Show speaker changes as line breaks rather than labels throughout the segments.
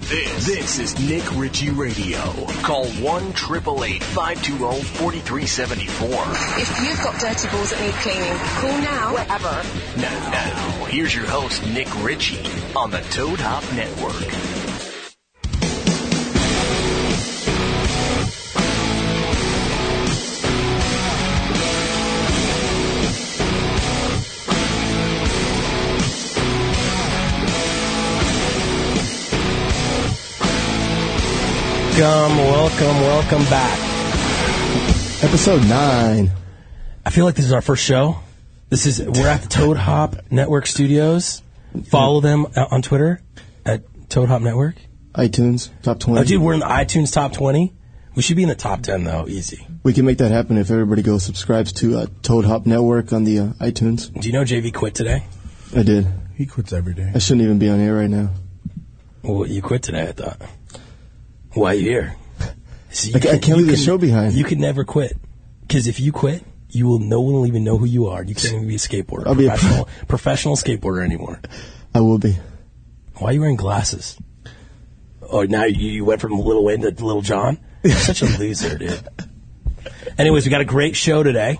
This, this is Nick Ritchie Radio. Call 1 888 520 4374.
If you've got dirty balls that need cleaning, call now. Whatever.
Now, now, here's your host, Nick Ritchie, on the Toad Hop Network.
Welcome, welcome, welcome back. Episode nine. I feel like this is our first show. This is we're at the Toad Hop Network Studios. Follow them out on Twitter at Toad Hop Network.
iTunes top twenty.
Oh, dude, we're in the iTunes top twenty. We should be in the top ten though, easy.
we can make that happen if everybody goes subscribes to uh, Toad Hop Network on the uh, iTunes.
Do you know JV quit today?
I did.
He quits every day.
I shouldn't even be on air right now.
Well, you quit today. I thought. Why are you here? See, you
I, ca- I can't
you
leave the show behind.
You can never quit because if you quit, you will. No one will even know who you are. You can't even be a skateboarder.
I'll be a-
professional, professional skateboarder anymore.
I will be.
Why are you wearing glasses? Oh, now you, you went from Little Wayne to Little John? You're such a loser, dude. Anyways, we got a great show today.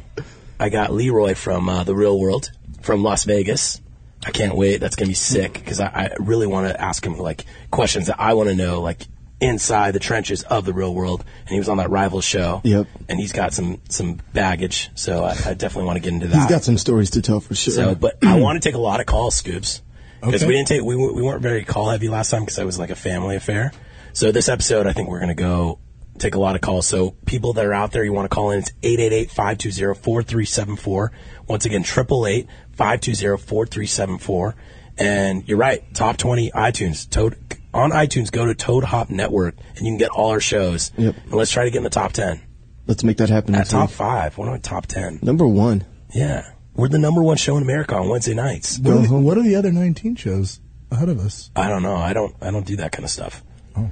I got Leroy from uh, The Real World from Las Vegas. I can't wait. That's going to be sick because I, I really want to ask him like questions that I want to know, like inside the trenches of the real world. And he was on that rival show.
Yep.
And he's got some some baggage, so I, I definitely want to get into that.
He's got some stories to tell for sure.
So, but I want to take a lot of calls, Scoops, because
Okay.
we didn't take we we weren't very call heavy last time because it was like a family affair. So this episode, I think we're gonna go take a lot of calls. So people that are out there, you want to call in? It's 888-520-4374. Once again, triple eight five two zero four three seven four. And you're right, top twenty iTunes Toad on iTunes. Go to Toad Hop Network, and you can get all our shows.
Yep.
And let's try to get in the top ten,
Let's make that happen.
at
next week.
top five. We're not top ten.
Number one.
Yeah, we're the number one show in America on Wednesday nights.
What are,
Go
the,
home.
what are the other 19 shows ahead of us?
I don't know. I don't. I don't do that kind of stuff.
Oh.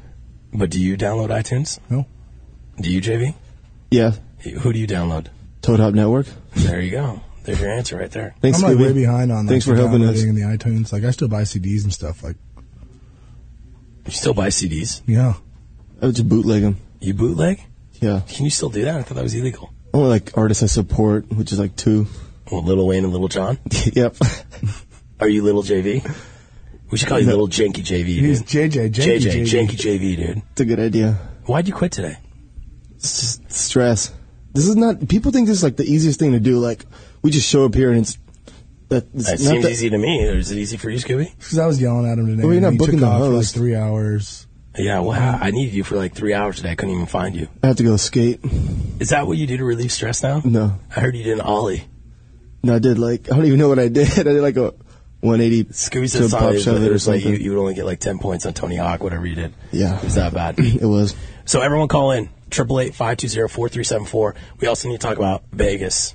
But do you download iTunes?
No?
Do you, JV?
Yeah.
Who do you download?
Toad Hop Network.
There you go. There's your answer right there.
Thanks
I'm like
Scooby.
way behind on like,
Thanks for helping us.
downloading in the iTunes. Like I still buy CDs and stuff. Like
You still buy CDs?
yeah,
I would just bootleg him.
You bootleg?
Yeah.
Can you still do that? I thought that was illegal.
Only like artists I support, which is like two.
Well, Little Wayne and Little John.
yep.
Are you Little JV? We should call you
No.
Little Janky JV. Dude.
he's JJ. Janky
JJ.
JV.
Janky JV, dude.
It's a good idea.
Why'd you quit today?
It's just stress. This is not. People think this is like the easiest thing to do. Like we just show up here and it's. That, it's
It
not
seems
that-
easy to me. Is it easy for you, Scooby?
because I was yelling at him today.
Well, you're
and
not
he
booking
took
the
off for like
host.
three hours.
Yeah. Well, I I needed you for like three hours today. I couldn't even find you.
I have to go skate.
Is that what you do to relieve stress now?
No,
I heard you did an ollie.
no, I did like I don't even know what I did. I did like a 180
Scooby
to
said
a
something. It
shove
was,
it
it
or
was like you,
something.
you would only get like ten points on Tony Hawk, whatever you did.
Yeah.
it was that bad.
It was.
so everyone call in triple eight five two zero four three seven four. We also need to talk about Vegas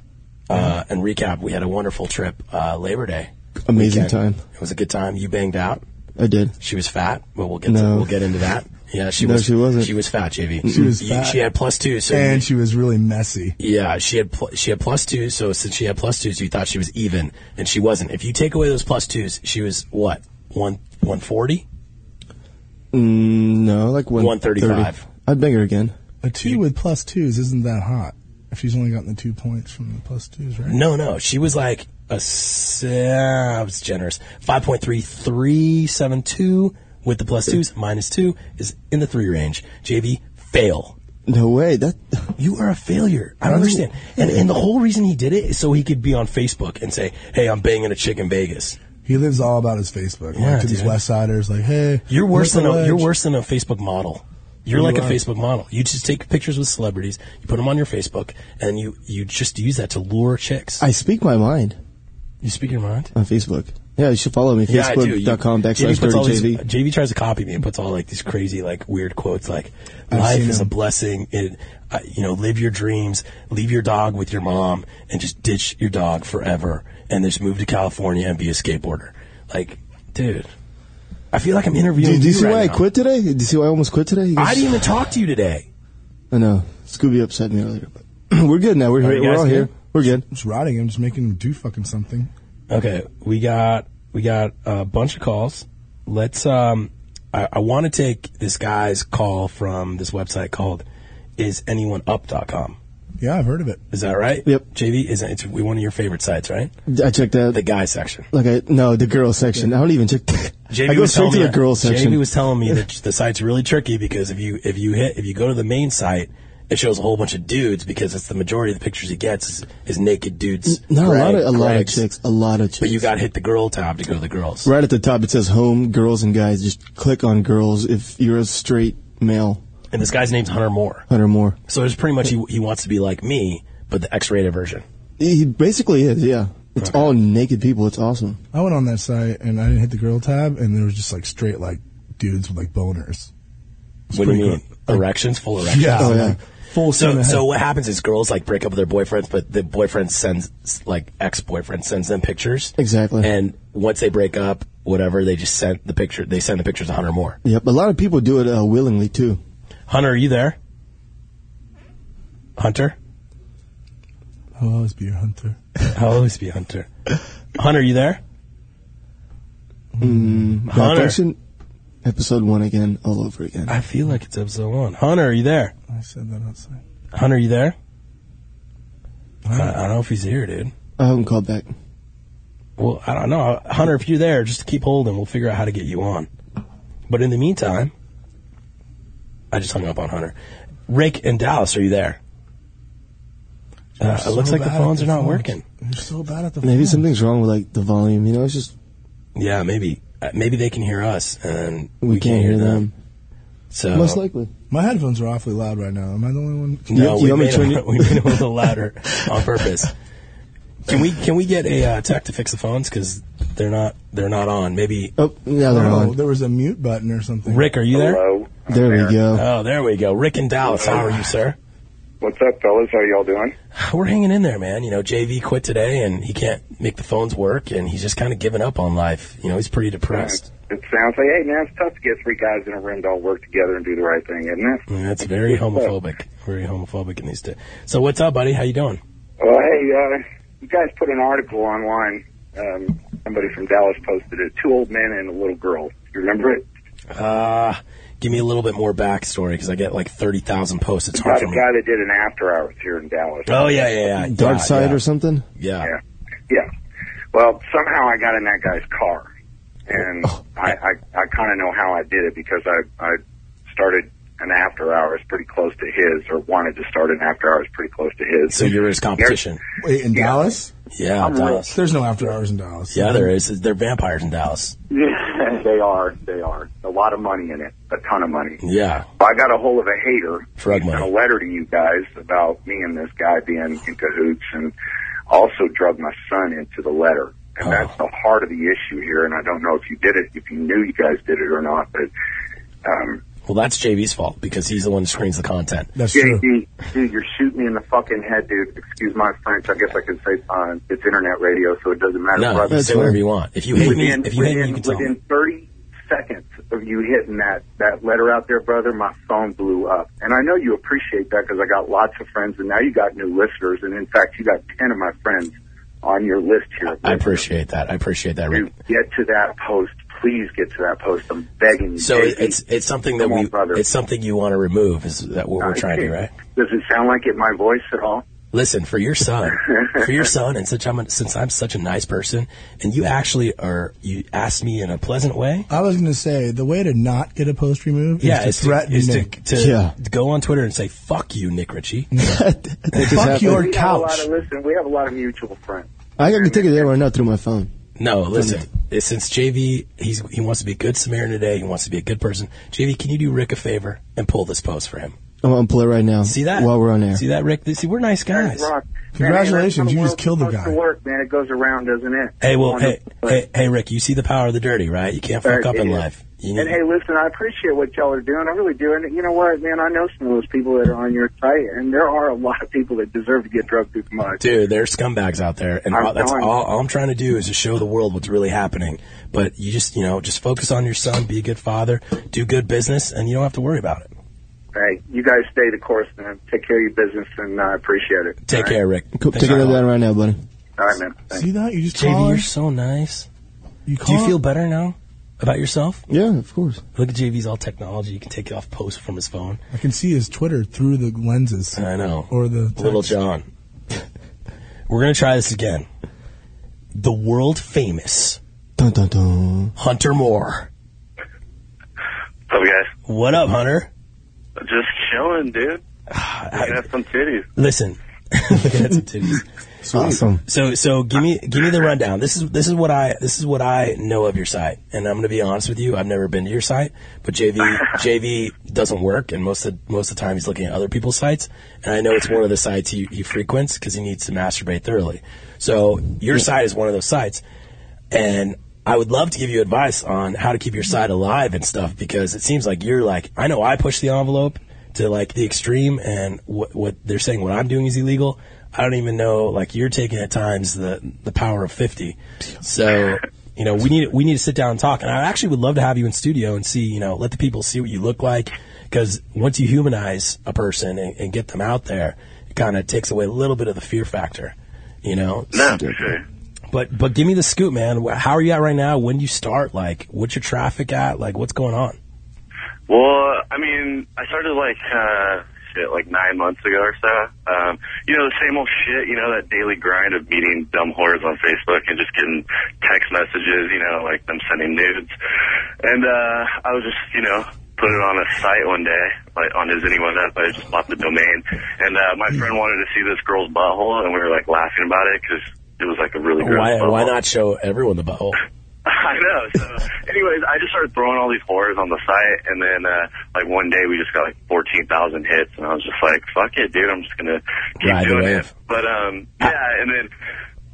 uh, and recap. We had a wonderful trip uh, Labor Day.
Amazing
weekend.
time.
It was a good time. You banged out.
I did.
She was fat, but we'll get to,
No.
we'll get into that. Yeah, she
No,
was.
she wasn't.
She was fat, JV.
She was
You-
fat.
She had plus two. So
And she was really messy.
yeah, she had pl- she had plus two. So since she had plus twos, you thought she was even, and she wasn't. If you take away those plus twos, she was what one one forty.
Mm, no, like 130.
135.
I'd bang her again.
A two with plus twos isn't that hot. If she's only gotten the two points from the plus twos, right?
No, no, she was like a s- uh, I was generous. Five point three three seven two with the plus twos minus two is in the three range. JV fail.
No way. That
You are a failure. I don't understand. And and the whole reason he did it is so he could be on Facebook and say, "Hey, I'm banging a chick in Vegas."
He lives all about his Facebook.
Yeah,
like to these
dude.
West Siders, like, hey,
You're worse
look
than a,
at
you're
Wedge.
worse than a Facebook model. You're like a
are.
Facebook model. You just take pictures with celebrities, you put them on your Facebook, and you you just use that to lure chicks.
I speak my mind
you speak your mind.
on Facebook. Yeah, you should follow me.
Yeah, I do. You-
Facebook.com
JV
backslash
puts all
30
these-
JV.
JV tries to copy me and puts all like these crazy, like weird quotes, like
I've
"Life
seen
is a
them.
blessing." It, uh, you know, live your dreams, leave your dog with your mom, and just ditch your dog forever, and just move to California and be a skateboarder. Like, dude, I feel like I'm interviewing
Dude, do you see
right
why I
now.
quit today? Do you see why I almost quit today? You
I
guys-
didn't even talk to you today.
I know. Scooby upset me earlier, but we're good now. We're
Are
here.
you
We're
guys
all here.
good?
We're good.
just rotting him, just making him do fucking something.
Okay, we got we got a bunch of calls. Let's um I, I want to take this guy's call from this website called isanyoneup.com.
Yeah, I've heard of it.
Is that right?
Yep.
JV, is it's one of your favorite sites, right?
I checked out
The guy section.
like I no the girl section. I don't even check.
JV
I go
was
straight
telling
to
me,
the girl section.
JV was telling me that the site's really tricky because if you if you hit if you go to the main site, it shows a whole bunch of dudes because it's the majority of the pictures he gets is, is naked dudes.
not a lot of
Greg-
a lot of
Greg's.
chicks, a lot of chicks.
But you got to hit the girl tab to go to the girls.
right at the top it says home girls and guys. Just click on girls if you're a straight male,
And this guy's name's Hunter Moore.
hundred more.
So it's pretty much he, he wants to be like me, but the X-rated version.
He basically is. Yeah, it's all naked people. It's awesome.
I went on that site and I didn't hit the girl tab, and there was just like straight like dudes with like boners.
what do you mean?
pretty
Erections, full erections.
Yeah.
Oh yeah.
Full
So,
ahead.
so what happens is girls like break up with their boyfriends, but the boyfriend sends like ex-boyfriend sends them pictures.
Exactly.
And once they break up, whatever, they just send the picture. They send the pictures to Hunter Moore.
Yep. A lot of people do it uh, willingly too.
Hunter, are you there? Hunter,
I'll always be your hunter.
I'll always be Hunter. Hunter, are you there? Hunter,
Malfunction. Mm-hmm. Episode one again, all over again.
I feel like it's episode one. Hunter, are you there?
I said that outside.
Hunter, are you there? I, I don't know if he's here, dude.
I haven't called back.
Well, I don't know. Hunter, if you're there, just keep holding. We'll figure out how to get you on. But in the meantime, I just hung up on Hunter. Rick and Dallas, are you there? Uh, it
So
looks like the
bad at
phones are not
phones.
working.
They're so bad at the
Maybe
phones.
something's wrong with like the volume. You know, it's just
Yeah, maybe. Uh, maybe they can hear us and
we, can't, hear them.
So
Most likely.
My headphones are awfully loud right now. Am I the only one?
no,
You-
we,
you want me
made
to turn
it,
you-
we made it a little louder on purpose. Can we can we get a uh, tech to fix the phones because they're not they're not on. Maybe
Oh, now they're
Oh,
on.
there was a mute button or something.
Rick, are you there?
Hello.
There we go.
Oh, there we go. Rick and Dallas, how are you, sir?
What's up, fellas? How y'all doing?
we're hanging in there, man. You know, JV quit today and he can't make the phones work and he's just kind of giving up on life. You know, he's pretty depressed.
It sounds like, hey, man, it's tough to get three guys in a room to all work together and do the right thing, isn't it?
And that's very homophobic. Very homophobic in these days. So what's up, buddy? How you doing?
Well, hey, uh, you guys put an article online. Um, somebody from Dallas posted it. Two old men and a little girl. You remember it?
Uh, give me a little bit more backstory because I get like 30,000 posts. It's hard
About
for
a
me.
guy that did an after hours here in Dallas.
Oh, yeah, yeah, yeah.
Dark
yeah,
side
yeah,
or something.
Yeah.
Yeah. Yeah. Well, somehow I got in that guy's car, and
Oh.
I I, I kind of know how I did it because I I started an after hours pretty close to his, or wanted to start an after hours pretty close to his.
So you're his competition.
Wait, in Dallas?
Yeah, Dallas.
There's no after hours in Dallas.
Yeah, there is. They're vampires in Dallas.
Yeah, they are. They are. A lot of money in it. A ton of money.
Yeah.
I got a hold of a hater.
Drug
He sent
money.
a letter to you guys about me and this guy being in cahoots and also drug my son into the letter. And
Oh.
that's the heart of the issue here. And I don't know if you did it, if you knew you guys did it or not, but, um,
Well, that's JV's fault because he's the one who screens the content.
That's true.
JD, dude, you're shooting me in the fucking head, dude. Excuse my French. I guess I could say fine. It's internet radio, so it doesn't matter.
No, you
brother.
can say whatever you want. If you hate me,
Within,
if you hate me, you
within,
can tell me.
within 30 seconds of you hitting that, that letter out there, brother, my phone blew up. And I know you appreciate that because I got lots of friends, and now you got new listeners. And in fact, you got 10 of my friends on your list here.
I appreciate that. I appreciate that, Rick.
you. Get to that post. Please get to that post. I'm begging you.
So
JP.
it's it's something that
Come on,
we
brother.
it's something you want to remove is that what we're
I
trying to do,
can't-
right?
Does it sound like it, my voice at all?
Listen for your son, for your son, and such I'm a, since I'm such a nice person, and you actually are you asked me in a pleasant way.
I was going to say the way to not get a post removed
Yeah,
is
is
to threaten
to, is to,
Nick.
to
Yeah.
go on Twitter and say "fuck you, Nick Ritchie."
Fuck
happened.
your
We have a lot
couch.
of listen. We have a lot of mutual friends.
I can take it there right now through my phone.
No, listen. Since JV he's he wants to be a good Samaritan today, he wants to be a good person. JV, can you do Rick a favor and pull this post for him?
I'm gonna play it right now.
See that?
While we're on air.
See that, Rick? See, we're nice guys.
Rock.
Congratulations,
Man, that's how the
you just
world's
killed the
supposed
guy.
To work, man. It goes around, doesn't it?
Hey, well,
On
hey,
the-
hey, hey, Rick, you see the power of the dirty, right? You can't fuck
Right,
up in
yeah.
life. You
And hey, listen, I appreciate what y'all are doing. I really do. And you know what, man? I know some of those people that are on your site, and there are a lot of people that deserve to get drugged through the mud.
Dude, there's scumbags out there, and
I'm
all, that's
telling you.
all, all I'm trying to do is to show the world what's really happening. But you just, you know, just focus on your son, be a good father, do good business, and you don't have to worry about it.
Hey, you guys stay the course, man. Take care of your business, and I appreciate it.
Take
All right?
care, Rick.
Cool,
Thanks
Take it
for
down
calling.
right now, buddy.
All right, man. Thanks.
See that? You just
JV,
call
you're
her.
so nice.
You
Do
call
you
her.
feel better now? about yourself?
Yeah, of course.
Look at JV's all technology. You can take it off post from his phone.
I can see his Twitter through the lenses.
I know.
Or the
Little
text.
John. We're gonna try this again. The world famous
Dun dun dun.
Hunter Moore.
What's up, guys?
What up, Hunter?
Just chilling, dude. Looking at some titties.
Listen. Looking at some titties.
Awesome.
So so give me give me the rundown. This is this is what I this is what I know of your site, and I'm going to be honest with you. I've never been to your site, but JV JV doesn't work, and most of most of the time he's looking at other people's sites, and I know it's one of the sites he, he frequents because he needs to masturbate thoroughly. So your site is one of those sites, and I would love to give you advice on how to keep your site alive and stuff because it seems like you're like I know I push the envelope to like the extreme and what what they're saying what I'm doing is illegal. I don't even know like you're taking at times the the power of 50. So, you know, we need we need to sit down and talk and I actually would love to have you in studio and see, you know, let the people see what you look like because once you humanize a person and, and get them out there, it kind of takes away a little bit of the fear factor, you know.
No, for sure.
But but give me the scoop, man. Wh- How are you at right now? When do you start? Like, what's your traffic at? Like, what's going on?
Well, I mean, I started like uh, shit, like nine months ago or so. Um, you know, the same old shit. You know, that daily grind of meeting dumb whores on Facebook and just getting text messages. You know, like them sending nudes. And uh, I was just, you know. Put it on a site one day, like on Is Anyone Up? I just bought the domain, and uh, my friend wanted to see this girl's butthole, and we were like laughing about it because it was like a really gross
Why
butthole.
why not show everyone the butthole?
I know. So, anyways, I just started throwing all these horrors on the site, and then uh, like one day we just got like fourteen thousand hits, and I was just like, "Fuck it, dude! I'm just gonna keep
Ride the
doing
wave.
it." But um, yeah, and then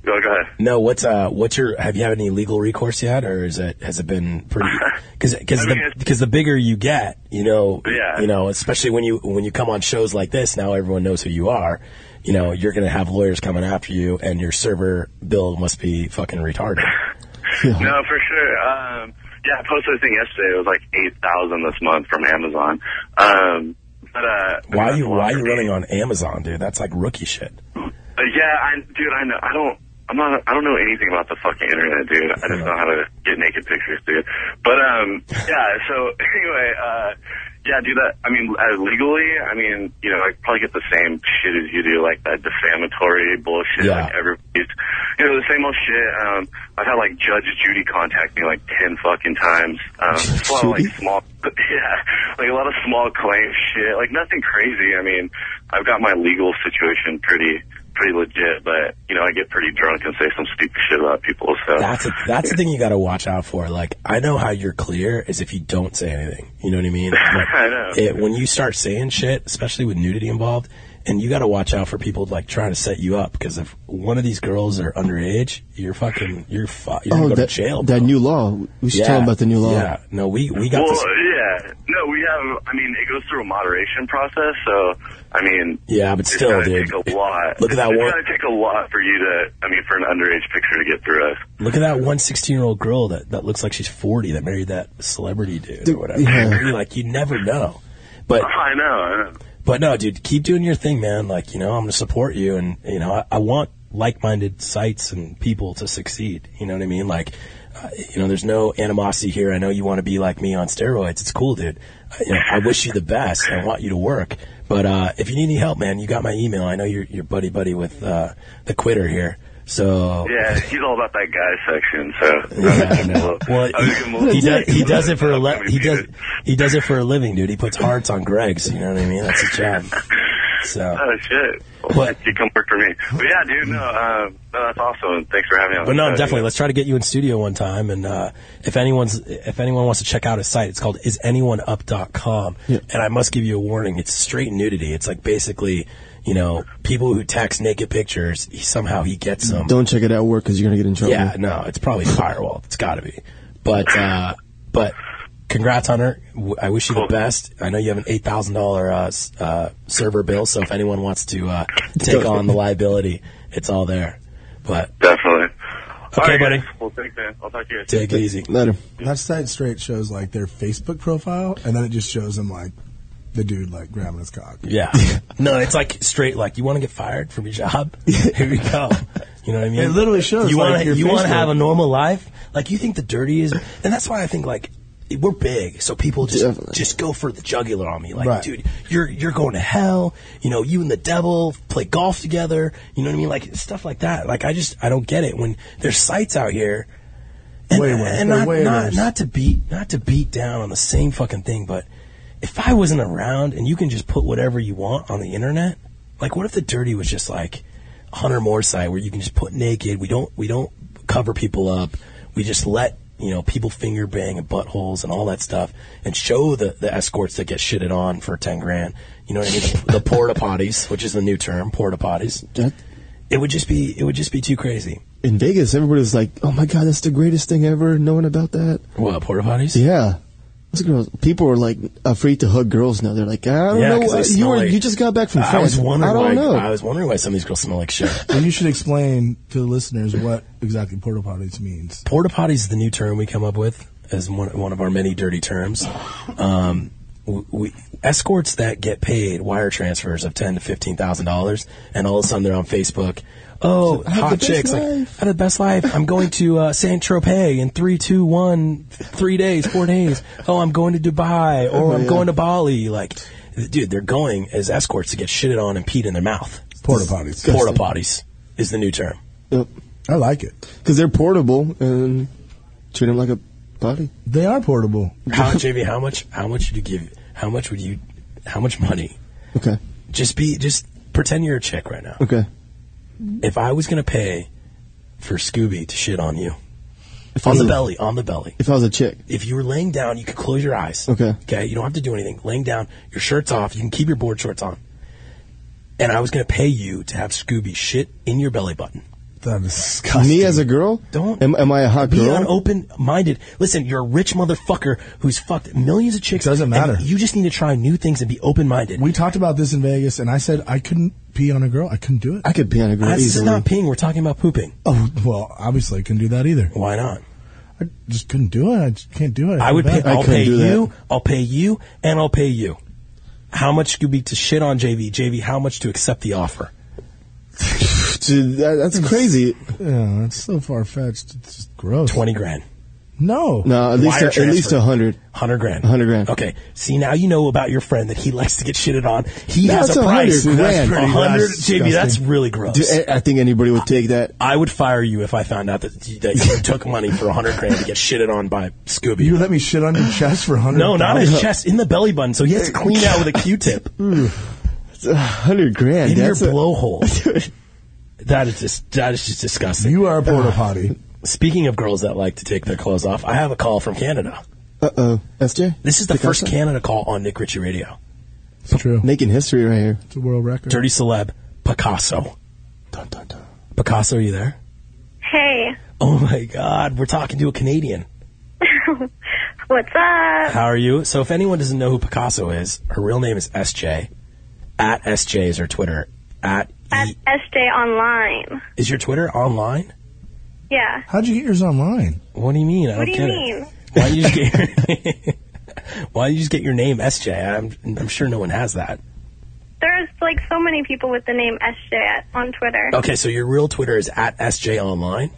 go go ahead.
No, what's uh, what's your? Have you had any legal recourse yet, or is it has it been pretty? Because because
I mean,
the
it's-
because the bigger you get, you know,
Yeah.
you know, especially when you when you come on shows like this, now everyone knows who you are. You know, you're gonna have lawyers coming after you, and your server bill must be fucking retarded.
No, for sure. Um, yeah, I posted a thing yesterday. It was like eight thousand this month from Amazon. Um, but uh,
Why are you why are you running on Amazon, dude? That's like rookie shit.
Uh, yeah, I, dude, I know. I don't. I'm not. I don't know anything about the fucking internet, dude. I just know how to get naked pictures, dude. But um, yeah. So anyway, uh, yeah, do that. I mean, uh, legally, I mean, you know, I probably get the same shit as you do, like that defamatory bullshit.
Yeah.
Like everybody's, you know, the same old shit. Um, I've had like Judge Judy contact me like ten fucking times. Um, well, like small, yeah, like a lot of small claim shit, like nothing crazy. I mean, I've got my legal situation pretty, pretty legit, but you know, I get pretty drunk and say some stupid shit about people. So
That's a, that's the thing you got to watch out for. Like, I know how you're clear is if you don't say anything. You know what I mean? Like,
I know.
It, when you start saying shit, especially with nudity involved, and you got to watch out for people like trying to set you up because if one of these girls are underage, you're fucking you're fu- you're gonna go
Oh, that,
to jail.
that
bro.
new law. We should tell them about the new law.
Yeah, no, we we got
well,
this.
yeah, no, we have. I mean, it goes through a moderation process. So I mean,
Yeah, but
it's
still,
gotta
dude.
take a lot.
Look at that
it's
one.
It's gotta take a lot for you to. I mean, for an underage picture to get through us.
Look at that one 16 year old girl that, that looks like she's 40 that married that celebrity dude or whatever.
yeah.
You're like, you never know. But
I know. I know.
But no, dude, keep doing your thing, man. Like, you know, I'm going to support you and, you know, I, I want like-minded sites and people to succeed. You know what I mean? Like, uh, you know, there's no animosity here. I know you want to be like me on steroids. It's cool, dude. I, you know, I wish you the best. I want you to work. But, uh, if you need any help, man, you got my email. I know you're, you're buddy buddy with, uh, the quitter here. So.
Yeah, he's all about that guy section. So
Oh. Yeah, I know. Well,
I was
he,
gonna look-
he does. He does it for a
I'm
le-
gonna
he
do
does
it.
he does it for a living, dude. He puts hearts on Greg's. You know what I mean? That's his job. So
Oh shit!
But-
Well, you come work for me. But yeah, dude. No, um, no, that's awesome. and Thanks for having me on.
But no,
the show,
definitely. Let's try to get you in studio one time. And uh, if anyone's if anyone wants to check out his site, it's called isanyoneup.com. And I must give you a warning: it's straight nudity. It's like basically, you know, people who text naked pictures. He, somehow he gets
um,
them.
Mm. Don't check it at work because you're gonna get in trouble.
yeah, no, it's probably firewall. It's got to be. But uh, but congrats, Hunter. W- I wish you the
Cool.
best. I know you have an eight thousand uh, s- uh, server bill, so if anyone wants to uh, take on the liability, it's all there. But
dude. Definitely. All right,
buddy.
guys. Well, thanks, man. I'll talk to you. guys.
take it easy.
Later.
That side straight shows like their Facebook profile, and then it just shows them like the dude like grabbing his cock.
Yeah. no, it's like straight, like, you want to get fired from your job? Here you go. You You know what I mean?
It literally shows,
You
like,
want to
your
you want to
Facebook.
have a normal life? Like you think the dirty is, and that's why I think like we're big, so people just
Definitely.
just go for the jugular on me. Like,
Right.
dude, you're you're going to hell. You know, you and the devil play golf together. You know what I mean? Like stuff like that. Like I just I don't get it when there's sites out here. And,
Way worse.
and
They're
not,
way
not,
worse.
not to beat not to beat down on the same fucking thing, but if I wasn't around and you can just put whatever you want on the internet, like what if the dirty was just like Hunter Moore site where you can just put naked. We don't we don't cover people up. We just let you know people finger bang and buttholes and all that stuff and show the, the escorts that get shitted on for ten grand. You know what I mean? The, the porta potties, which is the new term, porta potties.
That-
It would just be it would just be too crazy.
in Vegas, everybody's like, "Oh my god, that's the greatest thing ever!" Knowing about that,
What porta potties?
yeah. Those girls, people are like afraid to hug girls now. They're like, I don't
Yeah,
know.
'cause they
uh, You
smell
were
like-
you just got back from
I
France.
was wondering.
I don't
why,
know.
I was wondering why some of these girls smell like shit.
Well, you should explain to the listeners what exactly porta potties means.
Porta potty is the new term we come up with as one, one of our many dirty terms. Um, we, we escorts that get paid wire transfers of ten to fifteen thousand dollars, and all of a sudden they're on Facebook. Oh,
have the
hot
best
chicks! Like, I
life."
had the best life. I'm going to uh, Saint Tropez in three, two, one, three days, four days. Oh, I'm going to Dubai,
Oh,
or I'm
yeah.
going to Bali. Like, dude, they're going as escorts to get shitted on and peed in their mouth.
Porta potties.
Porta potties is the new term.
I like it.
Because they're portable and treat them like a body.
They are portable.
How, JV, how much? How much would you give? How much would you? How much money?
Okay.
Just be. Just pretend you're a chick right now.
Okay.
If I was gonna pay for Scooby to shit on you
If I
on
was
the
a-
belly, on the belly.
If I was a chick,
If you were laying down, you could close your eyes.
Okay.
Okay. You don't have to do anything. Laying down, your shirt's off. You can keep your board shorts on. And I was gonna pay you to have Scooby shit in your belly button.
That is disgusting.
me as a girl,
Don't-
Am, am I a hot
Be
girl?
unopen-minded. Listen, you're a rich motherfucker who's fucked millions of chicks.
Doesn't
and
matter.
You just need to try new things and be open-minded.
We talked about this in Vegas, and I said I couldn't pee on a girl. I couldn't do it.
I could be on a girl
That's
easily.
not peeing. We're talking about pooping.
oh, well, obviously I couldn't do that either.
Why not?
I just couldn't do it. I just can't do it.
I would. Pay,
feel bad.
I'll
couldn't
pay
do that.
you. I'll pay you, and I'll pay you. How much Scooby to shit on JV? JV, how much to accept the offer?
Dude, that- that's crazy.
Yeah, it's so far fetched. It's just gross.
Twenty grand.
No.
No, at least
Wire
at least
transfer.
a hundred.
Hundred grand.
100 grand.
Okay. See, now you know about your friend that he likes to get shitted on. He has
That's
a price.
100
That's
grand. Oh,
pretty-
That's
100 JV, that's
disgusting.
really gross.
Dude, eh, I, I think anybody would take that.
I would fire you if I found out that, that you took money for hundred grand to get shitted on by Scooby.
You let me shit on your chest for hundred.
no, not his chest, in the belly button, so he has to clean out with a Q-tip.
A hundred grand.
in your
that's a-
blowhole. that is just that is just disgusting.
You are a porta potty.
Speaking of girls that like to take their clothes off, I have a call from Canada.
Uh oh, SJ.
This is the
Pick
first
up.
Canada call on Nick Ritchie Radio.
It's true.
making history right here.
It's a world record.
Dirty celeb Picasso.
Dun, dun, dun.
Picasso, are you there?
Hey,
Oh my God, we're talking to a Canadian.
what's up?
How are you? So, if anyone doesn't know who Picasso is, her real name is SJ. At SJ is her Twitter. At
At
E
SJ Online.
is your Twitter online?
Yeah.
How'd you get yours online?
What do you mean? I
What
don't
do you
get
mean?
it. Why do you just get your Why do you just get your name SJ? I'm I'm sure no one has that.
There's like so many people with the name SJ at, on Twitter.
Okay, so your real Twitter is at SJ online.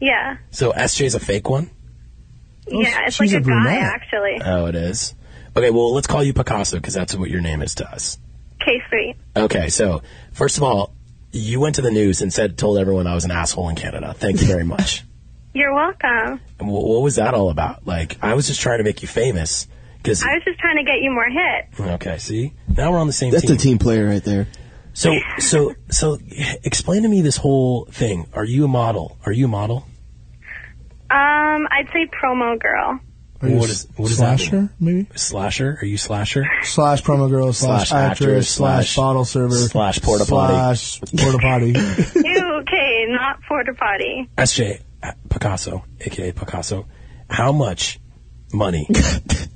Yeah.
So SJ is a fake one.
yeah, it's like
she's
a,
a
guy
brunette.
actually.
Oh, it is. Okay, well let's call you Picasso because that's what your name is to us.
K Sweet.
Okay, so first of all, you went to the news and said told everyone I was an asshole in Canada. Thank you very much.
You're welcome.
and wh- what was that all about? Like I was just trying to make you famous because.
I was just trying to get you more hits.
Okay, see, now we're on the same.
That's
team.
a team player right there.
So, so, so, explain to me this whole thing. Are you a model? Are you a model?
Um, I'd say promo girl.
Are you
What
a
is- what does that
slasher? maybe
Slasher? Are you slasher?
slash promo girl slash,
Slash actress,
actress, slash,
slash-
bottle server
slash porta potty.
slash porta potty.
Ew, okay, not porta potty.
SJ uh, Picasso, aka Picasso. How much money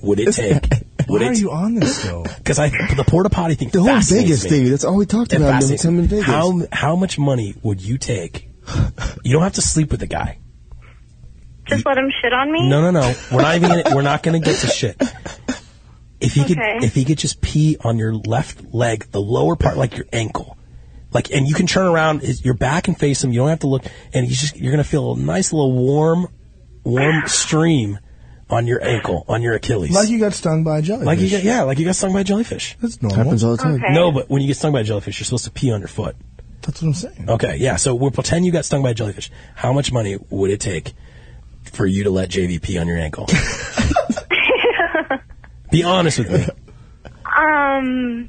would it take? Would
Why are
it?
you on this though?
Because I the porta potty thing.
The whole
fascinates
Vegas
me.
thing. That's all we talked
It
about. every
fascinates
time
me.
in Vegas.
How how much money would you take? You don't have to sleep with the guy.
Just let him shit on me.
No, no, no. We're not even. Gonna, we're not going to get to shit. If he could,
Okay.
if he could just pee on your left leg, the lower part, like your ankle, Like, and you can turn around his, your back and face him. You don't have to look, and he's just you're gonna feel a nice little warm, warm stream on your ankle, on your Achilles.
Like you got stung by a jellyfish.
Like you get, yeah, like you got stung by a jellyfish.
That's normal. Happens all the time. Okay.
No, but when you get stung by a jellyfish, you're supposed to pee on your foot.
That's what I'm saying.
Okay, yeah. So we'll pretend you got stung by a jellyfish. How much money would it take for you to let JV pee on your ankle? Be honest with me.
Um.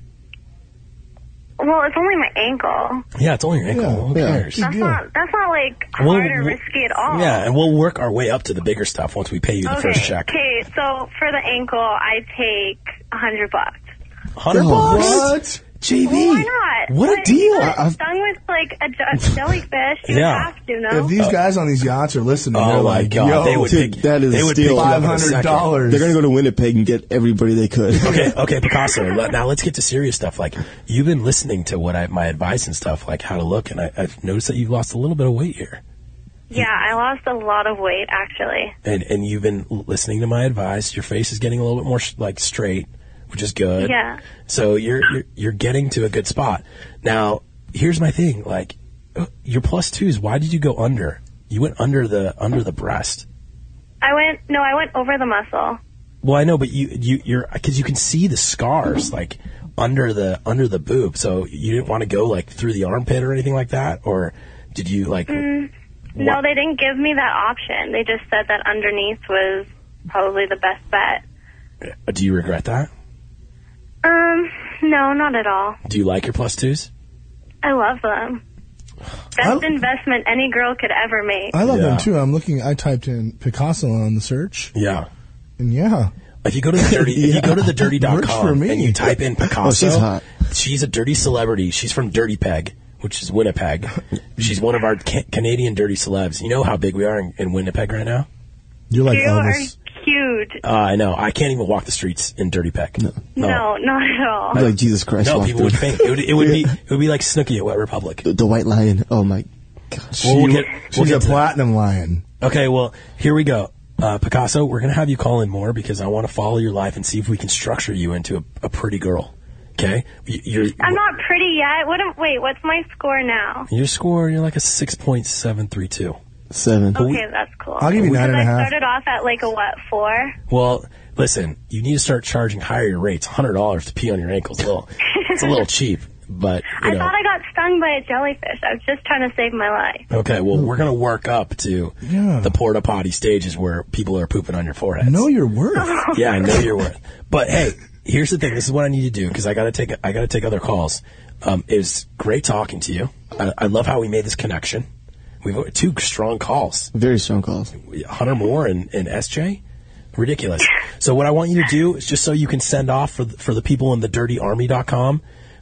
Well, it's only my ankle.
Yeah, it's only your ankle. Who cares?
That's not. That's not like hard
We'll-
or
we'll-
risky at all.
Yeah, and we'll work our way up to the bigger stuff once we pay you the
okay.
first check.
Okay. So for the ankle, I take a hundred bucks.
Hundred
Oh,
bucks.
what?
JV.
Why not?
What a
Like,
deal.
if
I-
I'm stung with like a je- jellyfish. You
Yeah.
have to know.
If these
Uh,
guys on these yachts are listening,
Oh
they're
my
like,
God,
Yo,
they would
dude,
pick- they would pick you up
five
in a
hundred
second.
dollars.
They're gonna go to Winnipeg and get everybody they could.
okay, okay, Picasso. let- Now let's get to serious stuff. Like you've been listening to what I my advice and stuff, like how to look, and I, I've noticed that you've lost a little bit of weight here,
yeah, I lost a lot of weight actually.
and and you've been l- listening to my advice. Your face is getting a little bit more sh- like straight, which is good.
Yeah.
So you're, you're you're getting to a good spot. Now here's my thing. Like uh, your plus twos. Why did you go under? You went under the under the breast.
I went. No, I went over the muscle.
Well, I know, but you you you're because you can see the scars like under the under the boob. So you didn't want to go like through the armpit or anything like that, or did you like?
Mm, no,
What?
they didn't give me that option. They just said that underneath was probably the best bet.
uh, Do you regret that?
Um, no, not at all.
Do you like your plus twos?
I love them. Best investment any girl could ever make.
I love
Yeah.
them too. I'm looking. I typed in Picasso on the search,
Yeah.
and yeah,
If you go to the dirty, if you go to the
Works for
dirty.com
me.
and you type in Picasso,
Oh, she's hot.
she's a dirty celebrity. She's from Dirty Peg, which is Winnipeg. She's one of our ca- Canadian dirty celebs. You know how big we are in, in Winnipeg right now?
You're
you are cute.
Uh, I know. I can't even walk the streets in Dirty Peg. No.
No, not at all.
I'd be like Jesus Christ.
No,
walked
people would
through.
faint. It would, it would be it would be like Snooki at Wet Republic.
the, the White Lion. Oh my gosh.
Well, we'll get-
she's
we'll get
a
to that.
platinum lion.
Okay, well here we go, uh, Picasso. We're gonna have you call in more because I want to follow your life and see if we can structure you into a, a pretty girl. Okay, Y- your
I'm not pretty yet. What? Am, wait, what's my score now?
your score you're like a six point seven three two.
Seven.
Okay, that's cool.
Uh, I'll give you nine and a
Because I
half.
started off at like a what four?
Well, listen, you need to start charging higher rates. Hundred dollars to pee on your ankles. Little, it's a little cheap, but you
I
know.
thought I got stung by a jellyfish. I was just trying to save my life.
Okay, well, we're gonna work up to the porta potty stages where people are pooping on your forehead.
Know your worth.
yeah, I know your worth. But hey, here's the thing. This is what I need to do because I gotta take I gotta take other calls. Um, it was great talking to you. I, I love how we made this connection. We've got two strong calls,
Very strong calls.
Hunter Moore and, and SJ. Ridiculous. So what I want you to do is just so you can send off for the, for the people in the dirtyarmy.com.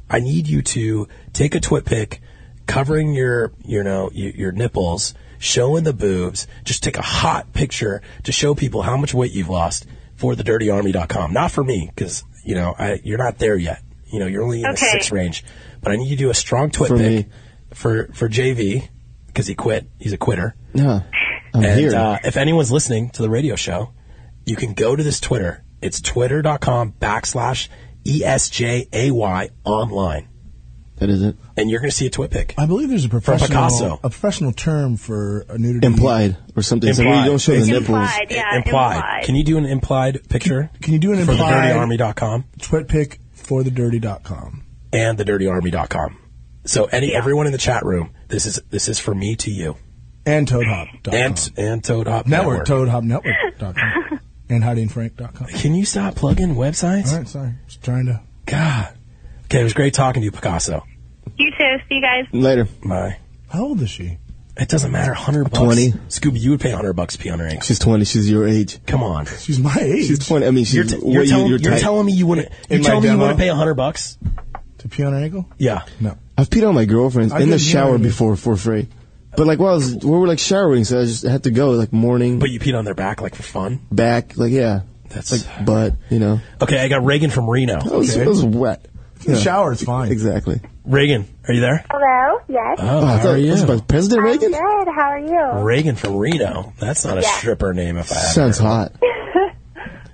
I need you to take a twit pic, covering your you know your, your nipples, showing the boobs. Just take a hot picture to show people how much weight you've lost for the dirtyarmy.com. Not for me because you know I, you're not there yet. You know you're only in the
Okay.
six range. But I need you to do a strong twit
For
pic
me.
for for JV because he quit. He's a quitter
No. I'm
and
here.
Uh, if anyone's listening to the radio show, you can go to this Twitter. It's twitter.com backslash E ESJAY online.
That is it.
And you're going to see a twit pic.
I believe there's a professional
Picasso.
a professional term for a nudity
Implied or something. So
Implied.
you don't show the
Implied,
nipples.
yeah,
implied.
implied.
Can you do an implied picture?
Can you do an
for
implied-
the dirtyarmy.com
Twit pick for the dirty.com.
and the dirtyarmy.com. So any everyone in the chat room, this is this is for me to you.
and Toadhop
And and Toad Hop Network.
Network, Toadhop Network.com and HowdyandFrank.com.
Can you stop plugging websites?
All right, sorry. Just trying to.
God. Okay, it was great talking to you, Picasso.
You too. See you guys.
Later.
Bye.
How old is she?
It doesn't matter. Hundred bucks.
20.
Scooby, you would pay hundred bucks to pee on her ankle.
She's 20. She's your age.
Come on.
She's my age.
She's 20. I mean, she's
You're, t-
what
you're,
you-
telling,
your
you're
type.
telling me you wouldn't.
In
You're
my
telling me you
demo?
wouldn't pay hundred bucks.
To pee on her ankle?
Yeah.
No.
I've peed on my girlfriends
I
in the
didn't hear
shower
any.
before for free. But like, while I was, we were like showering, so I just had to go like morning,
But you peed on their back like for fun.
back, like yeah,
That's-
like butt, you know.
Okay, I got Reagan from Reno.
It was, it was wet.
In the shower, it's fine.
Exactly.
Reagan, are you there?
Hello. Yes.
Oh, how
I thought
are
it was
you?
about President
I'm
Reagan.
good. How are you?
Reagan from Reno. That's not a
Yeah.
stripper name if I have.
Sounds hot.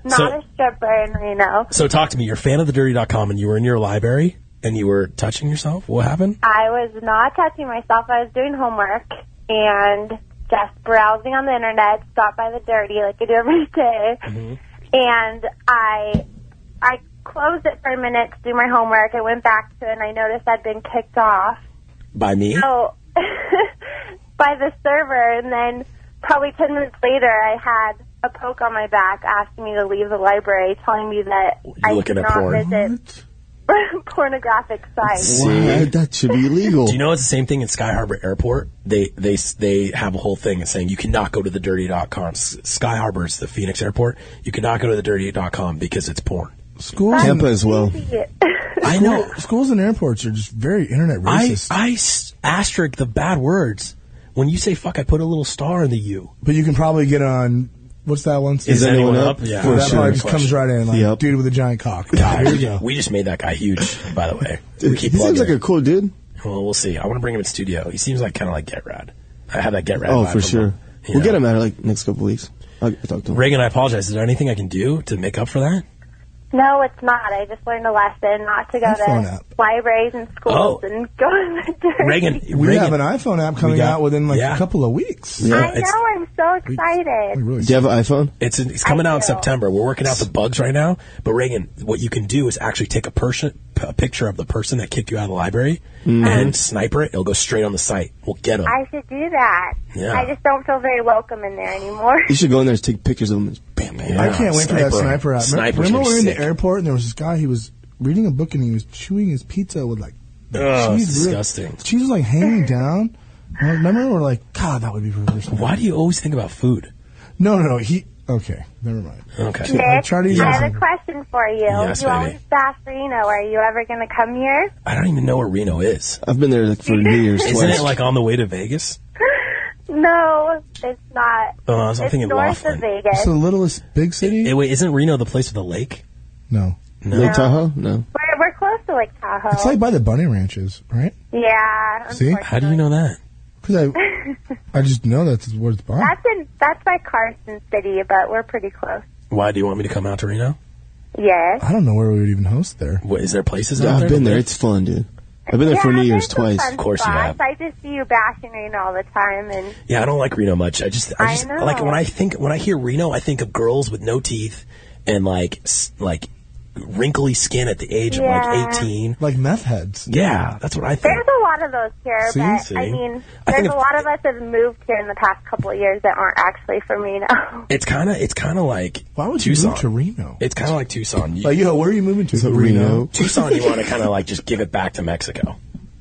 Not
So-
a stripper in Reno.
So talk to me. You're a fan of the dirty.com and you were in your library and you were touching yourself? What happened?
I was not touching myself. I was doing homework and just browsing on the internet, stopped by the dirty like I do every day.
Mm-hmm.
And I I closed it for a minute to do my homework. I went back to it and I noticed I'd been kicked off.
By me?
So by the server and then probably ten minutes later I had a poke on my back asking me to leave the library, telling me that I
looking
could
at
not
porn.
visit pornographic sites.
that should be illegal. Do you know it's the same thing at Sky Harbor Airport? They they they have a whole thing saying you cannot go to the dirty.com. S- Sky Harbor is the Phoenix airport. You cannot go to the dirty.com because it's porn.
Schools
Tampa
and-
as well. I know.
Schools and airports are just very internet
I,
racist.
I s- asterisk the bad words. When you say fuck, I put a little star in the U.
but you can probably get on. What's that one?
Is anyone up? Yeah.
that
For
probably
sure.
just comes right in. Like, dude with a giant cock.
God,
Here we go.
We just made that guy huge, by the way.
Dude,
we keep
he seems
plugging
like
it.
a cool dude.
Well, we'll see. I want to bring him in studio. He seems like kind of like Get Rad. I had that Get Rad.
oh,
vibe
for
from
sure.
him. You
We'll
know?
get him out of like next couple weeks. I'll I'll talk to him.
Reagan, I apologize. Is there anything I can do to make up for that?
No, it's not. I just learned a lesson not to go
phone
to libraries and
Oh.
schools and go in the dirt.
we have an iPhone app coming
We got-
out within like
yeah.
a couple of weeks.
I know. I'm so
Oh,
excited.
Do
you have an iPhone?
It's it's coming out in September. We're working out the bugs right now. But Reagan, what you can do is actually take a person a picture of the person that kicked you out of the library
Mm-hmm.
Mm.
and sniper it. It'll go straight on the site. We'll get him.
I should do that.
Yeah.
I just don't feel very welcome in there anymore.
You should go in there and take pictures of him. and Bam, bam.
I can't wait for that sniper out. Remember, remember we were in the airport and there was this guy. He was reading a book and he was chewing his pizza with like the
Oh,
cheese.
it's
real-
disgusting.
the cheese was like hanging down. And I remember we we're like, God, that would be perverse.
Why do you always think about food?
No, no, no. He okay. Never mind.
Okay.
Yeah, I tried to use
I
it.
have a question for you.
Yes,
you always
baby.
bash Reno. Are you ever going to come here?
I don't even know where Reno is.
I've been there like for New Year's.
Isn't
twice.
it like on the way to Vegas?
No, it's not.
Oh, I was
it's
thinking
north
Laughlin.
of Vegas.
littlest big city.
wait, isn't Reno the place with the lake?
No.
No.
Lake Tahoe? No.
We're, we're close to Lake Tahoe.
It's like by the bunny ranches, right?
yeah.
See? How
do you know that?
Because I, I just know that's where it's by.
That's in that's by Carson City, but we're pretty close.
Why do you want me to come out to Reno?
Yes.
I don't know where we would even host there.
What is there places
Yeah,
out
I've
there?
been there. It's fun, dude. I've been there for New Year's twice.
Fun spots. I just see you bashing Reno all the time, and
Yeah, I don't like Reno much. I just, I
I
just
know.
like when I think when I hear Reno, I think of girls with no teeth and like s- like wrinkly skin at the age of
Yeah.
like eighteen.
Like meth heads.
Yeah, that's what I think.
there's a lot of those here.
See,
but
see.
I mean,
I think
there's
if-
a lot of us have moved here in the past couple of years that aren't actually from Reno.
It's kind of it's kind of like
Why would you
Tucson.
move to Reno?
It's kind of like Tucson. You-
Like, yo, where are you moving to?
Tucson, you want to kind of like just give it back to Mexico.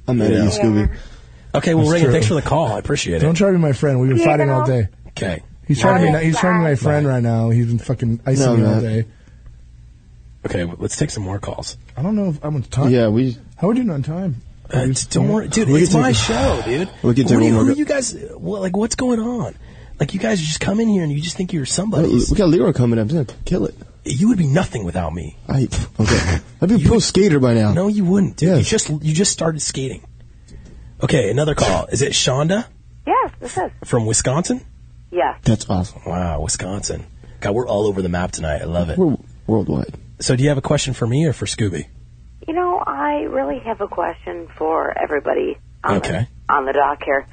I'm mad
You
at you,
know?
Scooby.
Okay, well,
That's
Reagan,
true.
thanks for the call. I appreciate
Don't
it.
try to be my friend. We've been
You
fighting
know?
all day.
Okay.
He's trying to be. He's trying to be my friend right now. He's been fucking icing
No,
me
I'm
all
not.
day.
Okay, well, let's take some more calls.
I don't know if I'm on time.
Yeah, we.
How are we doing on time?
Uh, d- don't worry, dude.
Look
it's
at
my
you.
show, dude.
Look
What
at
do
you.
you, who you guys? What, like, what's going on? Like, you guys just come in here and you just think you're somebody.
We got Leroy coming up. He's gonna kill it.
You would be nothing without me.
I okay. I'd be a pro skater by now.
No, you wouldn't, dude. You just you just started skating. Okay, another call. Is it Shonda
Yes, this is.
from Wisconsin?
Yes.
That's awesome.
Wow, Wisconsin. God, we're all over the map tonight. I love it.
We're worldwide.
So, do you have a question for me or for Scooby?
You know, I really have a question for everybody
Okay.
on the dock here.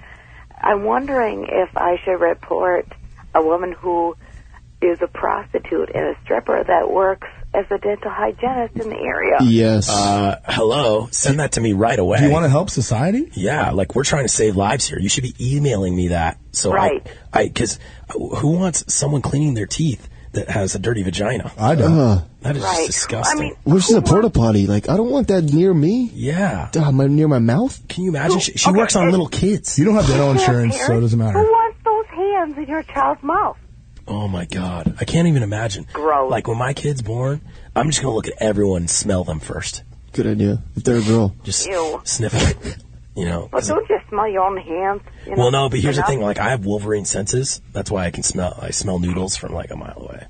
I'm wondering if I should report a woman who is a prostitute and a stripper that works as a dental hygienist in the area.
Yes.
Uh, hello. Send that to me right away.
Do you want to help society?
Yeah, like we're trying to save lives here. You should be emailing me that. So
Right.
I, I, because who wants someone cleaning their teeth that has a dirty vagina?
I
don't. Uh,
that is just disgusting.
Where's the porta potty? Like, I don't want that near me.
Yeah.
God, my, near my mouth.
Can you imagine? She- she works on little kids.
You don't have dental
Yeah,
insurance, so it
parents,
doesn't matter.
Who wants those hands in your child's mouth?
oh my god, I can't even imagine. Gross. Like when my kid's born, I'm just gonna look at everyone and smell them first.
Good idea. If they're a girl.
Just
Ew.
sniff it. You know.
But don't you smell your own hands? You know?
Well, no, but here's the
Enough?
thing. Like, I have Wolverine senses. That's why I can smell. I smell noodles from like a mile away.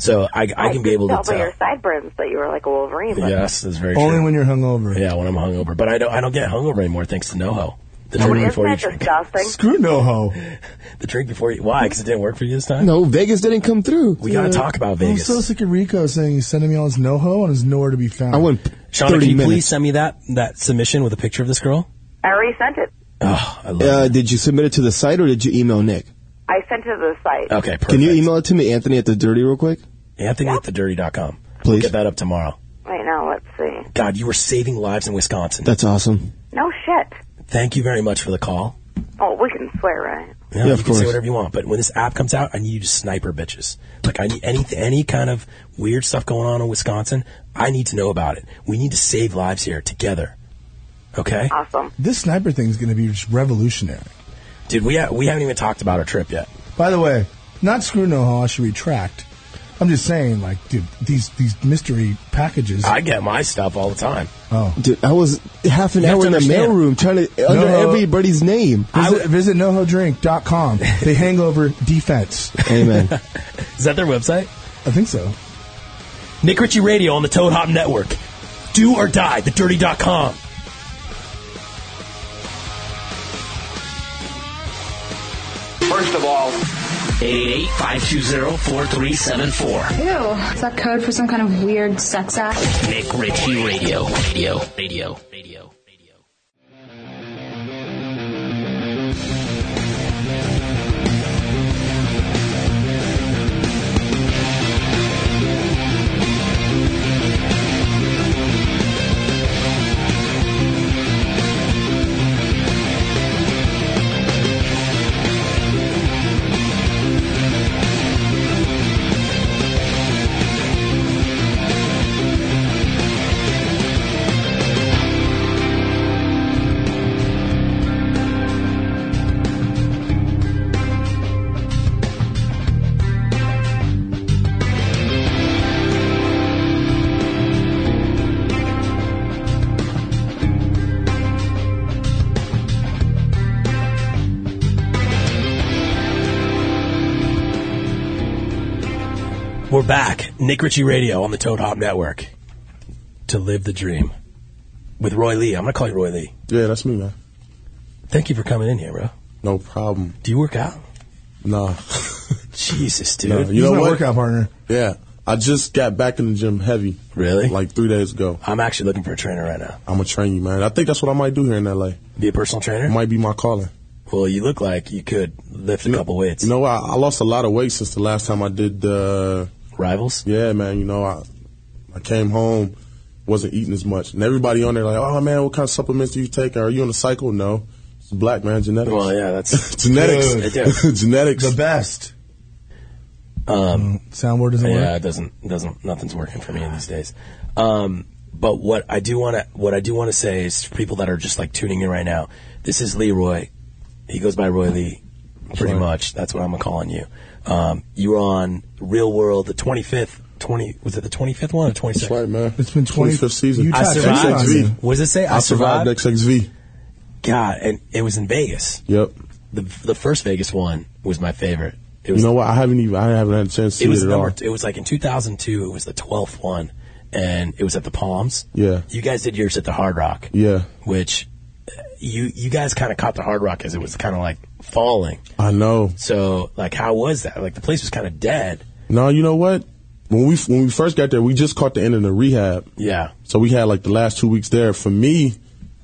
So I, I can be able to
Tell by
tell.
your sideburns that you were like a Wolverine. but-
Yes, that's very
Only
true.
when you're hungover.
Yeah, when I'm hungover. But I don't I don't get hungover anymore thanks to NoHo. The
Oh, isn't
drink before you
that
drink.
disgusting?
Screw NoHo.
The drink before you. Why? Because it didn't work for you this time.
No, Vegas didn't come through.
We gotta talk about Vegas.
I'm so sick of Rico saying he's sending me all his no ho and is nowhere to be found.
I went
Shauna, can
30
you please
minutes.
send me that that submission with a picture of this girl?
I already sent it.
uh, did you submit it to the site or did you email Nick?
I sent it to the site.
Can you email it to me, Anthony at the Dirty, real quick?
Anthony at thedirty.com.
Please.
Get that up tomorrow.
Right now, let's see.
God, you were saving lives in Wisconsin.
That's awesome.
No shit.
Thank you very much for the call.
Oh, we can swear, right?
Yeah,
Yeah,
you
of
can
course.
say whatever you want, but when this app comes out, I need you to sniper bitches. Like I need any any kind of weird stuff going on in Wisconsin. I need to know about it. We need to save lives here together. Okay.
Awesome.
This sniper thing is going to be just revolutionary.
Dude, we ha- we haven't even talked about our trip yet.
By the way, not screw no how I should retract. I'm just saying, like, dude, these these mystery packages.
I get my stuff all the time.
Oh.
Ah. Dude, I was half an
You have
hour
to
in the
understand.
mailroom trying to under everybody's name.
Visit, visit nohodrink.com. They hangover defense.
Amen.
Is that their website?
I think so.
Nick Ritchie Radio on the Toad Hop Network. Do or die, thedirty.com.
First of all, 888-520-4374.
Ew, is that code for some kind of weird sex act?
Nick Ritchie Radio. Radio. Radio. Radio.
We're back. Nick Ritchie Radio on the Toad Hop Network. To live the dream. With Roy Lee. I'm going to call you Roy Lee.
Yeah, that's me, man.
Thank you for coming in here, bro.
No problem.
Do you work out?
Nah.
Jesus, dude.
No, you know what?
partner.
Yeah, I just got back in the gym heavy.
Really?
Like three days ago.
I'm actually looking for a trainer right now.
I'm gonna train you, man. I think that's what I might do here in LA.
Be a personal trainer.
Might be my calling.
Well, you look like you could lift a couple weights.
You know, I, I lost a lot of weight since the last time I did the
rivals.
Yeah, man. You know, I I came home, wasn't eating as much, and everybody on there like, oh man, what kind of supplements do you take? Are you on a cycle? No, it's black man genetics.
Well, yeah, that's
genetics. genetics.
The best.
Um,
soundboard doesn't
yeah,
work?
it doesn't. it Doesn't. Nothing's working for me these days. Um, but what I do want to what I do want to say is for people that are just like tuning in right now. This is Leroy. He goes by Roy Lee, pretty much. That's what I'm calling you. Um, you were on Real World the 25th. 20 was it the 25th one or 26th? That's
right, man.
It's been
25th season.
I survived.
XXV.
What does it say?
I, survived XXV.
God, and it was in Vegas.
Yep.
The the first Vegas one was my favorite. It
You
was
know what? I haven't even I haven't had a chance to see
it was
it at
number
all.
it was like in 2002 it was the 12th one and it was at the Palms.
Yeah.
You guys did yours at the Hard Rock,
Yeah.
which uh, you you guys kind of caught the Hard Rock as it was kind of like falling.
I know.
So like how was that? Like the place was kind of dead.
No, you know what? When we when we first got there, we just caught the end of the rehab.
Yeah.
So we had like the last two weeks there. For me,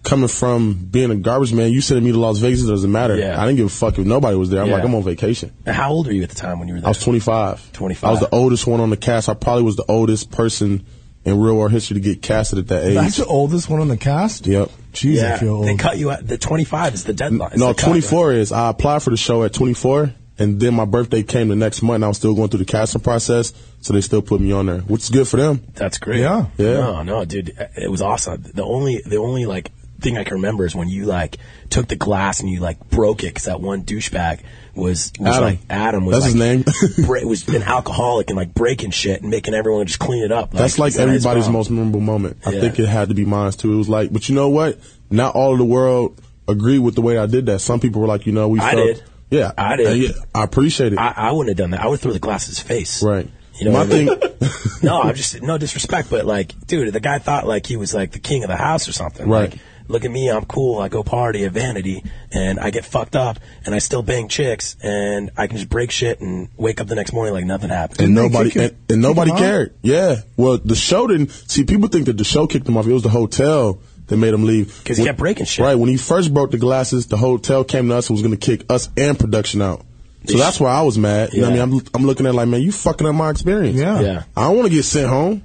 coming from being a garbage man, you sending me to Las Vegas doesn't matter.
Yeah.
I didn't give a fuck if nobody was there. I'm
Yeah.
like, I'm on vacation.
And how old were you at the time when you were
I
there?
was 25.
25.
I was the oldest one on the cast. I probably was the oldest person in real world history to get casted at that age.
That's the oldest one on the cast?
yep.
Jeez, I feel old.
They cut you at the 25 is the deadline. It's
No,
the cut,
24 is. I applied for the show at 24, and then my birthday came the next month. And I was still going through the casting process, so they still put me on there, which is good for them.
That's great.
Yeah. Yeah.
No, no, dude, it was awesome. The only, the only like thing I can remember is when you like took the glass and you like broke it because that one douchebag was, was
Adam.
like Adam was
That's
like,
his
name. bra- was an alcoholic and like breaking shit and making everyone just clean it up.
That's like
it's not his
everybody's
problem.
most memorable moment. I
Yeah.
think it had to be mine too. It was like, but you know what? Not all of the world agreed with the way I did that. Some people were like, you know, we.
I
felt,
did.
Yeah,
I did.
and Yeah, I appreciate it.
I, I wouldn't have done that. I would throw the glass at his face.
right.
You know
My
what I mean?
thing.
no, I'm just no disrespect, but like, dude, the guy thought like he was like the king of the house or something.
Right.
Like, look at me, I'm cool. I go party at Vanity, and I get fucked up, and I still bang chicks, and I can just break shit and wake up the next morning like nothing happened.
and nobody and, and nobody
him out?
cared. Yeah. Well, the show didn't. See, people think that the show kicked him off. It was the hotel that made him leave because he kept breaking shit. Right. When he first broke the glasses, the hotel came to us and was going to kick us and production out. So that's why I was mad. You know what I
Yeah.
mean? I'm, I'm looking at it like, man, you fucking up my experience.
Yeah. Yeah.
I don't want to get sent home.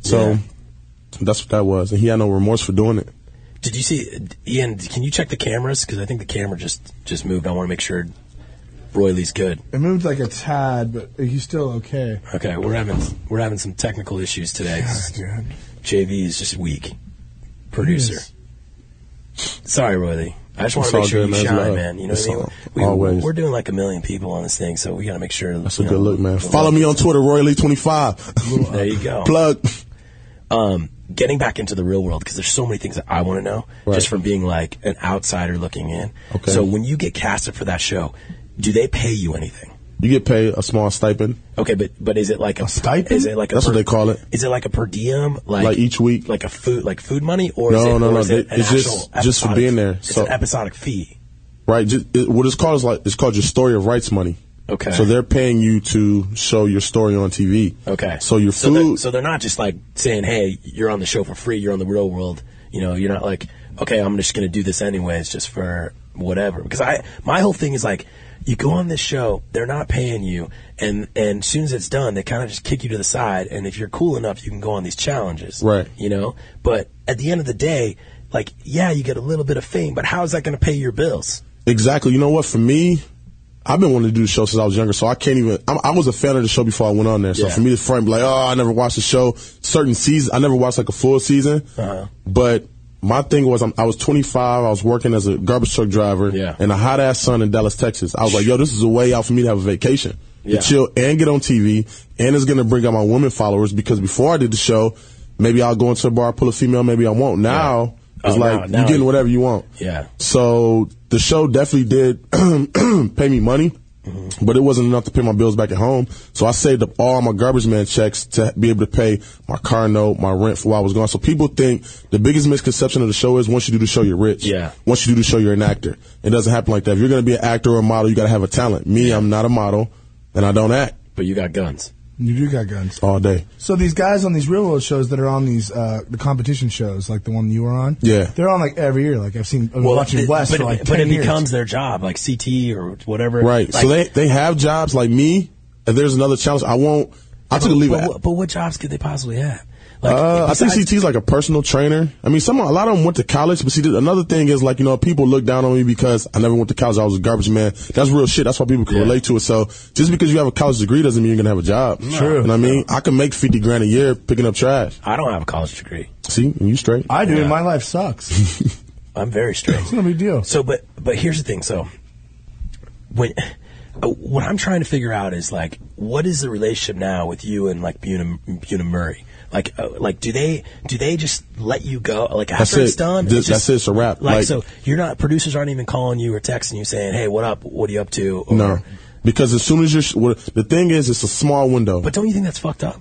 So
Yeah.
that's what that was. And he had no remorse for doing it.
Did you see, Ian? Can you check the cameras? Because I think the camera just just moved. I want to make sure Roy Lee's good.
It moved like a tad, but he's still okay.
Okay, we're having we're having some technical issues today. JV is just weak. Producer. Sorry, Roy. I just want
It's
to
all
make sure
good,
you
man. It's
shine,
love.
man. You know
It's
what I mean?
all-
We,
always.
We're doing like a million people on this thing, so we got to make sure.
That's a good look, man. Follow me on Twitter, Roy Lee twenty five.
There you go.
Plug.
Um, getting back into the real world because there's so many things that I want to know just from being like an outsider looking in.
Okay.
So when you get casted for that show, do they pay you anything?
You get paid a small stipend.
Okay, but but is it like a, stipend? Is it like a
That's what they call it.
Is it like a per diem? Like,
Like each week?
Like a food like food money or
no,
is it,
no,
or
no.
is
They-
it an
it's just
actual
just for
episodic-
being there.
It's
so
an episodic fee.
right, just, it, what it's called is like it's called your story of rights money.
Okay.
So they're paying you to show your story on TV.
Okay.
So your
So
food.
they're, so they're not just like saying, "Hey, you're on the show for free. You're on the real world." You know, you're not like, "Okay, I'm just going to do this anyways, just for whatever." Because I, my whole thing is like, you go on this show, they're not paying you, and and as soon as it's done, they kind of just kick you to the side. And if you're cool enough, you can go on these challenges,
Right.
You know, but at the end of the day, like, yeah, you get a little bit of fame, but how is that going to pay your bills?
Exactly. You know what? For me, I've been wanting to do the show since I was younger, so I can't even. I'm, I was a fan of the show before I went on there. So
Yeah.
for me to front be like, oh, I never watched the show. Certain seasons, I never watched like a full season.
uh,
Uh-huh.
But my thing was, I'm, I was 25. I was working as a garbage truck driver
Yeah.
and a hot ass son in Dallas, Texas. I was like, yo, this is a way out for me to have a vacation,
Yeah.
to chill and get on TV, and it's gonna bring out my women followers because before I did the show, maybe I'll go into a bar, pull a female, maybe I won't. Now it's like
Oh, now- now
you're getting
you-
whatever you want.
Yeah.
So the show definitely did pay me money, but it wasn't enough to pay my bills back at home. So I saved up all my garbage man checks to be able to pay my car note, my rent for while I was gone. So people think the biggest misconception of the show is once you do the show, you're rich.
Yeah.
Once you do the show, you're an actor. It doesn't happen like that. If you're going to be an actor or a model, you got to have a talent. Me, I'm not a model and I don't act.
But you got guns.
You do got guns.
All day.
So these guys on these real world shows that are on these uh, the competition shows, like the one you were on,
Yeah.
they're on like every year. Like I've seen, I've been watching
it-
West
but,
for like
but
10
it
years.
becomes their job, like CT or whatever.
Right. so
Like,
they, they have jobs like me. If there's another challenge, I won't, I took a
but,
leave.
But,
at-
what- but what jobs could they possibly have?
uh, I think
besides-
CT's like a personal trainer. I mean, some a lot of them went to college, but see, th- another thing is like you know people look down on me because I never went to college. I was a garbage man. That's real shit. That's why people can relate to it. So just because you have a college degree doesn't mean you're gonna have a job. True. And I mean, I can make fifty grand a year picking up trash.
I don't have a college degree.
See, and you straight.
I do. and My life sucks.
I'm very straight. it's
no big deal.
So, but but here's the thing. So, when uh, what I'm trying to figure out is like, what is the relationship now with you and like Buna, Buna Murray? Like, uh, like do they do they just let you go? Like after
That's it.
it's done,
Th-
it's just-
that's it. It's a wrap.
Like,
Like-
so, you're not producers aren't even calling you or texting you saying, "Hey, what up? What are you up to?" Or,
No, because as soon as you're, sh- well, the thing is, it's a small window.
But don't you think that's fucked up?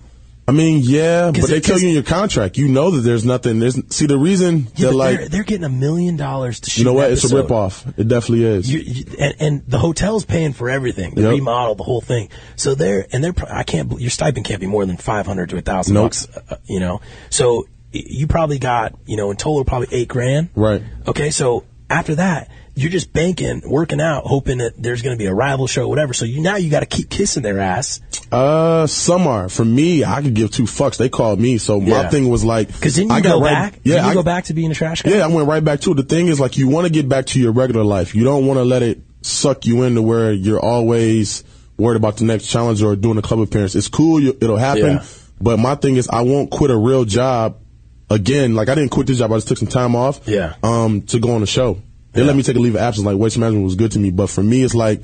I mean, yeah,
'Cause
but they
it-
tell
'cause-
you in your contract, you know that there's nothing. There's see the reason
Yeah,
they're
but
like,
they're, they're getting a million dollars to shoot.
you know what?
An
It's a
episode.
rip off. It definitely is.
You, you, and, and the hotel's paying for everything, the
Yep.
remodel, the whole thing. So they're and they're. pro- I can't. bel- Your stipend can't be more than five hundred to a thousand
Nope.
bucks. uh, You know. So y- you probably got you know in total probably eight grand.
right.
Okay. So after that, you're just banking, working out, hoping that there's going to be a rival show, whatever. So you now you got to keep kissing their ass
Uh, some are. For me, I could give two fucks. They called me, so
Yeah.
my thing was like,
because then you
I
go
right-
back.
Yeah,
then you
I,
go back to being a trash guy.
yeah, I went right back to it. The thing is, like, you want to get back to your regular life. You don't want to let it suck you into where you're always worried about the next challenge or doing a club appearance. It's cool. You, it'll happen.
Yeah.
But my thing is, I won't quit a real job again. Like, I didn't quit this job. I just took some time off.
Yeah.
Um, to go on the show. They let me take a leave of absence. Like, waste management was good to me. But for me, it's like,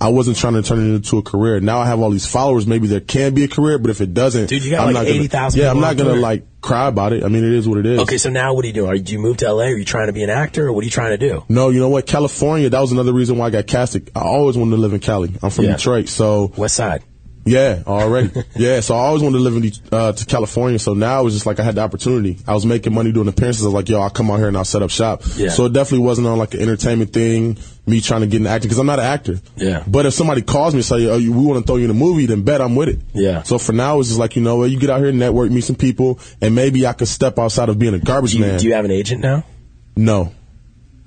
I wasn't trying to turn it into a career. Now I have all these followers. Maybe there can be a career, but if it doesn't,
Dude, you got
I'm
like
not gonna-
80,000
Yeah, I'm
people on
not gonna
Twitter.
like cry about it. I mean, it is what it is.
Okay. So now what do you do? Are, do you move to LA? Are you trying to be an actor? Or what are you trying to do?
No, you know what? California. That was another reason why I got casted. I always wanted to live in Cali. I'm from
Yeah.
Detroit, so
West Side.
Yeah, already. yeah, so I always wanted to live in the, uh, to California. So now it was just like I had the opportunity. I was making money doing appearances. I was like, yo, I'll come out here and I'll set up shop.
Yeah.
So it definitely wasn't on like an entertainment thing, me trying to get into acting, because I'm not an actor.
Yeah.
But if somebody calls me and say, oh, you, we want to throw you in a movie, then bet I'm with it.
Yeah.
So for now, it's just like, you know, you get out here, network, meet some people, and maybe I could step outside of being a garbage
Do you-
man.
do you have an agent now?
No.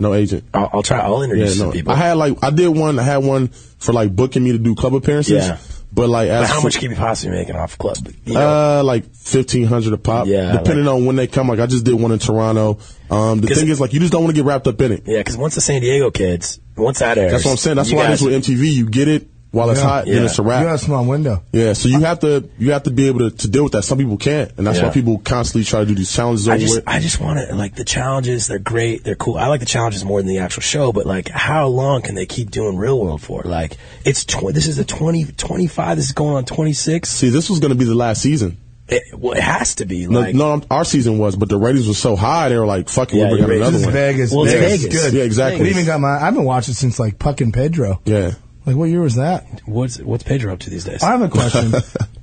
No agent.
I'll, I'll try. I'll introduce some people.
I had like I did one. I had one for like booking me to do club appearances.
Yeah.
But like,
But
as
how
for-
much can you possibly making off club?
uh, like fifteen hundred a pop.
Yeah,
depending on when they come. Like I just did one in Toronto. Um, the
'Cause-
thing is, like, you just don't want to get wrapped up in it.
Yeah, because once the San Diego kids, once that airs,
That's what I'm saying. That's
you
why
guys-
this with MTV. You get it while it's
Yeah.
hot, then
Yeah.
it's a wrap.
You got a small window.
Yeah, so you have to you have to be able to, to deal with that. Some people can't, and that's
Yeah.
why people constantly try to do these challenges.
I
over
just,
it.
I just want to like the challenges. They're great. They're cool. I like the challenges more than the actual show. But like, how long can they keep doing real world for? Like, it's tw- this is the 20, 25. This is going on twenty six.
See, this was going to be the last season.
It, well, it has to be.
No,
Like,
no, I'm- our season was, but the ratings were so high, they were like, "Fuck it,
Yeah,
we're
your
bringing
ratings-
another
This is
one."
Vegas, Well, it's man. Vegas. Vegas.
Yeah,
We
exactly.
even got my. I've been watching since like Puck and Pedro.
Yeah.
Like what year was that?
What's what's Pedro up to these days?
I have a question.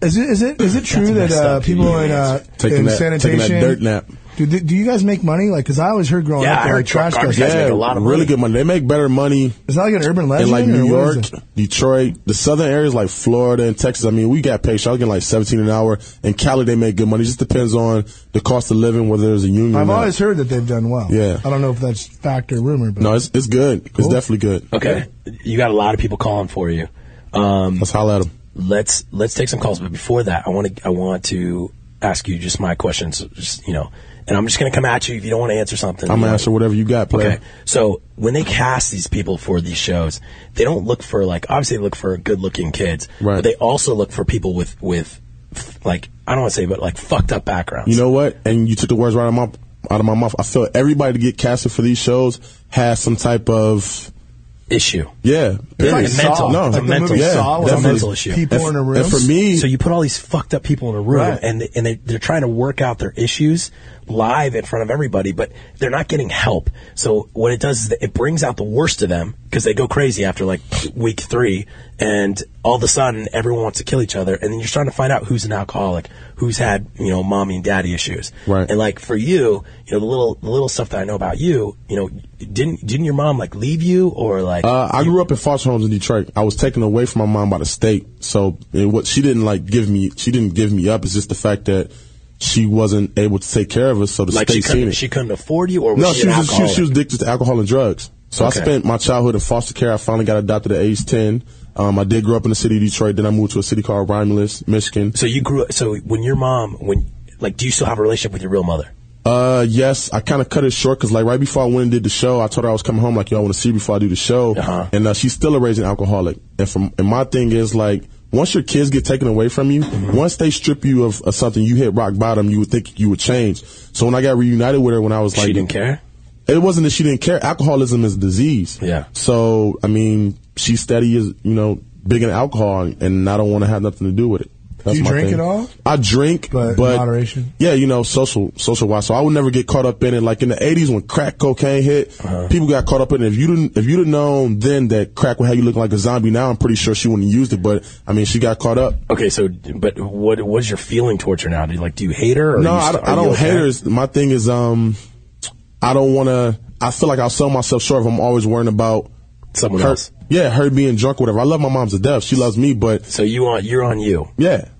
is it is it is it true that
messed
uh,
up,
people
dude.
in uh,
Taking
in
that- taking that
sanitation
dirt nap.
Do, do, do you guys make money? Like, cause I always heard growing up that like trash guys.
Yeah, really good money. They make better money.
It's not like an urban legend
in like
or
New
what
York,
is
Detroit, the southern areas like Florida and Texas. I mean, we got paid. So I was getting like seventeen an hour. In Cali, they make good money. It just depends on the cost of living, whether there's a union. or
I've
not.
always heard that they've done well.
Yeah.
I don't know if that's fact or rumor, but
No, it's it's good. It's definitely good.
Okay, you got a lot of people calling for you. Um,
let's holler at them.
Let's let's take some calls, but before that, I want to I want to ask you just my questions. Just you know, and I'm just going to come at you if you don't want to answer something.
I'm
you
gonna
know.
answer whatever you got. Player.
Okay. So when they cast these people for these shows, they don't look for like obviously they look for good looking kids,
Right.
but they also look for people with with f- like I don't want to say but like fucked up backgrounds.
You know what? And you took the words right out of my out of my mouth. I feel everybody to get casted for these shows has some type of
issue.
Yeah, period.
It's like mental.
No,
It's a mental.
yeah,
it's a
definitely.
mental issue.
And- And for me,
so you put all these fucked up people in a room,
Right.
and and they, they're trying to work out their issues live in front of everybody, but they're not getting help. So what it does is that it brings out the worst of them because they go crazy after like week three, and all of a sudden everyone wants to kill each other, and then you're trying to find out who's an alcoholic, who's had you know mommy and daddy issues,
Right.
And like for you, you know the little the little stuff that I know about you, you know, didn't didn't your mom like leave you or like
Uh, I grew up in foster homes in Detroit. I was taken away from my mom by the state, so it, what she didn't like give me, she didn't give me up. It's just the fact that she wasn't able to take care of us, so the
like she
state seen
couldn't,
it.
she couldn't afford you, or was
no,
she,
she
an
was, just, she, was- she was
alcoholic?
addicted to alcohol and drugs. So
Okay.
I spent my childhood in foster care. I finally got adopted at age ten. Um, I did grow up in the city of Detroit. Then I moved to a city called Romulus, Michigan.
So you grew up. So when your mom, when like, do you still have a relationship with your real mother?
Uh, yes, I kind of cut it short because like right before I went and did the show, I told her I was coming home. Like, yo, I want to see you before I do the show. And uh, she's still a raging alcoholic. And from and my thing is like, once your kids get taken away from you, once they strip you of, of something, you hit rock bottom. You would think you would change. So when I got reunited with her, when I was like, she didn't
care.
It wasn't that she didn't care. Alcoholism is a disease.
Yeah.
So I mean, she steady is you know big in alcohol, and I don't want to have nothing to do with it. That's
you
my
drink
thing.
at all?
I drink,
But
but,
moderation?
Yeah, you know, social social wise. So I would never get caught up in it. Like in the eighties when crack cocaine hit,
Uh-huh.
people got caught up in it. If you didn't, if you'd have known then that crack would have you looking like a zombie, now I'm pretty sure she wouldn't have used it. But I mean, she got caught up.
Okay, so but what what's your feeling towards her now? Do you like do you hate her? Or
no,
are you
I,
st-
don't- I
are you
don't hate
okay?
her. It's- My thing is, um, I don't want to. I feel like I'll sell myself short if I'm always worrying about
Someone
her,
else.
Yeah, her being drunk, whatever. I love my mom to death. She loves me, but
so you on you're on you.
Yeah. I-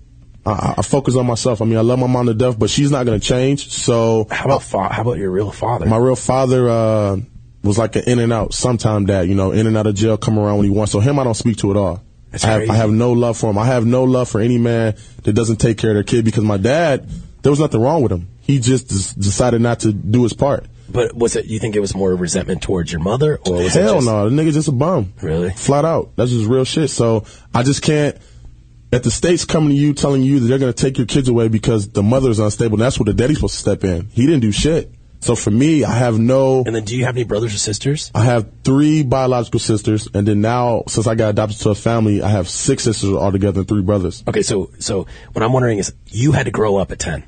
I, I focus on myself. I mean, I love my mom to death, but she's not going to change. So
how about fa- how about your real father?
My real father uh, was like an in and out, sometime dad. You know, in and out of jail, come around when he wants. So him, I don't speak to at all. I have, I have no love for him. I have no love for any man that doesn't take care of their kid because my dad, there was nothing wrong with him. He just des- decided not to do his part.
But was it you think it was more resentment towards your mother or was it
Hell
just,
no, the nigga's just a bum.
Really?
Flat out. That's just real shit. So I just can't. If the state's coming to you telling you that they're going to take your kids away because the mother's unstable, that's where the daddy's supposed to step in. He didn't do shit. So for me, I have no.
And then do you have any brothers or sisters?
I have three biological sisters, and then now since I got adopted to a family, I have six sisters altogether and three brothers.
Okay, so so what I'm wondering is you had to grow up at ten.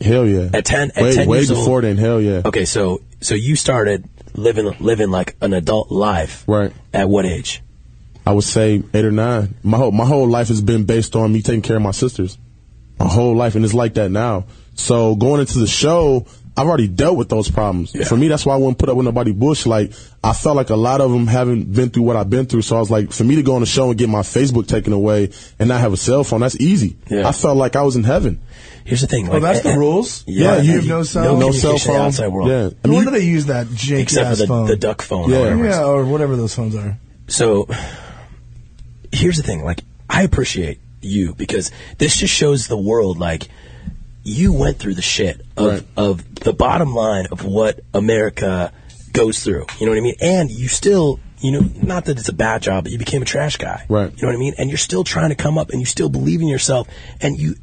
Hell yeah.
At ten, at
way
10
way
years old-
before then. Hell yeah.
Okay, so so you started living living like an adult life.
Right.
At what age?
I would say eight or nine. My whole my whole life has been based on me taking care of my sisters. My whole life, and it's like that now. So going into the show, I've already dealt with those problems. For me, that's why I wouldn't put up with nobody bush. Like I felt like a lot of them haven't been through what I've been through. So I was like, for me to go on the show and get my Facebook taken away and not have a cell phone, that's easy. I felt like I was in heaven.
Here's the thing.
Oh, like, that's the eh, eh, rules?
Yeah,
Yeah,
you
have no cell-
no,
no
cell
communication
phone.
outside world.
Yeah,
No wonder they use that Jake
Except for
ass
the-
phone.
the duck phone or
Yeah,
whatever.
yeah, or whatever those phones are.
So here's the thing, like I appreciate you because this just shows the world like you went through the shit of of the bottom line of what America goes through. You know what I mean? And you still you know, not that it's a bad job, but you became a trash guy. Right. You know what I mean? And you're still trying to come up and you still believe in yourself and you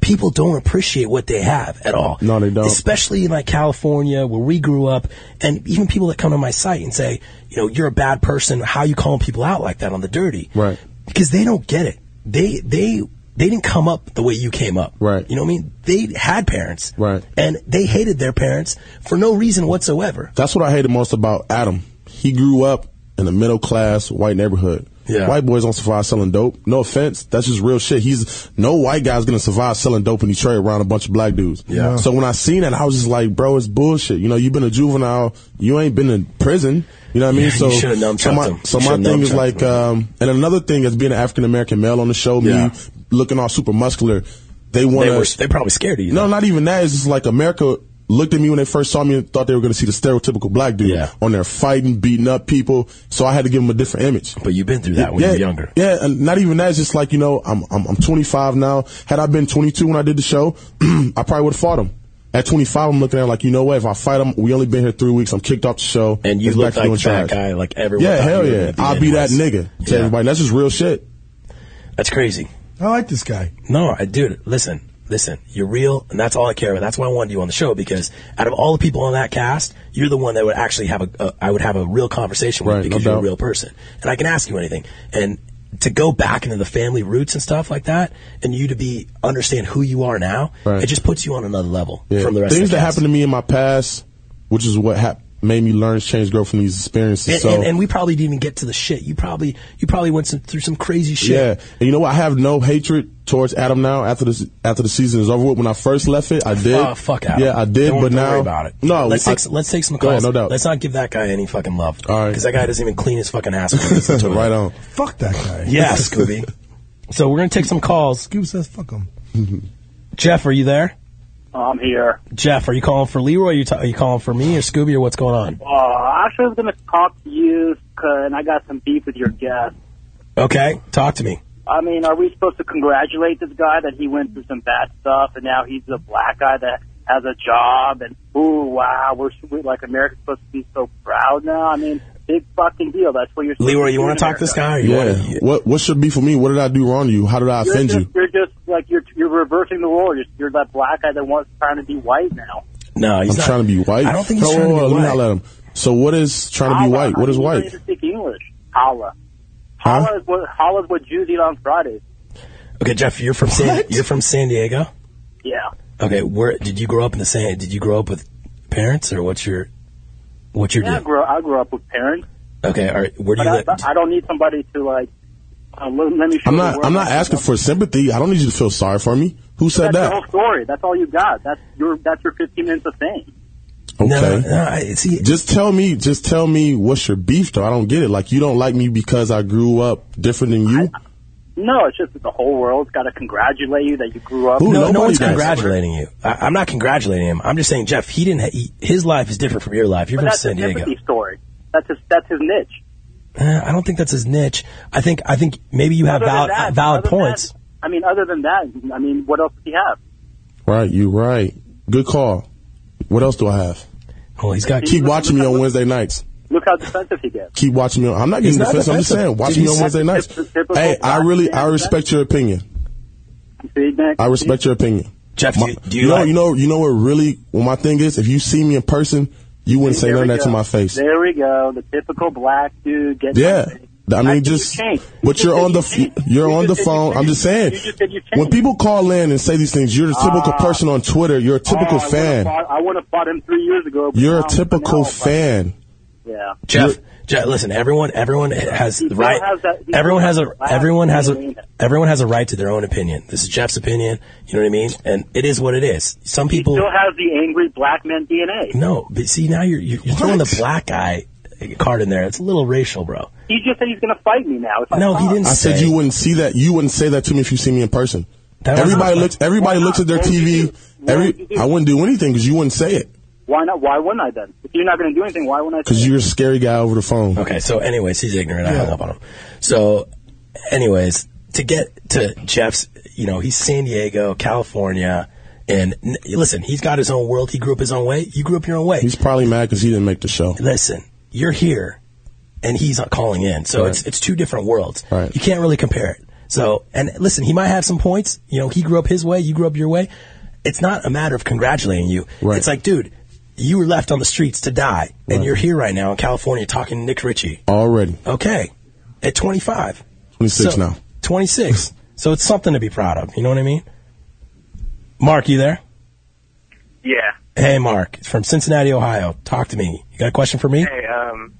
people don't appreciate what they have at all.
No, they don't.
Especially in like California where we grew up and even people that come to my site and say, you know, you're a bad person, how you calling people out like that on the dirty? Right. Because they don't get it. They they they didn't come up the way you came up. Right. You know what I mean? They had parents. Right. And they hated their parents for no reason whatsoever.
That's what I hated most about Adam. He grew up in a middle class white neighborhood.
Yeah.
White boys don't survive selling dope. No offense, that's just real shit. He's no white guy's gonna survive selling dope in Detroit around a bunch of black dudes.
Yeah.
So when I seen that, I was just like, bro, it's bullshit. You know, you've been a juvenile, you ain't been in prison. You know what I mean?
Yeah,
so
you should've numb
so
chopped
my,
him.
so
You
my
should've
thing
numb
is
chopped
like, um, and another thing is being an African American male on the show,
Yeah.
me looking all super muscular. They want
They were- they probably scared of you.
No, not even that. It's just like America looked at me when they first saw me and thought they were going to see the stereotypical black dude on there fighting, beating up people. So I had to give them a different image.
But you've been through that when you
yeah,
were younger.
Yeah, and not even that. It's just like you know, I'm I'm, I'm 25 now. Had I been 22 when I did the show, I probably would have fought him. At 25, I'm looking at it like you know what? If I fight him, we only been here three weeks. I'm kicked off the show.
And you
It's
look
back to
like
doing
that
trash.
guy, like everyone.
Yeah,
thought you
hell
were gonna
yeah. I'll be that
anyways.
nigga to
Yeah.
everybody. That's just real shit.
That's crazy.
I like this guy.
No, I, dude, listen, listen. You're real, and that's all I care about. That's why I wanted you on the show because out of all the people on that cast, you're the one that would actually have a, a I would have a real conversation with
Right,
because
no
you're a
doubt.
real person, and I can ask you anything. And to go back into the family roots and stuff like that, and you to be understand who you are now,
Right.
it just puts you on another level
Yeah.
from the rest
things
of the
that
cast.
happened to me in my past, which is what hap- made me learn, change, grow from these experiences.
And,
so
and, and we probably didn't even get to the shit. You probably you probably went some, through some crazy shit.
Yeah, and you know what? I have no hatred towards Adam now. After this, after the season is over, with. when I first left it, I did.
Oh, fuck out.
Yeah, I did.
Don't,
but
don't
now,
worry about it.
no,
let's
I-
take, let's take some
Go
calls.
ahead, no doubt.
Let's not give that guy any fucking love. All right, because that guy doesn't even clean his fucking ass. when he gets into it.
right on.
Fuck that guy.
Yeah, Scooby. so we're gonna take some calls.
Scoob says fuck him.
Jeff, are you there?
I'm here.
Jeff, are you calling for Leroy? Are you, t- are you calling for me or Scooby or what's going on?
Uh, actually, I was going to talk to you, 'cause- and I got some beef with your guest.
Okay, talk to me.
I mean, are we supposed to congratulate this guy that he went through some bad stuff, and now he's a black guy that has a job, and, ooh, wow, we're, we're like, America's supposed to be so proud now? I mean, big fucking deal. That's what you're supposed
Leroy,
to
you
do
wanna
in
talk
America.
this guy? yeah. What What should be for me? What did I do wrong to you? How did I
You're
offend
just,
you?
You're just, like, you're, you're reversing the role. You're, you're that black guy that wants trying to be white now.
No,
he's I'm trying to be white.
I don't think he's
Whoa,
trying to
whoa,
be
whoa, Let me not
white.
let him. So what is trying to be
Holla.
white? What is
I mean, you don't
white?
even speak English. Holla.
Huh?
Holla is what holla is what Jews eat on Fridays.
Okay, Jeff, you're from San, you're from San Diego.
Yeah.
Okay, where did you grow up in the San? Did you grow up with parents or what's your what's your
yeah, I
deal?
grew I grew up with parents.
Okay, all right. Where do
but
you
I,
live?
but I don't need somebody to like uh, let, let me show
I'm
the
not.
world
I'm not
myself.
asking for sympathy. I don't need you to feel sorry for me. Who said
That's the
that?
whole story. That's all you got. That's your that's your 15 minutes of fame.
Okay.
no, I, see,
just tell me. Just tell me what's your beef, though. I don't get it. Like you don't like me because I grew up different than you.
No, it's just that the whole world's got to congratulate you that you grew up.
no, no one's congratulating you. I, I'm not congratulating him. I'm just saying, Jeff, he didn't. He, his life is different from your life. You're from
But that's
San
his
Diego.
empathy story. That's his that's his niche.
Eh, I don't think that's his niche. I think. I think maybe you have
Other than
valid,
that-
valid
other than
points.
that- I mean, other than that, I mean, what else does he have?
Right. You right. Good call. What else do I have?
Well, he's got-
Keep watching me on Wednesday nights.
Look how defensive he gets.
Keep watching me. On, I'm not
He's
getting
not
defensive. I'm just
defensive.
saying, watch
Did
me
he
on
say-
Wednesday nights.
Typical
Hey, I
black
really,
man,
I respect your opinion.
See, Nick?
I respect your opinion.
Jeff,
My-
do you- do you
know,
like-
you know, you know what really? Well, my thing is, if you see me in person, you wouldn't say
There
none of
we
that to
go.
my face.
There we go. The typical black dude gets.
Yeah. I mean, just,
changed.
but you're on the, f- you're on the phone. I'm just saying, when people call in and say these things, you're the typical person on Twitter. You're a typical
Oh, Ah. I would've
fan.
fought- I would have fought him three years ago. but
You're
now-
a typical
now,
fan.
Yeah.
Jeff, Ju- Listen, everyone, everyone has
He
the
still
right.
has that- he
everyone
still
has a,
has that
everyone has a,
opinion.
everyone has a right to their own opinion. This is Jeff's opinion. You know what I mean? And it is what it is. Some people
Still has the angry black man DNA.
no, but see now you're you're, you're throwing the black guy card in there. It's a little racial, bro.
He just said he's going to fight me now. If I
No, he
stop.
didn't
I said you wouldn't see that. You wouldn't say that to me if you see me in person.
That was
everybody
not-
looks. Everybody
Why
looks at their
not? What would
TV.
you do? What would you
Every.
do?
I wouldn't do anything because you wouldn't say it
Why not? Why wouldn't I then? If you're not going to do anything, why wouldn't I?
because you're a scary guy over the phone.
Okay, so anyways, he's ignorant. I hung up on him. So, anyways, to get to Jeff's, you know, he's San Diego, California, and n- listen, he's got his own world. He grew up his own way. You grew up your own way.
He's probably mad because he didn't make the show.
Listen, you're here, and he's not calling in. So
Right.
it's it's two different worlds.
Right.
You can't really compare it. So, and listen, he might have some points. You know, he grew up his way, you grew up your way. It's not a matter of congratulating you. It's like, dude, you were left on the streets to die, and you're here right now in California talking to Nick Ritchie.
Already.
Okay. At 25.
26
So-
now.
26. so it's something to be proud of. You know what I mean? Mark, you there?
Yeah.
Hey, Mark. It's from Cincinnati, Ohio. Talk to me. You got a question for me?
Hey, um,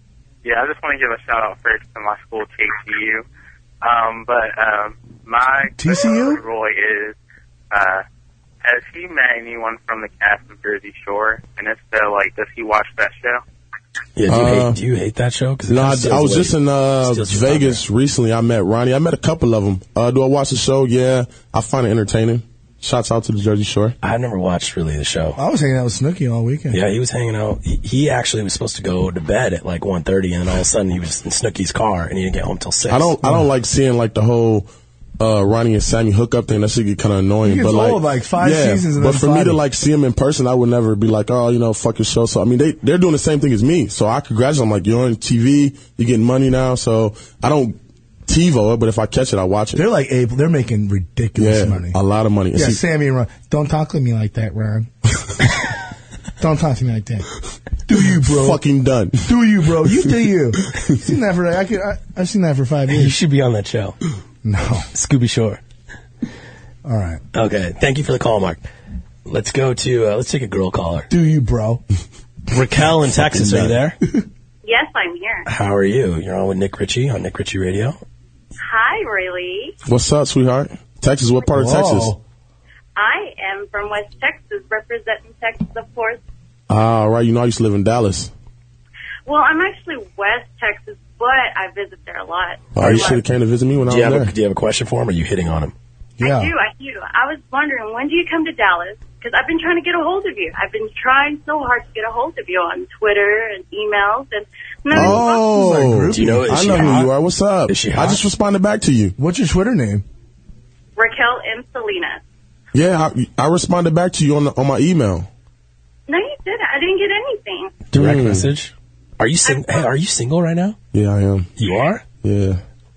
yeah, I just want to give a shout out first to my school, TCU. Um, but um, my
TCU?
question for Roy is, uh, has he met anyone from the cast of Jersey Shore? And if so, like, does he watch that show?
Yeah, do you,
Uh,
hate, do you hate that show? 'Cause it
No,
kinda
I,
steals
I was
away-
just in uh,
steals your thunder.
Vegas recently. I met Ronnie. I met a couple of them. Uh, do I watch the show? Yeah, I find it entertaining. Shouts out to the Jersey Shore.
I've never watched really the show.
I was hanging out with Snooki all weekend.
Yeah, he was hanging out. He, he actually was supposed to go to bed at like 1.30, and then all of a sudden he was in Snooky's car, and he didn't get home till 6.
I don't. I don't like seeing like the whole uh, Ronnie and Sammy hookup thing. That should get kind of annoying.
He gets
but like,
old, like, five
yeah,
seasons and
but
then
for me
fighting.
to like see him in person, I would never be like, oh, you know, fuck your show. So I mean, they they're doing the same thing as me. So I congratulate. them. I'm like, you're on TV. You're getting money now. So I don't TiVo it, but if I catch it, I watch it.
They're like able. They're making ridiculous
yeah,
money.
a lot of money.
Yeah,
See,
Sammy and Ron. Don't talk to me like that, Ron. Don't talk to me like that. Do you, bro?
Fucking done.
Do you, bro? You do you. I've seen that for I could, I, I've seen that for five
You
years.
should be on that show.
No.
Scooby Shore.
All right.
Okay. Thank you for the call, Mark. Let's go to, uh, let's take a girl caller.
Do you, bro?
Raquel in Texas, are you there?
Yes, I'm here.
How are you? You're on with Nick Ritchie on Nick Ritchie Radio.
Hi, Rayleigh.
What's up, sweetheart? Texas. What part of
Whoa.
Texas?
I am from West Texas, representing Texas, of course.
Ah, all right. You know, I used to live in Dallas.
Well, I'm actually West Texas, but I visit there a lot.
Oh, you should have came to visit me when
Do
I
you,
was
have
there.
a, do you have a question for him? Or are you hitting on him?
I do, I do. I was wondering, when do you come to Dallas? Because I've been trying to get a hold of you. I've been trying so hard to get a hold of you on Twitter and emails, and no,
Oh,
Do you know- is
I
she
know
hot?
who you are. What's up?
she
I just responded back to you.
What's your Twitter name?
Raquel M. Salinas.
Yeah, I, I responded back to you on the, on my email. Mm.
No, you didn't. I didn't get anything.
Direct message. Are you sing- hey, Are you single right now?
Yeah, I am.
You are.
Yeah.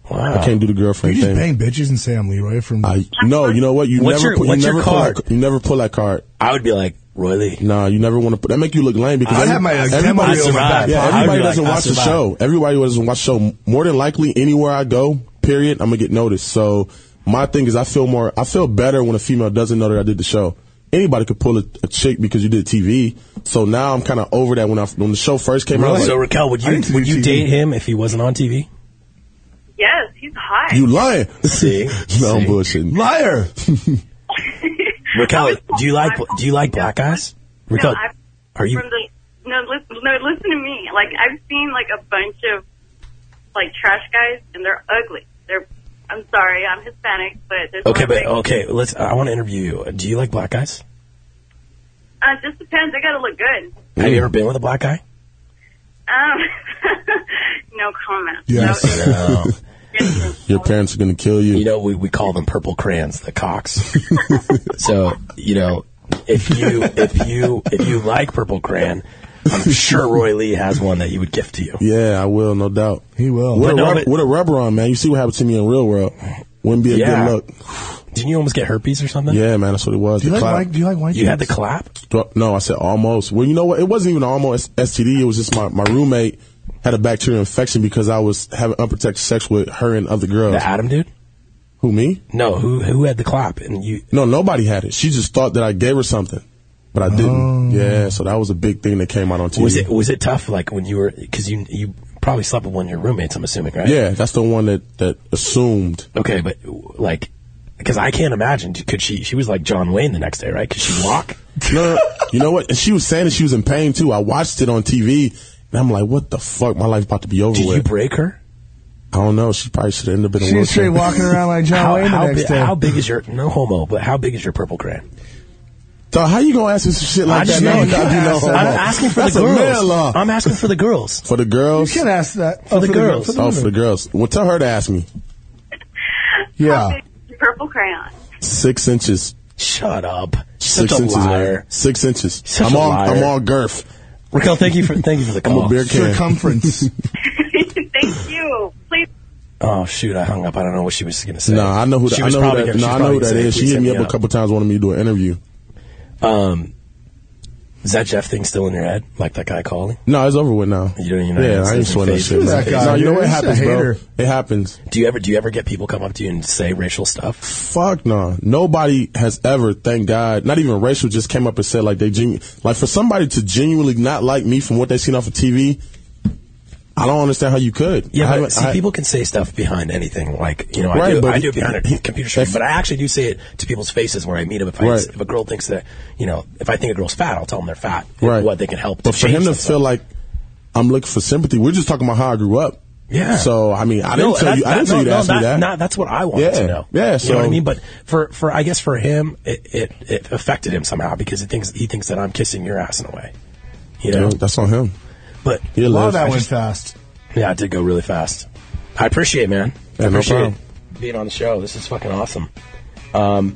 Wow.
I can't do the
You
girlfriend
just
thing.
bang bitches and say I'm Leroy from.
I no. You know what? You
What's
never.
your-
put,
what's
you
your
never pull
card?
That, you never pull that card.
I would be like Roy Lee.
Nah, you never want to put that. Make you look lame because
I'd
every-
have my, like,
everybody,
memory over my back
yeah,
pocket. I'd
everybody
be like,
doesn't
I
watch the
survived.
show. Everybody doesn't watch the show. More than likely, anywhere I go, period, I'm gonna get noticed. So my thing is, I feel more. I feel better when a female doesn't know that I did the show. Anybody could pull a, a chick because you did TV. So now I'm kind of over that. When I when the show first came out, I was
So
like,
Raquel, would you would you date him if he wasn't on TV?
Yes, he's hot.
You lying?
See,
no I'm bullshitting.
Liar.
Oh,
Raquel, do you like do you like black guys? Raquel,
no, I've,
are you
From the, no, listen, no, listen to me. Like I've seen like a bunch of like trash guys, and they're ugly. They're I'm sorry, I'm Hispanic, but there's
okay?
one
But
thing-
okay, let's. uh, I want to interview you. Do you like black guys?
Uh, it just depends. They gotta look good.
Have you ever been with a black guy?
Um, no comment.
Yes.
No.
Your parents are gonna kill you.
You know, we, we call them purple crayons, the cocks. so you know, if you if you if you like purple crayon, I'm sure Roy Lee has one that he would gift to you.
Yeah, I will, no doubt.
He will.
With,
But
a,
no,
rub-
but-
with a rubber on, man. You see what happened to me in real world. Wouldn't be a
Yeah.
good look.
Didn't you almost get herpes or something?
Yeah, man, that's what it was.
Do you
The
like
clap.
white? Do you like white?
You had
chicks?
the
clap?
Well, No, I said almost. Well, you know what? It wasn't even almost STD. It was just my, my roommate had a bacterial infection because I was having unprotected sex with her and other girls.
The Adam dude?
Who, me?
No, who who had the clap? And you
No, nobody had it. She just thought that I gave her something, but I
Oh.
didn't. Yeah, so that was a big thing that came out on TV.
was it was it tough? Like when you were because you you probably slept with one of your roommates. I'm assuming, right?
Yeah, that's the one that that assumed.
Okay, but like, because I can't imagine. Could she? She was like John Wayne the next day, right? Could she walk?
No, no, you know what? And she was saying that she was in pain too. I watched it on TV, and I'm like, what the fuck? My life's about to be over.
Did
with.
you break her?
I don't know. She probably should end up in a
She was
wheelchair.
straight walking around like John
how,
Wayne the
how
next
bi-
day.
how big is your no homo? But how big is your purple crayon?
Dog, how you gonna ask me some shit like
I just
that?
know.
now? Nah,
I'm
you know, hold on.
asking for
That's
the
a
girls.
man law.
I'm asking for the girls.
For the girls.
You can't ask that
For the girls.
Oh, for the girls. Well, tell her to ask me. Yeah,
Purple crayon.
six inches.
Shut up. She's
Six
such a
inches,
liar.
man. Six inches.
Such
I'm
a
all.
liar.
I'm all girth.
Raquel, thank you for thank you for the
I'm
call.
a beer can.
Circumference.
Thank you. Please.
Oh shoot! I hung up. I don't know what she was going to say.
No, I know who.
She
That, I
was
know
probably
who that. No,
gonna- she
I
was
know who
probably
that
saying,
is. She
"Please
hit me
hit
up a couple times wanting me to do an interview.
Um, is that Jeff thing still in your head? Like that guy calling?
No, it's over with now.
You don't even know.
Yeah,
It's
I
in
ain't sweating that
phase.
shit.
It's in phase.
No, you know what happens, bro? It happens.
Do you ever do you ever get people come up to you and say racial stuff?
Fuck no. Nobody has ever, thank God, not even racial, just came up and said like they genu- like for somebody to genuinely not like me from what they seen off of TV. I don't understand how you could. I
Yeah,
haven't-
but see,
I-
people can say stuff behind anything. Like you know,
Right,
I do,
but
I do it behind a
he-
computer screen, but I actually do say it to people's faces where I meet them. If I,
Right.
if a girl thinks that you know, if I think a girl's fat, I'll tell them they're fat.
Right.
What they can help.
But
to
for him
change
to
themselves.
feel like I'm looking for sympathy, we're just talking about how I grew up.
Yeah.
So I mean, I
No,
didn't tell
that-
you. I didn't
that-
tell you to
no, no,
ask me that.
no, that's what I wanted
yeah.
to know.
Yeah. So
you know what I mean. But for for I guess for him, it, it it affected him somehow because he thinks he thinks that I'm kissing your ass in a way. You know.
Yeah, that's on him.
But
He lives. I just-
fast.
Yeah, it did go really fast. I appreciate, it, man.
Yeah, no
I appreciate
problem.
it being on the show. This is fucking awesome. Um,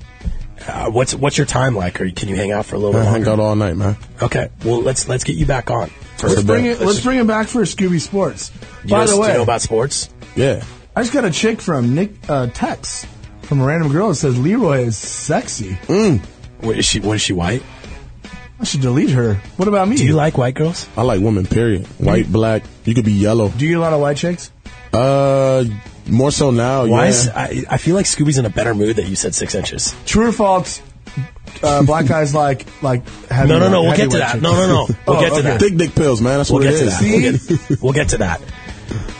uh, what's what's your time like? Or can you hang out for a little
I
bit
hang
longer?
out all night, man.
Okay. Well, let's let's get you back on.
Let's bring it. Let's bring it back for Scooby Sports.
You
By
guys-
the
do
way,
you know about sports?
Yeah.
I just got a chick from Nick uh, Tex from a random girl that says Leroy is sexy.
Mm.
What is she? What is she white?
I should delete her. What about me? Do
you like white girls?
I like women. Period. White, black. You could be yellow. Do
you get a lot of white chicks?
Uh, more so now.
Why
yeah.
is I, I feel like Scooby's in a better mood that you said six inches.
True or false? Uh, black guys like like heavy,
No, no, no. We'll get to
heavyweight
that.
chicks.
No, no, no. We'll
Oh,
get to
okay.
that.
Thick dick pills, man. That's
we'll
what
get
it
to
is.
that. We'll get, we'll get to that.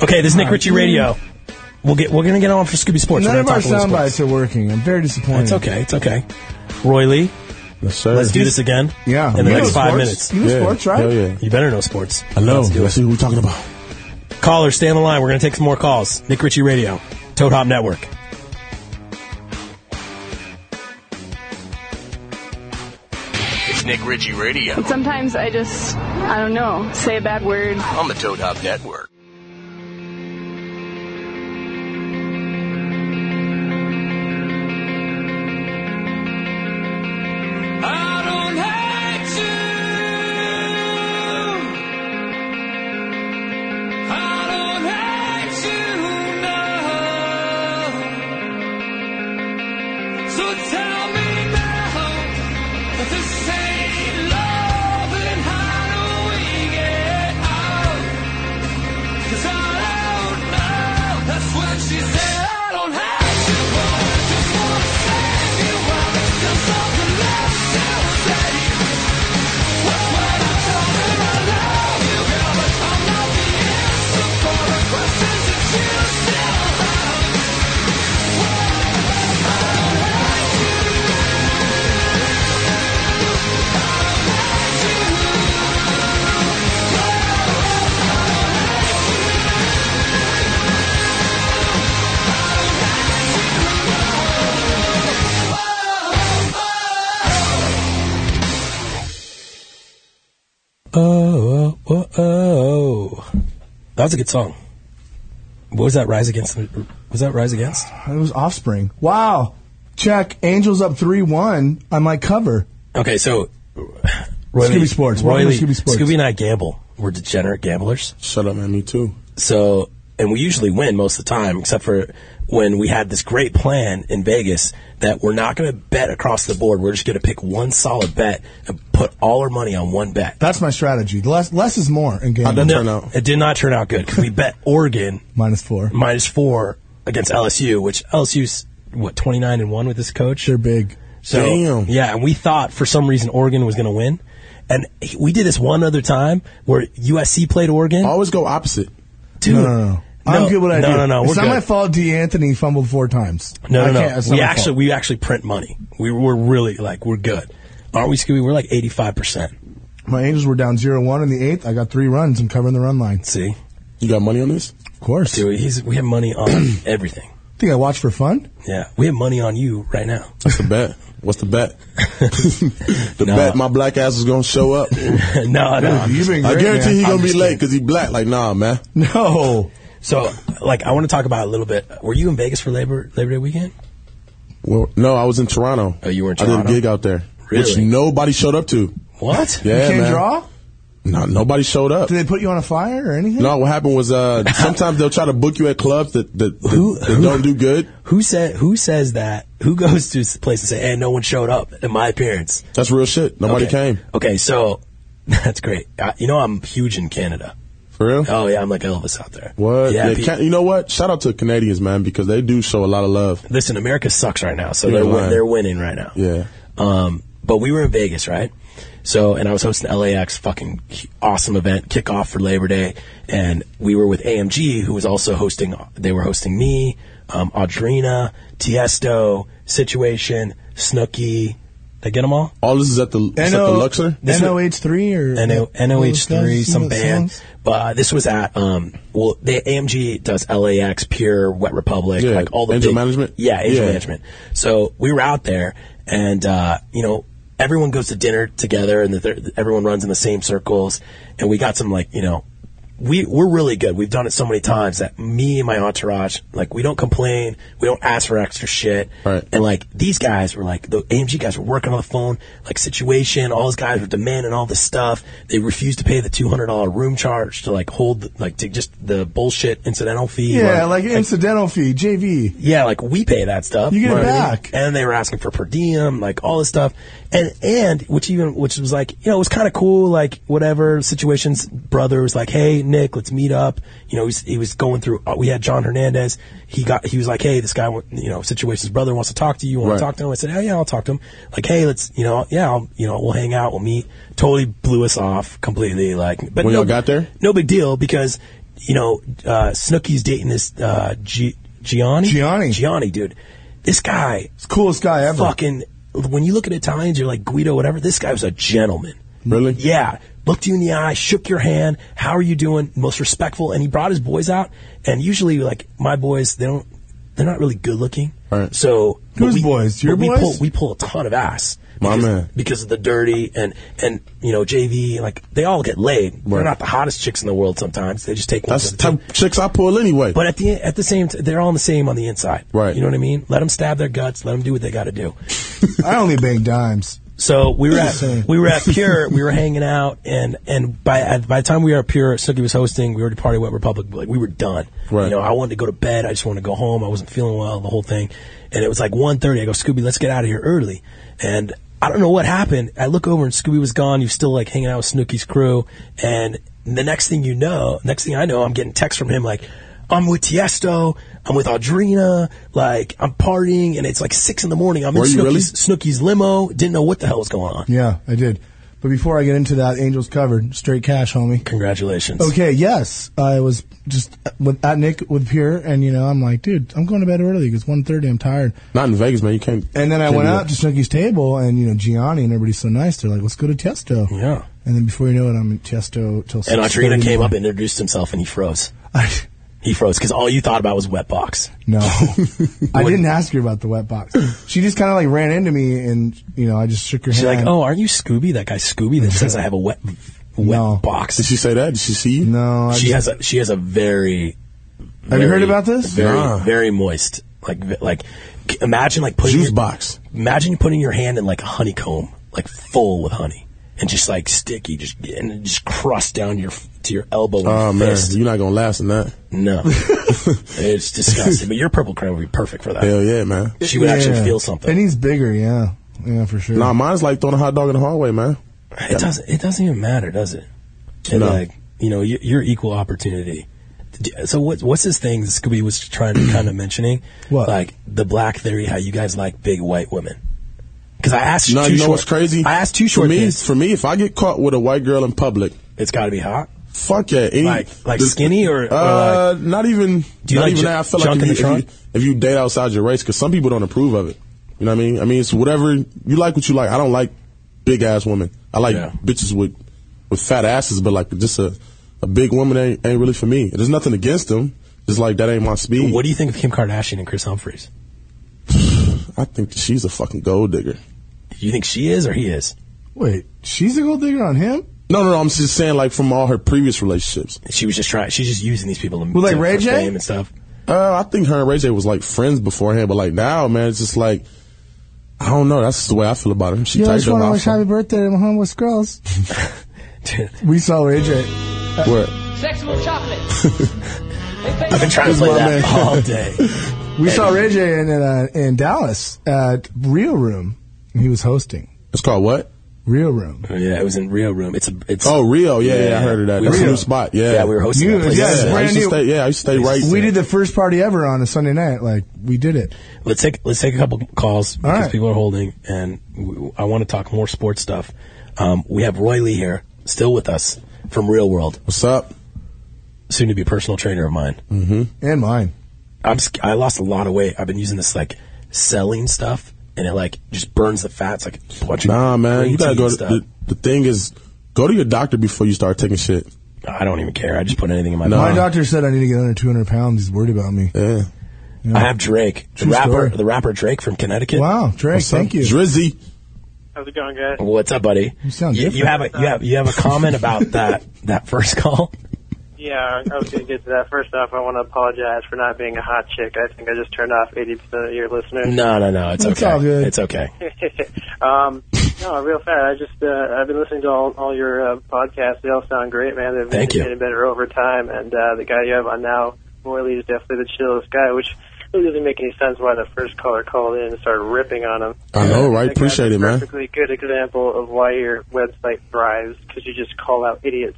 Okay, this is Nick
Ah,
Ritchie
dude.
Radio. We'll get. We're gonna get on for Scooby Sports.
None
We're
of
gonna
our
talk a little
sound
sports.
bites are working. I'm very disappointed.
It's okay. It's okay. Roy Lee.
Yes, sir.
Let's do this again.
Yeah.
In the
You
next
know
five minutes.
sports. You know Yeah. sports, right? Hell
yeah.
You better know sports.
I know.
Let's do
Oh, Let's see who we're talking about.
it. Caller, stay on the line. We're gonna take some more calls. Nick Ritchie Radio, Toad Hop Network.
It's Nick Ritchie Radio
But sometimes I just, I don't know, say a bad word.
on the Toad Hop Network.
I don't hate you. I don't hate you, no. So tell me now that this ain't love, and how do we get out? 'Cause I don't know. That's what she said. I don't hate you, boy. I just wanna save you. I still something left to say. That's what I told her. I love you, girl, but I'm not the answer for the questions that you still have.
Oh, oh, oh, oh. That was a good song. What was that? Rise Against? the- Was that Rise Against?
It was Offspring. Wow. Check. Angels up 3 1. I might cover.
Okay, so
Scooby Sports.
Roy
Welcome to
Lee-
Scooby Sports.
Scooby and I gamble. We're degenerate gamblers.
Shut up, man. Me too.
So, and we usually win most of the time, except for when we had this great plan in Vegas that we're not going to bet across the board. We're just going to pick one solid bet and put all our money on one bet.
That's my strategy. Less, less is more in game.
No, It did not turn out good because we bet Oregon
Minus 4.
minus four against LSU, which LSU's what twenty nine and one with this coach. They're
big.
So
Damn.
yeah, and we thought for some reason Oregon was going to win, and he- we did this one other time where USC played Oregon.
Always go opposite.
Dude.
No, no, no. I don't
No,
get what I
no,
do.
no, no,
It's
we're
not
good.
my fault. D'Anthony fumbled four times.
No,
I
no,
can't-
no.
it's not
We
my
actually
fault.
we actually print money. We we're really like we're good, aren't we, Scooby? We're like eighty five percent.
My Angels were down 0-1 in the eighth. I got three runs and covering the run line.
See,
you got money on this?
Of course.
Dude, he's, we have money on everything.
Think I watched for fun?
Yeah, we have money on you right now.
That's the bet. What's the bet? the
No.
bet my black ass is gonna show up.
no, no, I'm just-
I guarantee he gonna
I'm
be
just
late
kidding.
because he black. Like nah, man.
No.
So, like, I want to talk about a little bit. Were you in Vegas for Labor Labor Day weekend?
Well, no, I was in Toronto. Oh, you were in I did
Toronto?
a gig out there, which
Really?
nobody showed up to.
What?
Yeah,
you can't
man.
draw?
No, nobody showed up.
Did they put you on a fire or anything?
No, what happened was uh, sometimes they'll try to book you at clubs that that, that, that don't do good.
Who said? Who says that? Who goes to a place and say, "Hey, no one showed up at my appearance"?
That's real shit. Nobody
Okay.
came.
Okay, so that's great. I, you know, I'm huge in Canada.
For real?
Oh yeah, I'm like Elvis out there.
What?
Oh, Yeah,
Uh, Yeah,
pe-
Can- you know what? Shout out to Canadians, man, because they do show a lot of love.
Listen, America sucks right now, so
You're
they're win-
lying.
they're winning right now.
Yeah.
Um, but we were in Vegas, right? So, and I was hosting LAX, fucking awesome event, kickoff for Labor Day, and we were with AMG, who was also hosting. They were hosting me, um, Audrina, Tiesto, Situation, Snooki. Did I get them all?
All this is at the,
it's at the Luxor? This was-
E NOH3 or
NO, NOH3,
Those-
some
those
band.
songs?
But uh, this was at, um, well, the AMG does LAX, Pure, Wet Republic,
Yeah,
like all the
Angel
big-
Management?
Yeah, Angel
Yeah.
Management. So we were out there, and uh, you know, everyone goes to dinner together, and the th- everyone runs in the same circles, and we got some like, you know, we we're really good. We've done it so many times that me and my entourage, like, we don't complain, we don't ask for extra shit, right? And like these guys were like the AMG guys were working on the phone, like situation. All these guys were demanding all this stuff. They refused to pay the two hundred dollar room charge to like hold like to just the bullshit incidental fee.
Yeah, like, incidental fee, JV.
Yeah, like we pay that stuff.
You get it
know what I mean?
back.
And they were asking for per diem, like all this stuff. And and which even which was like, you know, it was kind of cool, like whatever situations. Brother was like, hey Nick, let's meet up. You know, he's, he was going through. uh, We had John Hernandez. He got he was like, hey, this guy, wa- you know, situations brother wants to talk to you. You want
Right.
to talk to him? I said, oh yeah, I'll talk to him. Like, hey, let's you know, yeah, I'll, you know, we'll hang out, we'll meet. Totally blew us off completely. Like, but
When
no,
y'all got there?
no big deal because you know uh, Snooki's dating this uh, G- Gianni. Gianni, Gianni, dude, this guy,
coolest guy ever.
Fucking, when you look at Italians, you're like Guido, whatever. This guy was a gentleman.
Really?
Yeah. Looked you in the eye, shook your hand. How are you doing? Most respectful. And he brought his boys out. And usually, like my boys, they don't, they're not really good looking. So but
Whose
we-
boys? Your
but we
boys?
Pull, we pull a ton of ass.
My
because,
man.
Because of the dirty and and you know JV, like they all get laid. They're
Right.
not the hottest chicks in the world. Sometimes they just take. one
That's
for
the type of chicks I pull anyway.
But at the at the same, t- they're all the same on the inside.
Right.
You know what I mean? Let them stab their guts. Let them do what they got to do.
I only bang dimes.
So we were at
Just saying.
we were at Pure. We were hanging out, and and by at, by the time we were at Pure, Snooki was hosting. We already party at Wet Republic. Like we were done.
Right.
You know, I wanted to go to bed. I just wanted to go home. I wasn't feeling well. The whole thing, and it was like 1.30. I go, Scooby, let's get out of here early. And I don't know what happened. I look over and Scooby was gone. He was still like hanging out with Snooki's crew. And the next thing you know, next thing I know, I'm getting texts from him like, I'm with Tiesto. I'm with Audrina. Like I'm partying, and it's like six in the morning. I'm
Were
in
you
Snooki's,
really?
Snooki's limo. Didn't know what the hell was going on.
Yeah, I did. But before I get into that, Angels covered. Straight cash, homie.
Congratulations.
Okay, yes. I was just with, at Nick with Pure, and, you know, I'm like, dude, I'm going to bed early. It's 1.30. I'm tired.
Not in Vegas, man. You can't.
And then I
can't
went
do
out
that.
to Snooki's table, and, you know, Gianni and everybody's so nice. They're like, let's go to Tiesto.
Yeah.
And then before you know it, I'm in Tiesto till
And
6:30 in
Audrina
the
came up
morning.
and introduced himself, and he froze. he froze because all you thought about was wet box.
No, I didn't ask her about the wet box. She just kind of like ran into me, and you know, I just shook her
She's
hand.
like, "Oh, aren't you Scooby? That guy Scooby that says I have a wet wet box." Did
she say that? Did she see you?
No.
she has a she has a very.
Have you
very-
heard about this? Uh-huh.
Very
Nah.
very moist. Like v- like c- imagine like putting
Juice
your,
box.
Imagine putting your hand in like a honeycomb, like full with honey, and just like sticky, just and it just crust down your f- to your elbow. And
Oh
your
man,
fist.
you're not gonna last in that.
No, it's disgusting. But your purple cream would be perfect for that.
Hell yeah, man.
She would actually
Yeah.
feel something.
And he's bigger, yeah, yeah, for sure.
Nah, mine's like throwing a hot dog in the hallway, man.
It doesn't. It doesn't even matter, does it? And
No.
like you know, you- you're equal opportunity. D- So what, what's this thing that Scooby was trying to kind of mentioning? What like the black theory? How you guys like big white women? Because I asked
No,
two
you know
short.
what's crazy?
I asked two short
For me,
kids.
for me, if I get caught with a white girl in public,
it's got to be hot.
Fuck yeah. Any,
Like- like
the-
skinny or- or
uh, not even.
Do you
not
like
even
ju-
that. I feel
junk
like
in the
if you,
trunk?
if, you, if you date outside your race, because some people don't approve of it. You know what I mean? I mean, it's whatever you like. What you like. I don't like big ass women. I like bitches with with fat asses, but like just a a big woman ain't ain't really for me. There's nothing against them. Just like that ain't my speed.
What do you think of Kim Kardashian and Chris Humphries?
I think that she's a fucking gold digger.
You think she is or he is?
Wait, she's a gold digger on him? No, no, no. I'm just saying, like from all her previous relationships,
she was just trying. She's just using these people. To,
Well, like
to-
Ray
for
J?
fame and stuff.
Uh, I think her and Ray J was like friends beforehand, but like now, man, it's just like I don't know. That's just the way I feel about him. She
you
typed
just
her
want to
off.
wish happy birthday to my homeless girls. we saw Ray Oh, J.
Where?
Sexual chocolate.
I've been trying to
That's
play
my
that
man.
all day.
We saw Ray J in uh, in Dallas at Real Room, and he was hosting.
It's called what?
Real Room.
Oh, Yeah, it was in Rio Room. It's a. It's
Oh, Rio. Yeah, yeah, I heard of that.
We
That's
were-
a new spot. Yeah,
yeah, we were hosting.
New,
that place.
yeah, it's
I
brand
used to
new.
stay. Yeah, I used to stay right.
We did the first party ever on a Sunday night. Like we did it.
Let's take let's take a couple calls because
right.
people are holding, and w- I want to talk more sports stuff. Um, we have Roy Lee here, still with us from Real World.
What's up?
Soon to be personal trainer of mine.
Mm-hmm. And mine.
I'm sc- I lost a lot of weight. I've been using this like selling stuff, and it like just burns the fats like a bunch of
Nah, man,
green
you gotta
tea
go.
and
To,
stuff.
the, the thing is, go to your doctor before you start taking shit.
I don't even care. I just put anything in my
My doctor said I need to get under 200 pounds. He's worried about me.
Yeah.
I have Drake, the
True
rapper,
story.
the rapper Drake from Connecticut.
Wow, Drake,
What's up?
thank you.
Drizzy.
How's it going, guys?
What's up, buddy? You
sound
you,
different.
have a you have you have a comment about that that first call.
Yeah, I was going to get to that. First off, I want to apologize for not being a hot chick. I think I just turned off 80% of your listeners.
No, no, no. It's,
It's
okay.
all good.
It's okay.
um, no, real fast. I just uh, I've been listening to all, all your uh, podcasts. They all sound great, man. They've
Thank
been
you.
getting better over time, and uh, the guy you have on now, Morley, is definitely the chillest guy. Which really doesn't make any sense why the first caller called in and started ripping on him.
I know, right?
That guy's
Appreciate
a
it, man.
Perfectly good example of why your website thrives because you just call out idiots.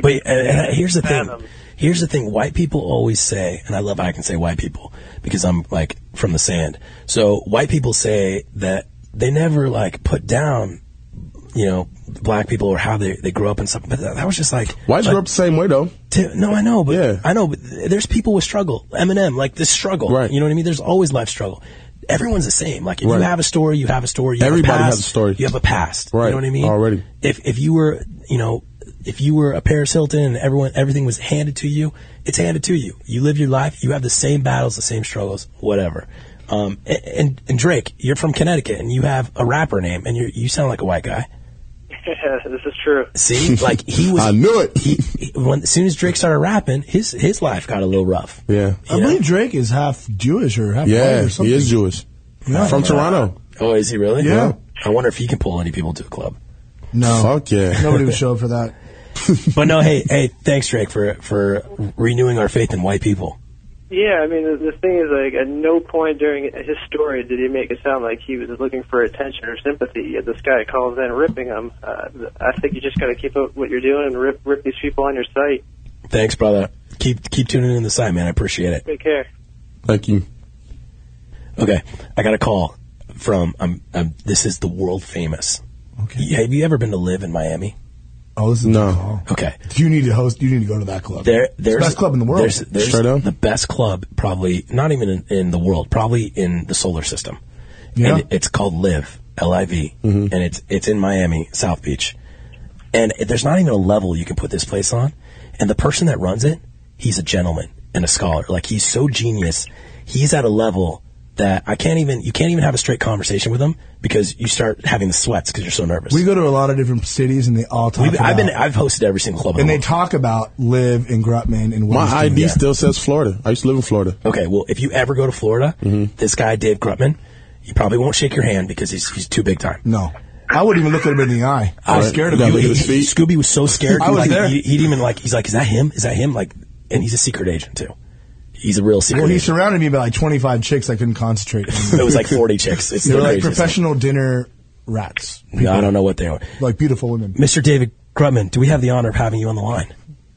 But uh, uh, here's the thing. Here's the thing. White people always say, and I love how I can say white people because I'm like from the sand. So white people say that they never like put down, you know, black people or how they, they grew up and stuff. But that, that was just like
Whites
like,
grew up the same way though.
Ti- no, I know, but I know, but th- there's people with struggle. Eminem, like this struggle. Right. You know what I mean? There's always life struggle. Everyone's the same. Like if
Right.
you have a story, you have a story. You
Everybody
have a past,
has a story.
You have a past.
Right.
You know what I mean?
Already.
If if you were, you know, if you were a Paris Hilton and everyone everything was handed to you, it's handed to you. You live your life. You have the same battles, the same struggles, whatever. Um, a- and, and Drake, you're from Connecticut, and you have a rapper name, and you you sound like a white guy.
this is true.
See, like he was. I
knew it.
He, he- when as soon as Drake started rapping, his his life got a little rough.
Yeah.
I believe Drake is half Jewish or half white
Yeah,
or something.
he is Jewish.
Yeah.
From
Uh,
Toronto.
Oh, is he really?
Yeah.
I wonder if he can pull any people to a club. Oh.
No.
Fuck yeah.
Nobody would show up for that.
but no, hey, hey, thanks Drake for for renewing our faith in white people.
Yeah, I mean, the, the thing is, like, at no point during his story did he make it sound like he was looking for attention or sympathy. Yet this guy calls in ripping him. Uh, I think you just got to keep up what you're doing and rip rip these people on your site.
Thanks, brother. Keep keep tuning in the site, man. I appreciate it.
Take care.
Thank you.
Okay, I got a call from um, um this is the world famous. Okay. Have you ever been to live in Miami?
Oh, this is
no.
Okay.
You need to host. You need to go to that club.
There,
It's
there's
the best club in the world.
There's, there's the best club, probably not even in, in the world, probably in the solar system.
Yeah. Mm-hmm.
And it's called Live, L I V, and it's it's in Miami, South Beach. And there's not even a level you can put this place on. And the person that runs it, he's a gentleman and a scholar. Like he's so genius, he's at a level that I can't even. You can't even have a straight conversation with him because you start having the sweats because you're so nervous.
We go to a lot of different cities and they all talk.
We've-
about,
I've been. I've hosted every single club. in
and
the
they talk about live in Grutman and
My
Wilmington.
ID still says Florida. I used to live in Florida. Mm-hmm.
Okay, well, if you ever go to Florida, this guy Dave Grutman, you probably won't shake your hand because he's he's too big time.
No, I wouldn't even look at him in the eye. I was scared of
You-
him.
he- he- Scooby was so scared.
I was
like,
there.
He, he'd even like he's like, is that him? Is that him? Like, and he's a secret agent too. He's a real secret.
Well, he
agent.
surrounded me by like 25 chicks. I couldn't concentrate.
It was like 40 chicks. It's
they
the
were like
craziest
professional dinner rats.
No, I don't know what they are.
Like beautiful women.
Mr. David Grutman, do we have the honor of having you on the line?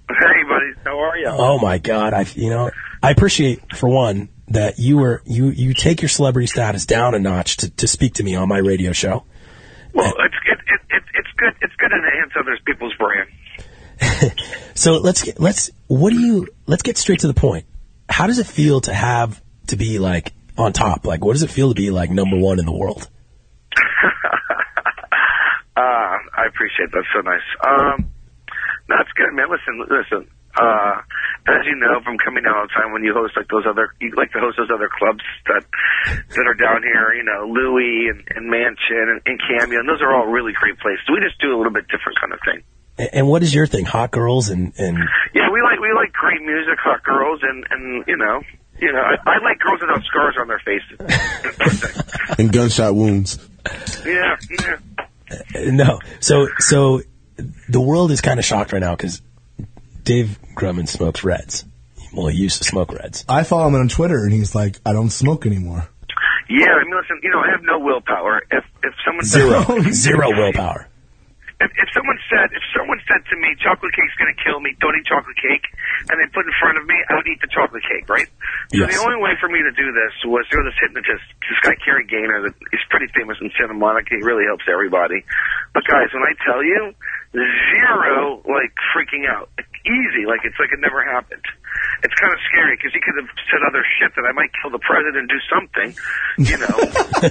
Hey, buddies, how are you?
Oh my God! I you know I appreciate for one that you were you you take your celebrity status down a notch to to speak to me on my radio show.
Well, it's it, it, it, it's good. It's good to enhance other people's brand.
So let's get let's what do you let's get straight to the point. How does it feel to have to be like on top? Like what does it feel to be like number one in the world?
Uh, I appreciate that. So nice. Um, no, it's good, man. Listen, listen. Uh, as you know from coming down all the time, when you host like those other, you like to host those other clubs that that are down here. You know, Louis and, and Mansion and, and Cameo, and those are all really great places. We just do a little bit different kind of thing.
And, and what is your thing? Hot girls and and
Yeah, we like we like great music, hot girls, and and you know, you know, I, I like girls without scars on their faces.
and gunshot wounds.
yeah, yeah.
Uh, no. So so the world is kind of shocked right now because Dave Grumman smokes reds. Well, he used to smoke reds.
I follow him on Twitter, and he's like, "I don't smoke anymore."
Yeah, I mean, listen, you know, I have no willpower. If if someone
Zero zero willpower.
if, if someone said if someone said to me, chocolate cake's gonna kill me, don't eat chocolate cake, and they put in front of me, I would eat the chocolate cake, right? So
Yes.
the only way for me to do this was there was this hypnotist, this guy Kerry Gaynor, that he's pretty famous in Santa Monica. He really helps everybody. But guys, when I tell you, zero like freaking out, like, easy, like it's like it never happened. It's kind of scary because he could have said other shit that I might kill the president, do something, you know,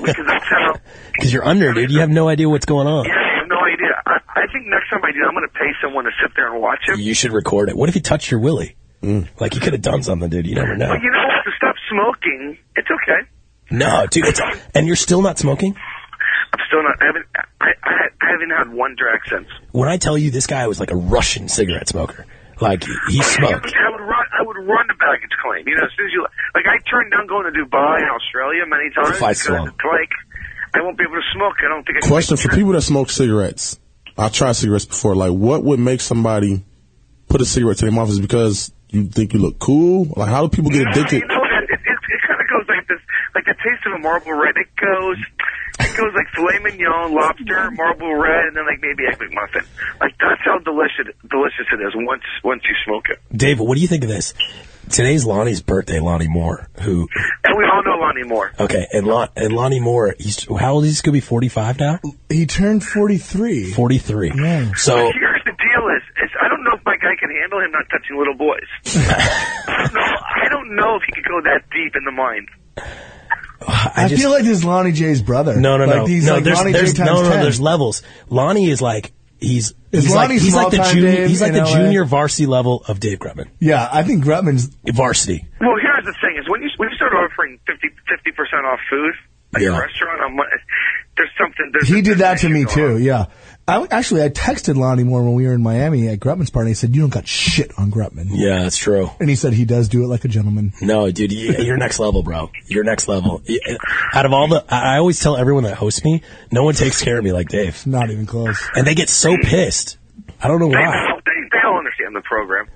because that's how
Because you're under, dude. You have no idea what's going on.
yeah, I have no idea. I, I think next time I do, I'm going to pay someone to sit there and watch it.
You should record it. What if he touched your willy?
Mm.
Like he could have done something, dude. You never know.
But you know what? To stop smoking, it's okay.
No, dude. It's, and you're still not smoking.
I'm still not. I haven't. I, I, I haven't had one drag since.
When I tell you this guy was like a Russian cigarette smoker, like he smoked.
I would run. I would run the baggage claim. You know, as soon as you like, I turned down going to Dubai and Australia many times.
Fly
because
swung.
it's Like, I won't be able to smoke. I don't think. I can
Question
make
for
drugs.
people that smoke cigarettes. I tried cigarettes before. Like, what would make somebody put a cigarette to their mouth? Is it because you think you look cool? Like, how do people get addicted?
You know that it, it, it kind of goes like this, like the taste of a marble red. It goes, it goes like filet mignon, lobster, marble red, and then like maybe egg McMuffin. Like that's how delicious delicious it is once once you smoke it.
Dave, what do you think of this? Today's Lonnie's birthday. Lonnie Moore, who
And we all know Lonnie Moore.
okay, and, Lon, and Lonnie Moore. He's how old is he? He's gonna be 45 now.
He turned forty-three.
43. So
But here's the deal: is, is I don't know if my guy can handle him not touching little boys. I don't know. I don't know if he could go that deep in the mind.
I, feel like this is Lonnie J's brother.
No, no,
like
no,
He's
no.
like
there's,
Lonnie
there's,
J times
no, no,
10.
There's levels. Lonnie is like he's
Is
he's
Lonnie
like he's like the
small-time
junior
Dave
he's like
in
the
LA?
junior varsity level of Dave Grubman.
Yeah, I think Grutman's
varsity.
Well, here's the thing: is when you when you start offering fifty fifty percent off food at your
Yeah.
restaurant, I'm, like, there's something. There's
He did that to me too. Yeah. I, actually, I texted Lonnie Moore when we were in Miami at Grutman's party. I said, "You don't got shit on Grutman,"
Yeah, that's true.
and he said he does do it like a gentleman.
No, dude, you- you're next level, bro. You're next level. uh, Out of all the, I I always tell everyone that hosts me, no one takes care of me like Dave,
Not even close.
and they get so pissed. I don't know
They,
why.
all- they, they all understand the program.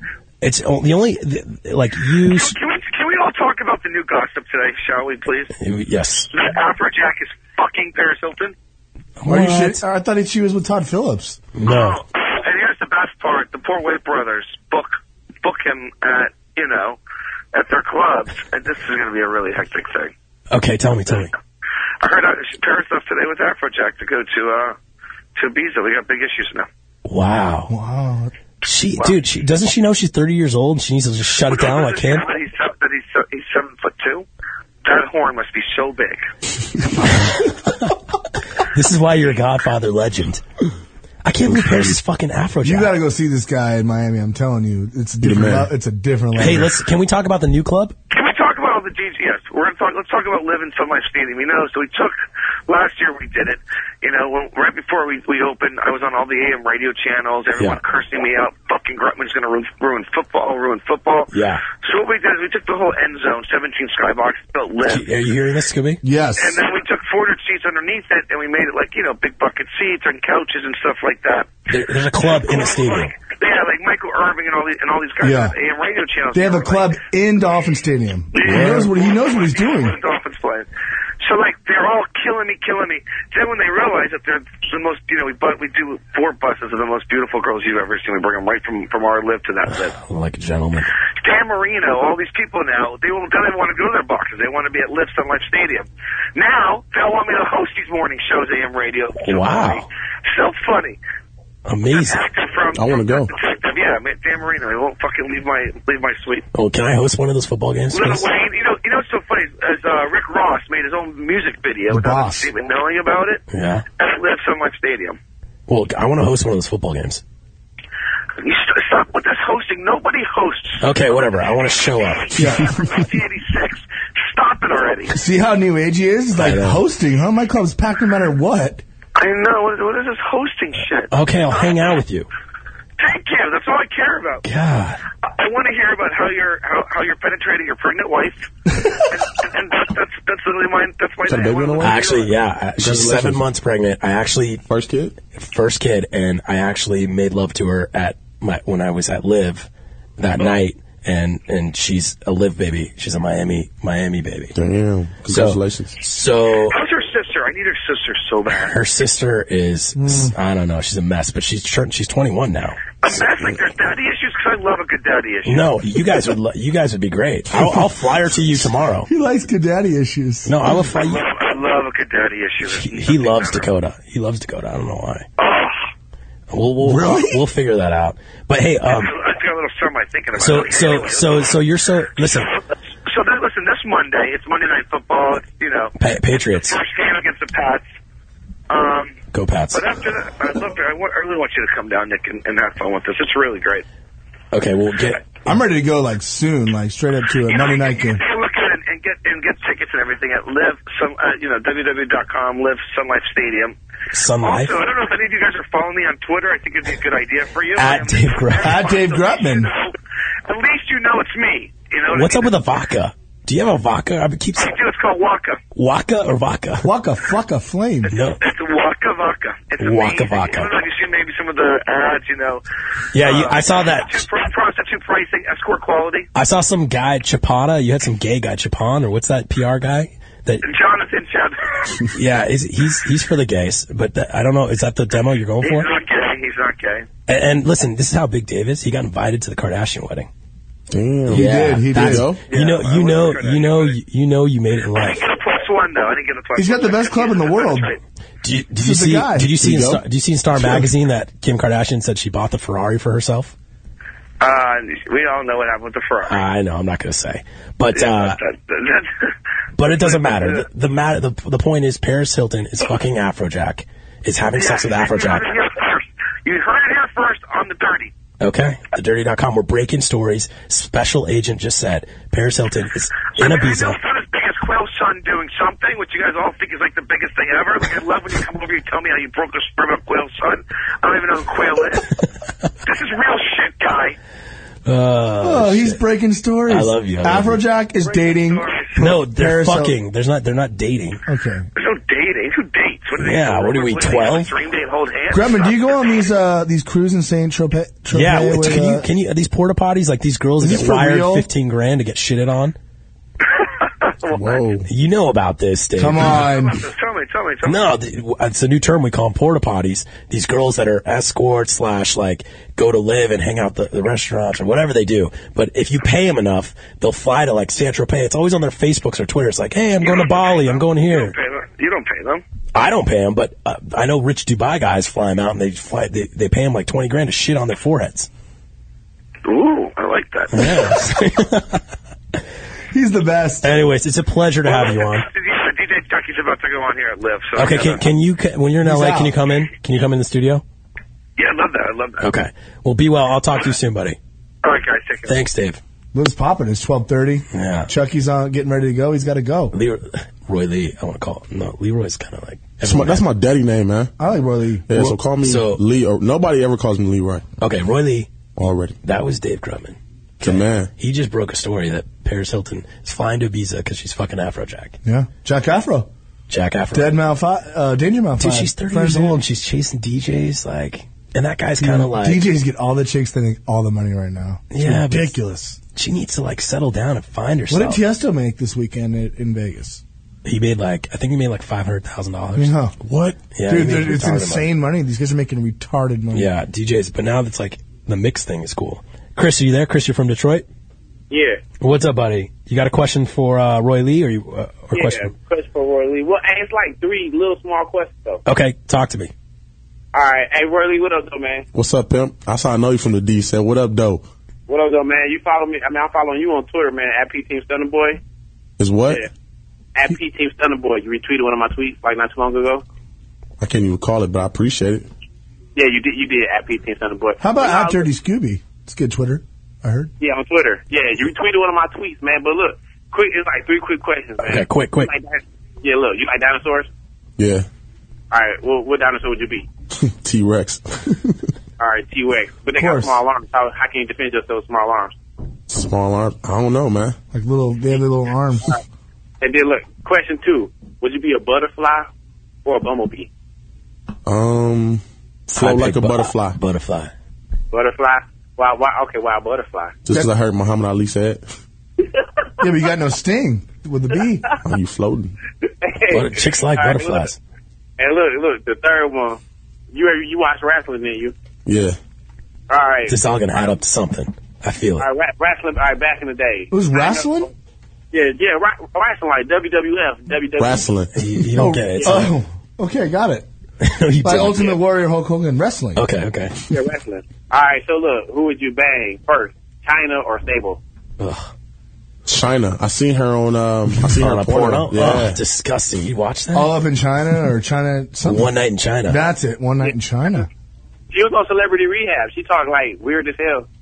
It's o- the only th- like you. s-
Can we, can we all talk about the new gossip today, shall we, please?
Yes.
That Afrojack is fucking Paris Hilton.
Are you shit? I thought she was with Todd Phillips.
No.
And here's the best part: the poor Wade brothers book book him at you know at their clubs, and this is going to be a really hectic thing.
Okay, tell me, tell me.
I heard uh, Paris left today with Afrojack to go to uh to Ibiza. We got big issues now.
Wow. Wow. She, dude, she doesn't she know she's 30 years old and she needs to just shut it down like him.
Now that he's, that he's, he's seven foot two. That horn must be so big.
This is why you're a Godfather legend. I can't believe Paris is fucking Afrojack.
You got to go see this guy in Miami. I'm telling you, it's a different.
man.
le- it's a different level.
Hey, let's. Can we talk about the new club?
Can we talk about all the DGS? We're gonna talk. Let's talk about living Sun Life Stadium. You know, so we took last year. We did it. You know, when, right before we we opened, I was on all the AM radio channels. Everyone cursing me out. Fucking Grutman's gonna ruin, ruin football. Ruin football.
Yeah.
So what we did is we took the whole end zone, 17 skybox, built live.
Are you hearing this, Scooby?
Yes.
And then we took 400 seats underneath it, and we made it like you know big bucket seats and couches and stuff like that.
There, there's a club in a stadium.
Yeah, like Michael Irving and all these and all these guys
Yeah.
on AM radio channels.
They have a club in Dolphin Stadium. He knows what he knows what he's doing.
Dolphins playing. So like they're all killing me, killing me. Then when they realize that they're the most, you know, we but we do four buses of the most beautiful girls you've ever seen. We bring them right from from our live to that live.
Like a gentleman.
Dan Marino, all these people now, they will they want to go to their boxes. They want to be at Lift Sun Life Stadium. Now they all want me to host these morning shows, AM radio. So
Wow.
funny. So funny.
Amazing.
I want to go.
Yeah, I mean, Dan Marino, he won't fucking leave my leave my suite.
Oh, can I host one of those football games?
Lil
please?
Wayne, you know, you know what's so funny is, is uh, Rick Ross made his own music video
The
without
boss.
even knowing about it.
Yeah.
And it lives on my stadium.
Well, I want to host one of those football games.
You st- stop with this hosting. Nobody hosts.
Okay, whatever. I want to show up.
See how new age he is? It's like
I know.
hosting, huh? My club's packed no matter what.
I know. What, what is this hosting shit?
Okay, I'll hang out with you.
Thank you. That's all I care about.
God.
I, I want to hear about how you're how, how you're penetrating your pregnant wife. and and that, that's that's literally my that's my day. One of the-
Actually, yeah, I- she's
Congratulations.
seven months pregnant. I actually
first kid,
first kid, and I actually made love to her at my when I was at Live
Oh.
that night, and and she's a Live baby. She's a Miami Miami baby.
Damn! Congratulations.
So
How's her sister? I need her sister so bad.
her sister is
Hmm.
I don't know. She's a mess, but she's tur- she's 21 now.
I'm mad like there's daddy issues because I love a good daddy issue.
No, you guys would lo- you guys would be great. I'll, I'll fly her to you tomorrow.
He likes good daddy issues.
No, I will
I
fly you.
love, I love a good daddy issue. Oh.
He loves Dakota. He loves Dakota. I don't know why. We'll we'll, we'll figure that out. But hey, um,
I've got a little something I'm thinking about.
so
it.
so so so you're so listen,
So then, listen, this Monday, it's Monday Night Football. It's, you know,
pa- Patriots,
first game against the Pats. Um,
go Pats.
but after that, I'd love to, I, wa- I really want you to come down, Nick, and, and have fun with us. It's really great.
Okay, we'll get.
I'm ready to go like soon, like straight up to a Monday night game.
Hey, look at it and get and get tickets and everything at Live Sun, uh, you know, www.com Live Sun Life Stadium.
Sun Life?
Oh,
Also, I don't know if any of you guys are following me on Twitter. I think it'd be a good idea for you. I am-
At Dave Grub-
At Dave Grubman.
At least you know it's me. You know what
What's
I
up
mean?
with a vodka? Do you have a vodka? I keep
I do. It's called Waka.
Waka or vodka.
Waka fucka flame.
No.
It's Waka Waka. It's
Waka
amazing. I don't
vodka.
know if you've seen maybe some of the ads. You know.
Yeah, you, I saw that.
Pro- Uh, prostitute pricing, escort quality.
I saw some guy Chapata. You had some gay guy Chapan or what's that PR guy? That
Jonathan Chad.
yeah, is, he's he's for the gays, but that, I don't know. Is that the demo you're going
He's
for?
not gay. He's not gay.
And, and listen, this is how big Dave is. He got invited to the Kardashian wedding.
Damn.
He did, he
that's-
did.
You know, you know, you know, you know, you made it in life.
Plus one though. I didn't get a plus.
He's got the best club in the world.
Did you, did
Oh. This
you
is the
see?
guy.
Did you see?
Here
In
you go.
Star, did you see in Star
Sure.
magazine that Kim Kardashian said she bought the Ferrari for herself?
Uh, we all know what happened with the Ferrari.
I know, I'm not going to say, but uh,
That- that-
but it doesn't matter. The the, matter, the the point is, Paris Hilton is fucking Afrojack. Is having sex with Afrojack.
You heard it here first. You heard it here first on the dirty.
Okay, thedirty.com. We're breaking stories. Special agent just said Paris Hilton is in Ibiza.
Biggest Quail Sun doing something, which you guys all think is like the biggest thing ever. Like I love when you come over, you tell me how you broke a sperm of Quail Sun. I don't even know who Quail is. this is real shit, guy.
Oh, he's breaking stories.
Uh, I love you, I love you.
Afrojack is dating.
No, they're
Paris Hilton.
fucking. There's not. They're not dating.
Okay.
There's no dating. Who dates? What do they
Yeah,
do?
what are we,
do they do?
12?
Dream date, hold hands.
Grubman, do you go on these uh these cruises in Saint Tropez? Tropez
yeah, wait,
with,
can you
uh,
can you are these porta potties like these girls
Is
that
this
get
for
wired
real?
fifteen grand to get shitted on?
Whoa!
You know about this, Dave?
Come on.
Tell me, tell me, tell me.
No, th- it's a new term we call them porta potties. These girls that are escorts slash like go to live and hang out the, the restaurants or whatever they do. But if you pay them enough, they'll fly to like San Tropez. It's always on their Facebooks or Twitter. It's like, hey, I'm going to Bali. I'm going here.
Pay them. You don't pay them.
I don't pay them, but uh, I know rich Dubai guys fly them out and they fly. They, they pay them like twenty grand to shit on their foreheads.
Ooh, I like that.
He's the best.
Anyways, it's a pleasure to have you on.
Yeah, DJ Chucky's about to go on here at Live. So
Okay, can, can you ca- when you're in
He's
LA,
out.
can you come in? Can you come in the studio?
Yeah, I love that. I love that.
Okay. Well, be well. I'll talk to you soon, buddy.
All right, guys, take care.
Thanks, Dave.
Liz popping. It's twelve thirty.
Yeah.
Chucky's on getting ready to go. He's got to go.
Leroy, Roy Lee. I want to call. No, Leroy's kind of like.
That's my, that's my daddy name, man.
I like Roy Lee.
Yeah, so call me
So-
Lee. Or, nobody ever calls me Lee Wright
Okay, Roy Lee.
already.
That was Dave Grumman.
The man.
He just broke a story that Paris Hilton is flying to Ibiza because she's fucking Afrojack.
Yeah. Jack Afro.
Jack Afro.
Dead Mouth. Fi- Uh, Danger Mouth.
Dude,
Five.
she's 30
Five
years
Dead.
old and she's chasing DJs. Like, and that guy's kind of
Dude,
like.
DJs get all the chicks that make all the money right now. It's
Yeah, but-
ridiculous.
She needs to like settle down and find herself.
What did Tiesto make this weekend in, in Vegas?
he made like I think he made like five hundred thousand dollars.
Yeah.
What?
Yeah, he
Dude,
made
they're- it's
retarded money.
insane money. These guys are making retarded money.
Yeah, DJs. But now that's like the mix thing is cool. Chris, are you there? Chris, you're from Detroit.
Yeah.
What's up, buddy? You got a question for uh, Roy Lee, or you uh, or
yeah,
question?
Oh.
Chris for Roy Lee. Well, and it's like three little small questions though.
Okay, talk to me.
All right. Hey, Worley, what up, though, man?
What's up, pimp? That's how I know you from the D. Said, what up, though?
What up, though, man? You follow me? I mean, I'm following you on Twitter, man. At P Team Stunner Boy.
Is what?
Yeah. At P Team Stunner Boy. You retweeted one of my tweets like not too long ago.
I can't even call it, but I appreciate it.
Yeah, you did. You did at P Team Stunner Boy.
How about
But I
at
was-
Dirty Scooby? It's good Twitter. I heard.
Yeah, on Twitter. Yeah, you retweeted one of my tweets, man. But look, quick. It's like three quick questions, man.
Okay, quick, quick.
You like di- yeah, look. You like dinosaurs?
Yeah.
All right. Well, what dinosaur would you be?
T Rex.
All right, T Rex. But they
Of
got
course.
small arms. How, how can you defend yourself with small arms?
Small arm. I don't know, man.
Like little, they have little arms.
And then look, question two: Would you be a butterfly or a bumblebee?
Um, flow
I'd
like a
pick bu-
butterfly.
Butterfly.
Butterfly. Why? Why? Okay. Why a butterfly?
Just because I heard Muhammad Ali say it.
yeah, but you got no sting with the bee.
Oh, you floating.
Hey. All right, Look, and look, look, the third one. You you watch wrestling, didn't you?
Yeah.
All right.
This all gonna add up to something. I feel
All
it.
right, ra- wrestling. All right, back in the day.
It was wrestling?
Yeah, yeah, ra- wrestling like WWF, WWE.
Wrestling.
You, you don't
oh,
get it.
Oh, okay, I got it.
You
like
don't.
Ultimate Warrior Hulk Hogan wrestling.
Okay, okay.
Yeah, wrestling. All right, so look, who would you bang first, China or Sable?
China. I seen her on. Um, I seen her
On
on
a porno?
porno. Yeah.
Oh, disgusting. You watch that?
All up in China or China something.
One night in China.
That's it. One night in China.
She was on Celebrity Rehab. She talked like weird as hell.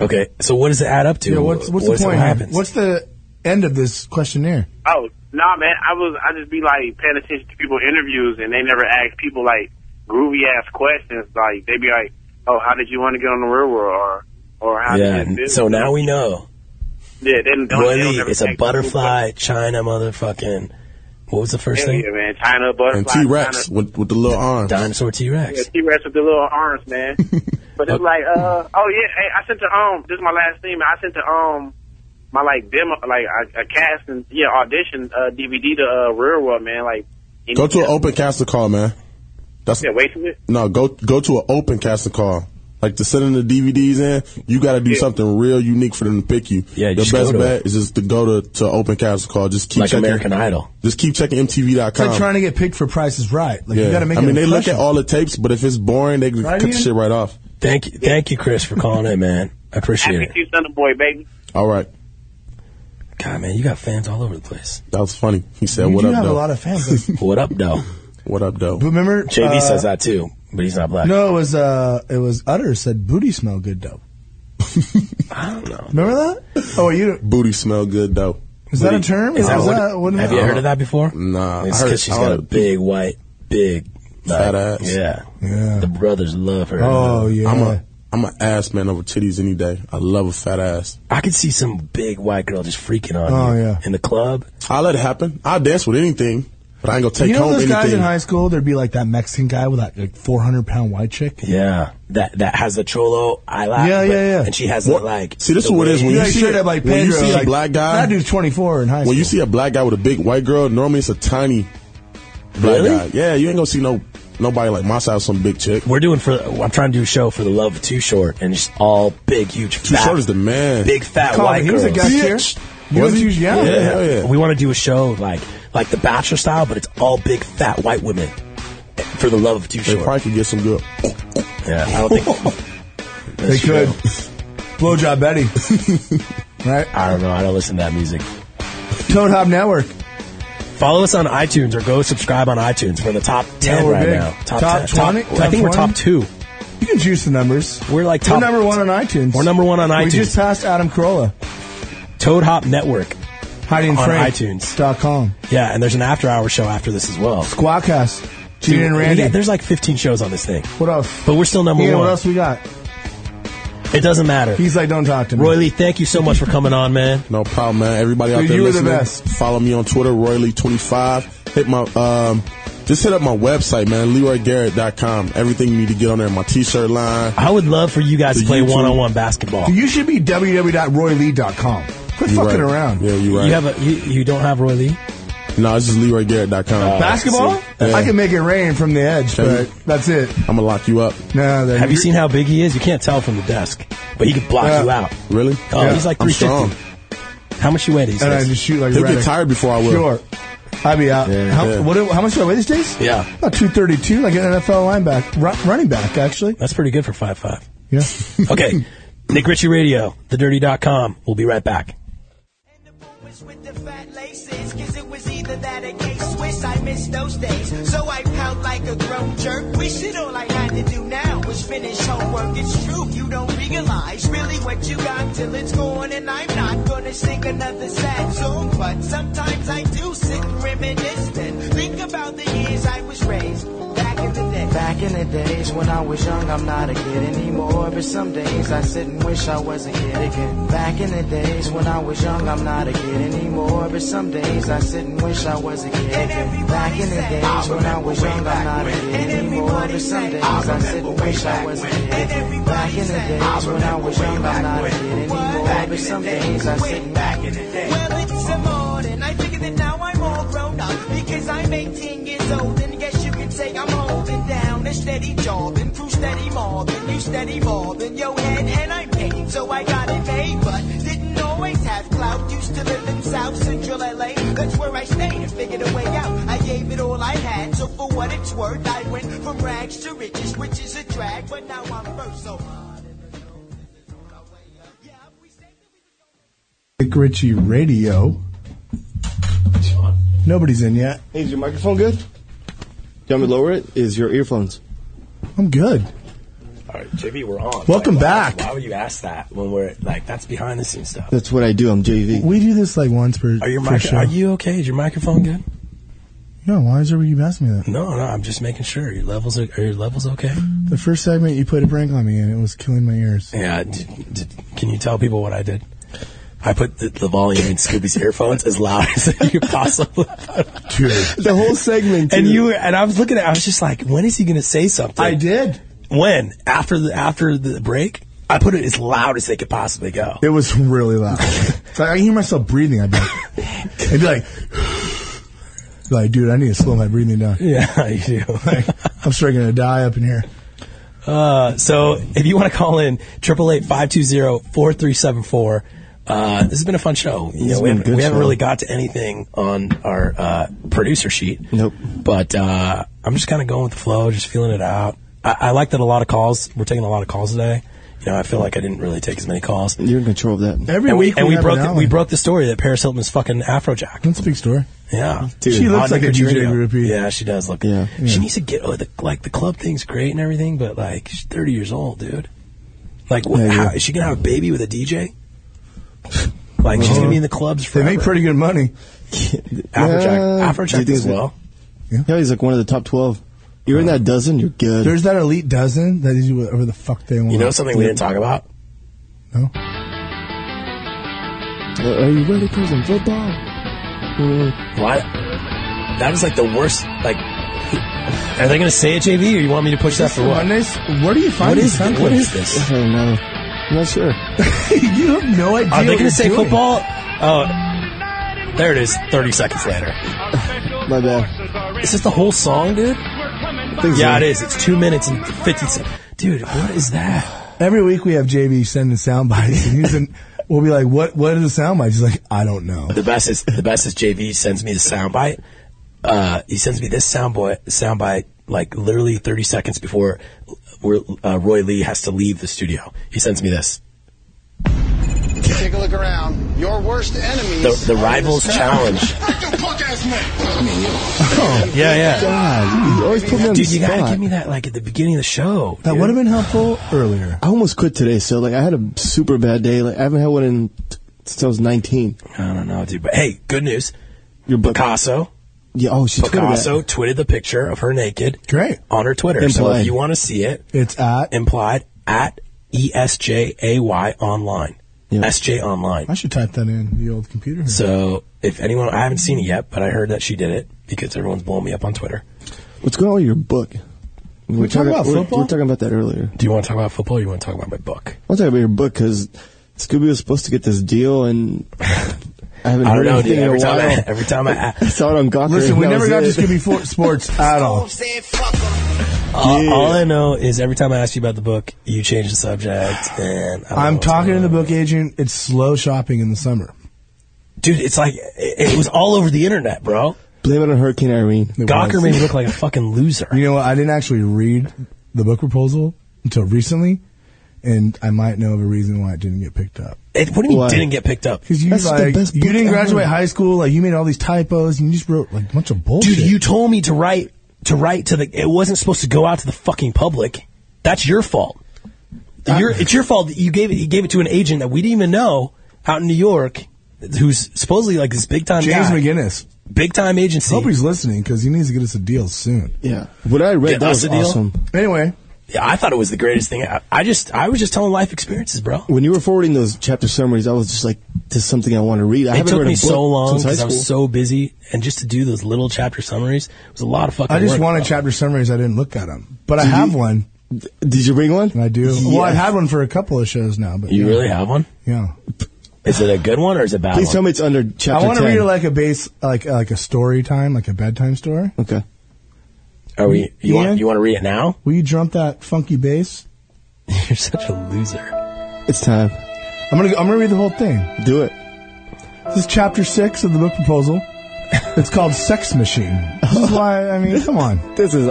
Okay, so what does it add up to?
Yeah, what's what's
What-
the point?
What
here?
happens?
What's the end of this questionnaire?
Oh nah, man, I was I just be like paying attention to people interviews and they never ask people like groovy ass questions. Like they be like, oh, how did you want to get on the real world or or how
Yeah.
did you do this?
So now we know.
Yeah, they don't. they
Willie
don't ever
is a
ask
butterfly China motherfucking. What was the
people-
first
Yeah,
thing?
yeah, man, China butterfly.
And T Rex
China-
with with the little arms.
Dinosaur T Rex.
Yeah, T Rex with the little arms, man. but it's like, uh, oh yeah, hey, I sent to um, this is my last thing. man. I sent to um, my like demo, like a, a cast and yeah, audition uh, DVD to uh, Real World, man. Like,
Oh.
any-
Go to an open caster call, man. That's
Yeah, wait till it.
No, go go to an open caster call. Like to sending the DVDs in, you got to do something real unique for them to pick you. Yeah, the
just
best
go to
bet is just to go to to open caster call. Just keep
Like
checking
American Idol.
Just keep checking MTV.com.
It's like trying to get picked for Price is Right. Like
yeah.
you got to make.
I
an
mean, they look
impression.
at all the tapes, but if it's boring, they can
Right,
cut the
Ian?
shit right off.
Thank you, thank you, Chris, for calling in, man. I appreciate
Happy
it.
Two Thunder Boy, baby.
All right,
God, man, you got fans all over the place.
that was funny. He said,
You
"What
do
up,
have
though?
a lot of fans.
What up, though?
what up, though?"
But remember,
JB
uh,
says that too, but he's not black.
No, it was uh, it was Utter said booty smell good though.
I don't know.
Remember that? Oh, you
Booty smell good though.
Is that a term?
Is that
Is
what-
that- what-
have you
uh,
heard of that before?
Nah,
It's
I heard-
because she's
I
got a
heard-
big white, big
Fat
like,
ass.
Yeah,
yeah.
The brothers love her.
Oh,
I'm a I'm an ass man over titties any day. I love a fat ass.
I could see some big white girl just freaking on
Oh,
you
yeah.
in the club.
I let it happen. I dance with anything, but I ain't gonna take
you know
home
those
anything.
guys in high school? There'd be like that Mexican guy with that like 400 pound white chick.
Yeah, that that has the cholo eyelash.
Yeah,
but-
yeah, yeah.
And she has
What-
that like.
See, this
the
is what it is.
wig.
When you
Yeah,
see
straight
a-
up like
when you
Pedro,
see a
like,
black guy-
that dude's 24 in high school.
When you see a black guy with a big white girl, normally it's a tiny black
Really?
guy. Yeah, you ain't gonna see no nobody like my size, some big chick.
We're doing for. I'm trying to do a show for the love of Too Short, and it's all big, huge,
Too
fat,
short is the man.
big fat
Colin,
white
he was a
girls.
guest here.
Bitch.
You
Was
was-
he?
yeah.
yeah, hell yeah.
We want to do a show like like the Bachelor style, but it's all big fat white women for the love of Too
They
Short.
probably could get some good.
yeah, I don't think
they could blowjob Betty, right?
I don't know. I don't listen to that music.
Toad Hop Network.
Follow us on iTunes or go subscribe on iTunes. We're in the top ten
we're
right
big.
now.
Top
10,
20?
I think we're
Top
top two.
You can juice the numbers.
We're like
We're
top
number one on iTunes.
We're number one on
We
iTunes.
just passed Adam Carolla.
Toad Hop Network.
Hiding
On
Frank.
iTunes.
Dot com.
Yeah, and there's an after hour show after this as well.
Squadcast. Gene
Dude,
and
we
Randy.
got- there's like 15 shows on this thing,
what else?
but we're still number
Ian,
one.
what else we got?
It doesn't matter.
He's like, don't talk to me.
Roy Lee, thank you so much for coming on, man.
No problem, Oh, man. Everybody out
Dude,
there
you were the
listening,
best.
follow me on Twitter, RoyLee25. Hit my um, just hit up my website, man, LeroyGarrett.com. Everything you need to get on there, my T-shirt line.
I would love for you guys to
The
play
YouTube.
one on one basketball.
You should be www.roylee.com. Quit
You right.
fucking around.
Yeah, you right.
You have a you, you don't have Roy Lee?
no, it's just LeroyGarrett.com.
Uh, Basketball?
Yeah.
I can make it rain from the edge,
Can
but that's it.
I'm gonna lock you up.
No,
Have you seen how big he is? You can't tell from the desk, but he can block
Yeah.
you out.
Really?
Oh,
Yeah.
he's like
I'm strong.
350. How much you weigh? He
And I
says?
just shoot like
He'll
Redick.
get tired before I will.
Sure. I'd be out. how,
yeah.
What, do- how much do I weigh these days?
Yeah.
About 232, like an NFL linebacker, ru- running back, actually.
That's pretty good for five five.
Yeah.
okay. Nick Ritchie Radio, thedirty.com. We'll be right back.
Cause it was either that or gay Swiss. I missed those days. So I pout like a grown jerk. Wish it all I had to do now was finish homework. It's true, you don't realize really what you got till it's gone. And I'm not gonna sing another sad song. But sometimes I do sit and reminisce and think about the years I was raised. Back in the day.
Back in the days when I was young, I'm not a kid anymore. But some days I sit and wish I was a kid again. Back in the days when I was young, I'm not a kid anymore. But some days I sit and wish I was a kid again. Back in the days when I was young, I'm not a kid anymore. But some days I sit and wish I was a kid again. Back in the days when I was young, I'm not a kid anymore. But some days I sit and back in the day.
Well, it's the morning. I figure that now I'm all grown up because I'm 18 years old. And guess you can say I'm holding down a steady job and through steady mobbing, you steady mobbing your head. And I'm paid, so I got it made, but didn't always have clout. Used to live in South Central LA, that's where I stayed and figured a way out. I gave it all I had, so for what it's worth, I went from rags to riches, which is a drag, but now I'm first, so.
Nick Ritchie Radio. Nobody's in yet.
Hey, is your microphone good? Do you want me to lower it? Is your earphones?
I'm good.
All right, JV, we're on.
Welcome
why-
back.
Why would you ask that when we're like that's behind the scenes stuff?
That's what I do. I'm JV.
We do this like once per,
Are your
per
mic-
show.
Are you okay? Is your microphone good?
no, why is everybody keep asking me that?
No, no. I'm just making sure your levels are, are your levels okay.
The first segment, you played a prank on me and it was killing my ears.
Yeah. d d can you tell people what I did? I put the, the volume in Scooby's earphones as loud as you possibly.
Dude. The whole segment.
And you were, and I was looking at. I was just like, when is he going to say something? I
did.
When after the after the break, I put it as loud as they could possibly go.
It was really loud. It's like I can hear myself breathing. I'd be like, I'd be like, like, dude, I need to slow my breathing down.
Yeah, you do.
Like, I'm straight gonna die up in here.
Uh, so if you want to call in, 888-520-4374. Uh, this has been a fun show. You
This
know,
has
we
been a
haven't,
good
we haven't
show.
really got to anything on our uh, producer sheet.
Nope.
But uh, I'm just kind of going with the flow, just feeling it out. I, I like that a lot of calls. We're taking a lot of calls today. You know, I feel like I didn't really take as many calls.
You're in control of that.
Every
and
week
we, and
we
we
have
broke
an
the,
hour.
we broke the story that Paris Hilton is fucking Afrojack.
That's a big story.
Yeah,
Dude, She looks
on
like a
Nick
DJ
Radio.
groupie.
Yeah, she does look.
Yeah.
she needs to get oh, the, like the club thing's great and everything, but like she's thirty years old, dude. Like, what,
Yeah,
how,
yeah.
is she gonna have a baby with a DJ? Like she's
Uh-huh.
gonna be in the clubs
They
forever.
make pretty good money.
Afrojack,
Yeah. Do you
Afrojack
think
as
that-
well.
Yeah.
he's like one of the top 12. You're in that dozen, you're good.
There's that elite dozen that they do whatever the fuck they want.
You know something we didn't talk about?
Uh, are you ready for some football? Uh,
Why? That was like the worst. Like, are they gonna say it, JV, or you want me to push that for what?
Mondays? Where do you find
What
these
is thi-
templates?
what is this?
I don't know. I'm not sure.
you have no idea.
Are they
what
gonna
you're
say
doing.
football? Oh, there it is. Thirty seconds later.
My bad.
Is this the whole song, dude? Yeah, it is. It's two minutes and fifty seconds. Dude, what is that?
Every week we have JV sending sound bites, and he's in, we'll be like, "What? What are the sound bites?" He's like, "I don't know."
The best is the best is JV sends me the soundbite. Uh, he sends me this soundbite soundbite like literally thirty seconds before we're, uh, Roy Lee has to leave the studio. He sends me this.
Take a look around. Your worst enemies.
The, the rivals challenge. Oh, yeah, yeah.
God, Ah, you always put me on
Dude,
the
you gotta
spot.
give me that like at the beginning of the show.
That would have been helpful earlier.
I almost quit today, so like I had a super bad day. Like I haven't had one in since I was 19.
I don't know, dude. But hey, good news.
Your
Picasso.
Yeah, oh, she
Picasso tweeted the picture of her naked.
Great.
On her Twitter. So
Implied.
if you want to see it,
It's at.
implied at E ESJAY online. SJ online.
I should type that in the old computer. here.
So if anyone, I haven't seen it yet, but I heard that she did it because everyone's blowing me up on Twitter.
What's going on with your book? We were
talking about
we were-
football?
We were talking about that earlier.
Do you want to talk about football or you want to talk about my book?
I'll talk about your book because Scooby was supposed to get this deal, and I haven't
I don't
heard
know, dude.
anything
Every
in a
time,
while.
I, every time I,
I saw it on Gawker.
Listen,
and
we
that
never
was
got
it.
to Scooby for- Sports at all.
all, all I know is every time I ask you about the book, you change the subject and uh, I don't know
I'm
what's
talking
going
to the
on.
book agent. It's slow shopping in the summer.
Dude, it's like, it, it was all over the internet, bro.
Blame it on Hurricane Irene.
Gawker made me look like a fucking loser.
You know what? I didn't actually read the book proposal until recently, and I might know of a reason why it didn't get picked up.
It, what do you mean didn't get picked up?
Because you like, you didn't graduate high school, like you made all these typos, and you just wrote like a bunch of bullshit.
Dude, you told me to write to write to the. It wasn't supposed to go out to the fucking public. That's your fault. Your- it's your fault. that You gave it. You gave it to an agent that we didn't even know out in New York, who's supposedly like this big time.
James
guy.
McGinnis,
big time agency.
Hope he's listening because he needs to get us a deal soon.
Yeah, what I read
Get
that
us
was
a deal?
awesome.
Anyway,
Yeah, I thought it was the greatest thing. I, I just, I was just telling life experiences, bro.
When you were forwarding those chapter summaries, I was just like, "This is something I want to read." I
it
haven't
took
read a
me
book
so long
since high
because I was
school.
so busy, and just to do those little chapter summaries was a lot of fucking.
I just
work,
wanted
bro.
chapter summaries. I didn't look at them, but I
Did
have
you-
one.
Did you bring one?
I do. Well, I've
Yes.
had one for a couple of shows now. But
You
yeah.
really have one?
Yeah.
Is it a good one or is it a bad?
Please
one?
tell me it's under
I
chapter
want to
10.
read like a base, like like a story time, like a bedtime story.
Okay.
Are we? You
Yeah.
want? You want to read it now?
Will you jump that funky bass?
You're such a loser.
It's time.
I'm gonna I'm gonna read the whole thing.
Do it.
This is chapter six of the book proposal. It's called Sex Machine. This is why I mean, come on.
This is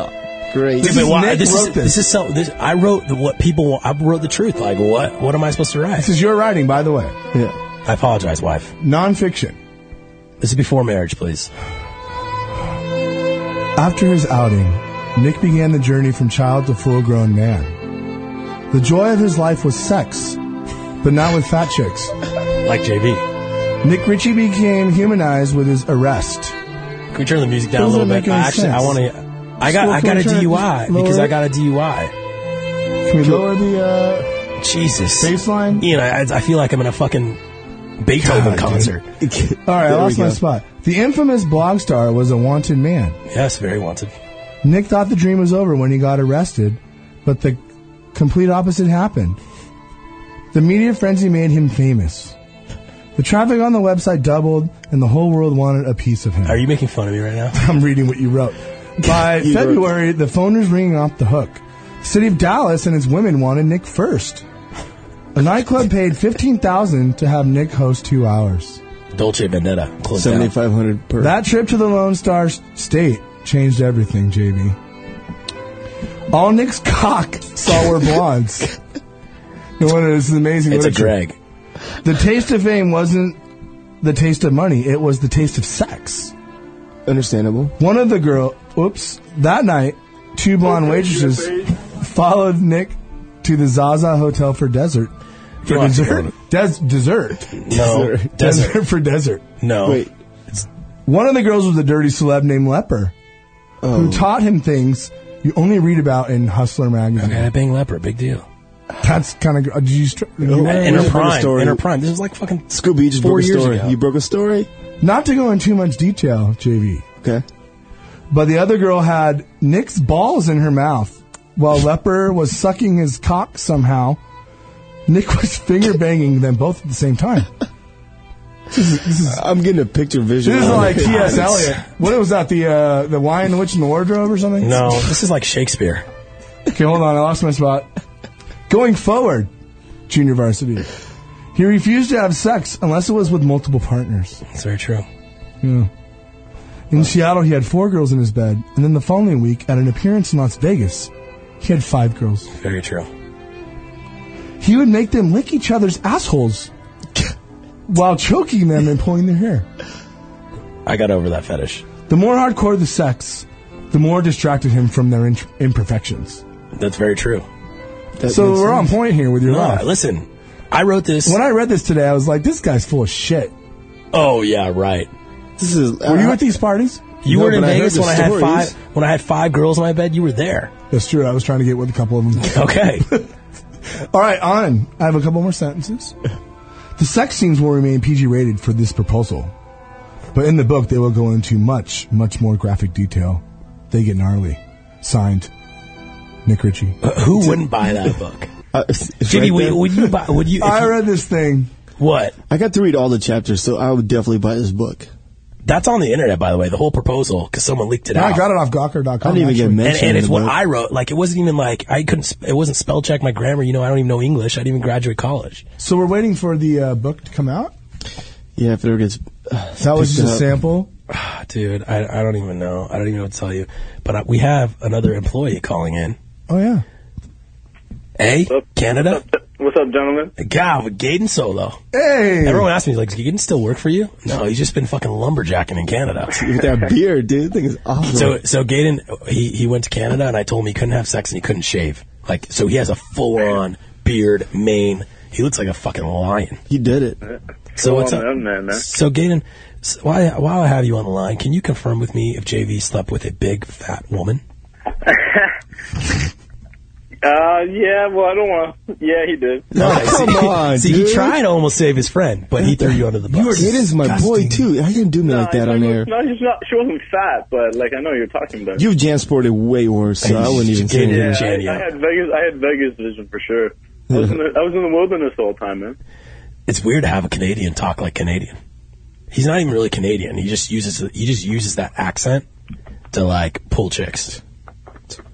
great.
Dude, but why- this,
wrote
is, this is so. This, I wrote the, what people. want- I wrote the truth. Like what? What am I supposed to write?
This is your writing, by the way.
Yeah.
I apologize, wife.
Nonfiction.
This is before marriage, please.
After his outing, Nick began the journey from child to full grown man. The joy of his life was sex, but not with fat chicks.
Like JB.
Nick Ritchie became humanized with his arrest.
Can we turn the music down a
Doesn't
little
make
bit? I
any
actually, I
sense.
want to. I got.
Well,
I
can
got a
we turn it-
DUI
lower
because
it?
I got a DUI.
Can we lower the uh,
Jesus.
baseline?
Ian, I, I feel like I'm in a fucking Beethoven
God, dude.
concert.
All right,
There
I
we
lost my
go.
spot. The infamous blog star was a wanted man.
Yes, very wanted.
Nick thought the dream was over when he got arrested, but the complete opposite happened. The media frenzy made him famous. The traffic on the website doubled, and the whole world wanted a piece of him.
Are you making fun of me right now?
I'm reading what you wrote. By
You wrote-
February, the phone was ringing off the hook. The city of Dallas and its women wanted Nick first. A nightclub paid fifteen thousand to have Nick host two hours.
Dolce Vendetta. Close down.
7500 per.
That trip to the Lone Star State changed everything, JB. All Nick's cock saw were blondes. No wonder this is amazing.
It's a
literature.
drag.
The taste of fame wasn't the taste of money; it was the taste of sex.
Understandable.
One of the girl, oops, that night, two blonde waitresses followed Nick to the Zaza Hotel for desert. For
You're
dessert?
awesome.
Des- dessert.
No.
Desert.
Desert.
for desert.
No.
Wait.
One of the girls was a dirty celeb named Leper,
Oh.
who taught him things you only read about in Hustler magazine.
Okay, I bang leper. Big deal.
That's kind of. Did you? Str-
Oh,
you-
Inter-
Inner
broke a
prime.
story.
Inner prime. This is like fucking
Scooby, you just
Four
broke a
years
story.
ago.
You broke a story?
Not to go in too much detail, JV,
Okay.
but the other girl had Nick's balls in her mouth while Leper was sucking his cock somehow. Nick was finger banging them both at the same time.
I'm getting a picture visual.
This is
Oh,
like
God.
T.S. Eliot. What was that? The uh, the Lion, the Witch, and the Wardrobe or something?
No, this is like Shakespeare.
Okay, hold on. I lost my spot. Going forward, junior varsity. He refused to have sex unless it was with multiple partners.
It's very true.
Yeah. In Seattle, he had four girls in his bed, and then the following week, at an appearance in Las Vegas, he had five girls.
Very true.
He would make them lick each other's assholes while choking them and pulling their hair.
I got over that fetish.
The more hardcore the sex, the more distracted him from their in- imperfections.
That's very true.
That
So
makes
we're on
sense.
point here with your
No,
life.
listen, I wrote this.
When I read this today, I was like, this guy's full of shit.
oh yeah, right.
This is.
Were you at these parties?
You
No,
were in
but I heard
Vegas
the
when I had
stories.
five. When I had five girls in my bed, you were there.
That's true. I was trying to get with a couple of them.
Okay.
All right, on. I have a couple more sentences. The sex scenes will remain PG rated for this proposal, but in the book they will go into much, much more graphic detail. They get gnarly. Signed, Nick Ritchie.
Uh, Who wouldn't buy that book?
Uh, it's- it's
Jimmy,
right
would,
there.
would you buy? Would you? if
I
you-
read this thing.
what?
I got to read all the chapters, so I would definitely buy this book.
That's on the internet, by the way. The whole proposal because someone leaked it
No,
out.
I got it off Gawker.com.
I didn't even get
actually.
mentioned.
and, and
in
it's
the
what
book.
I wrote. Like it wasn't even like I couldn't. sp- It wasn't spell check my grammar. You know, I don't even know English. I didn't even graduate college.
So we're waiting for the uh, book to come out.
Yeah, if it ever gets
That was
Picked
just a
up.
sample.
Dude, I, I don't even know. I don't even know what to tell you. But I, we have another employee calling in.
Oh yeah.
Hey, Canada?
What's up, gentlemen?
God, with Gaiden Solo.
Hey!
Everyone asked me, like, does Gaiden still work for you? No, he's just been fucking lumberjacking in Canada.
With that beard, dude, thing is awesome.
So, so Gaiden, he, he went to Canada and I told him he couldn't have sex and he couldn't shave. Like, so he has a full on beard, mane. He looks like a fucking lion.
He did it.
So
Go
what's
on
up?
down there, man.
So Gaiden, s- while I- while I have you on the line, can you confirm with me if JV slept with a big fat woman?
Uh, yeah, well, I don't want to. Yeah, he did.
Okay, Oh, see, see, he tried to almost save his friend, but he threw you under the bus.
it is my boy too. I didn't do me like that on air.
No, he's not. She wasn't fat, but, like, I know you're talking about.
You've jam sported way worse, so I wouldn't even say
yeah,
anything.
I, I had Vegas. I had Vegas vision for sure. I was, in the, I was in the wilderness the whole time, man.
It's weird to have a Canadian talk like Canadian. He's not even really Canadian. He just uses he just uses that accent to like pull chicks.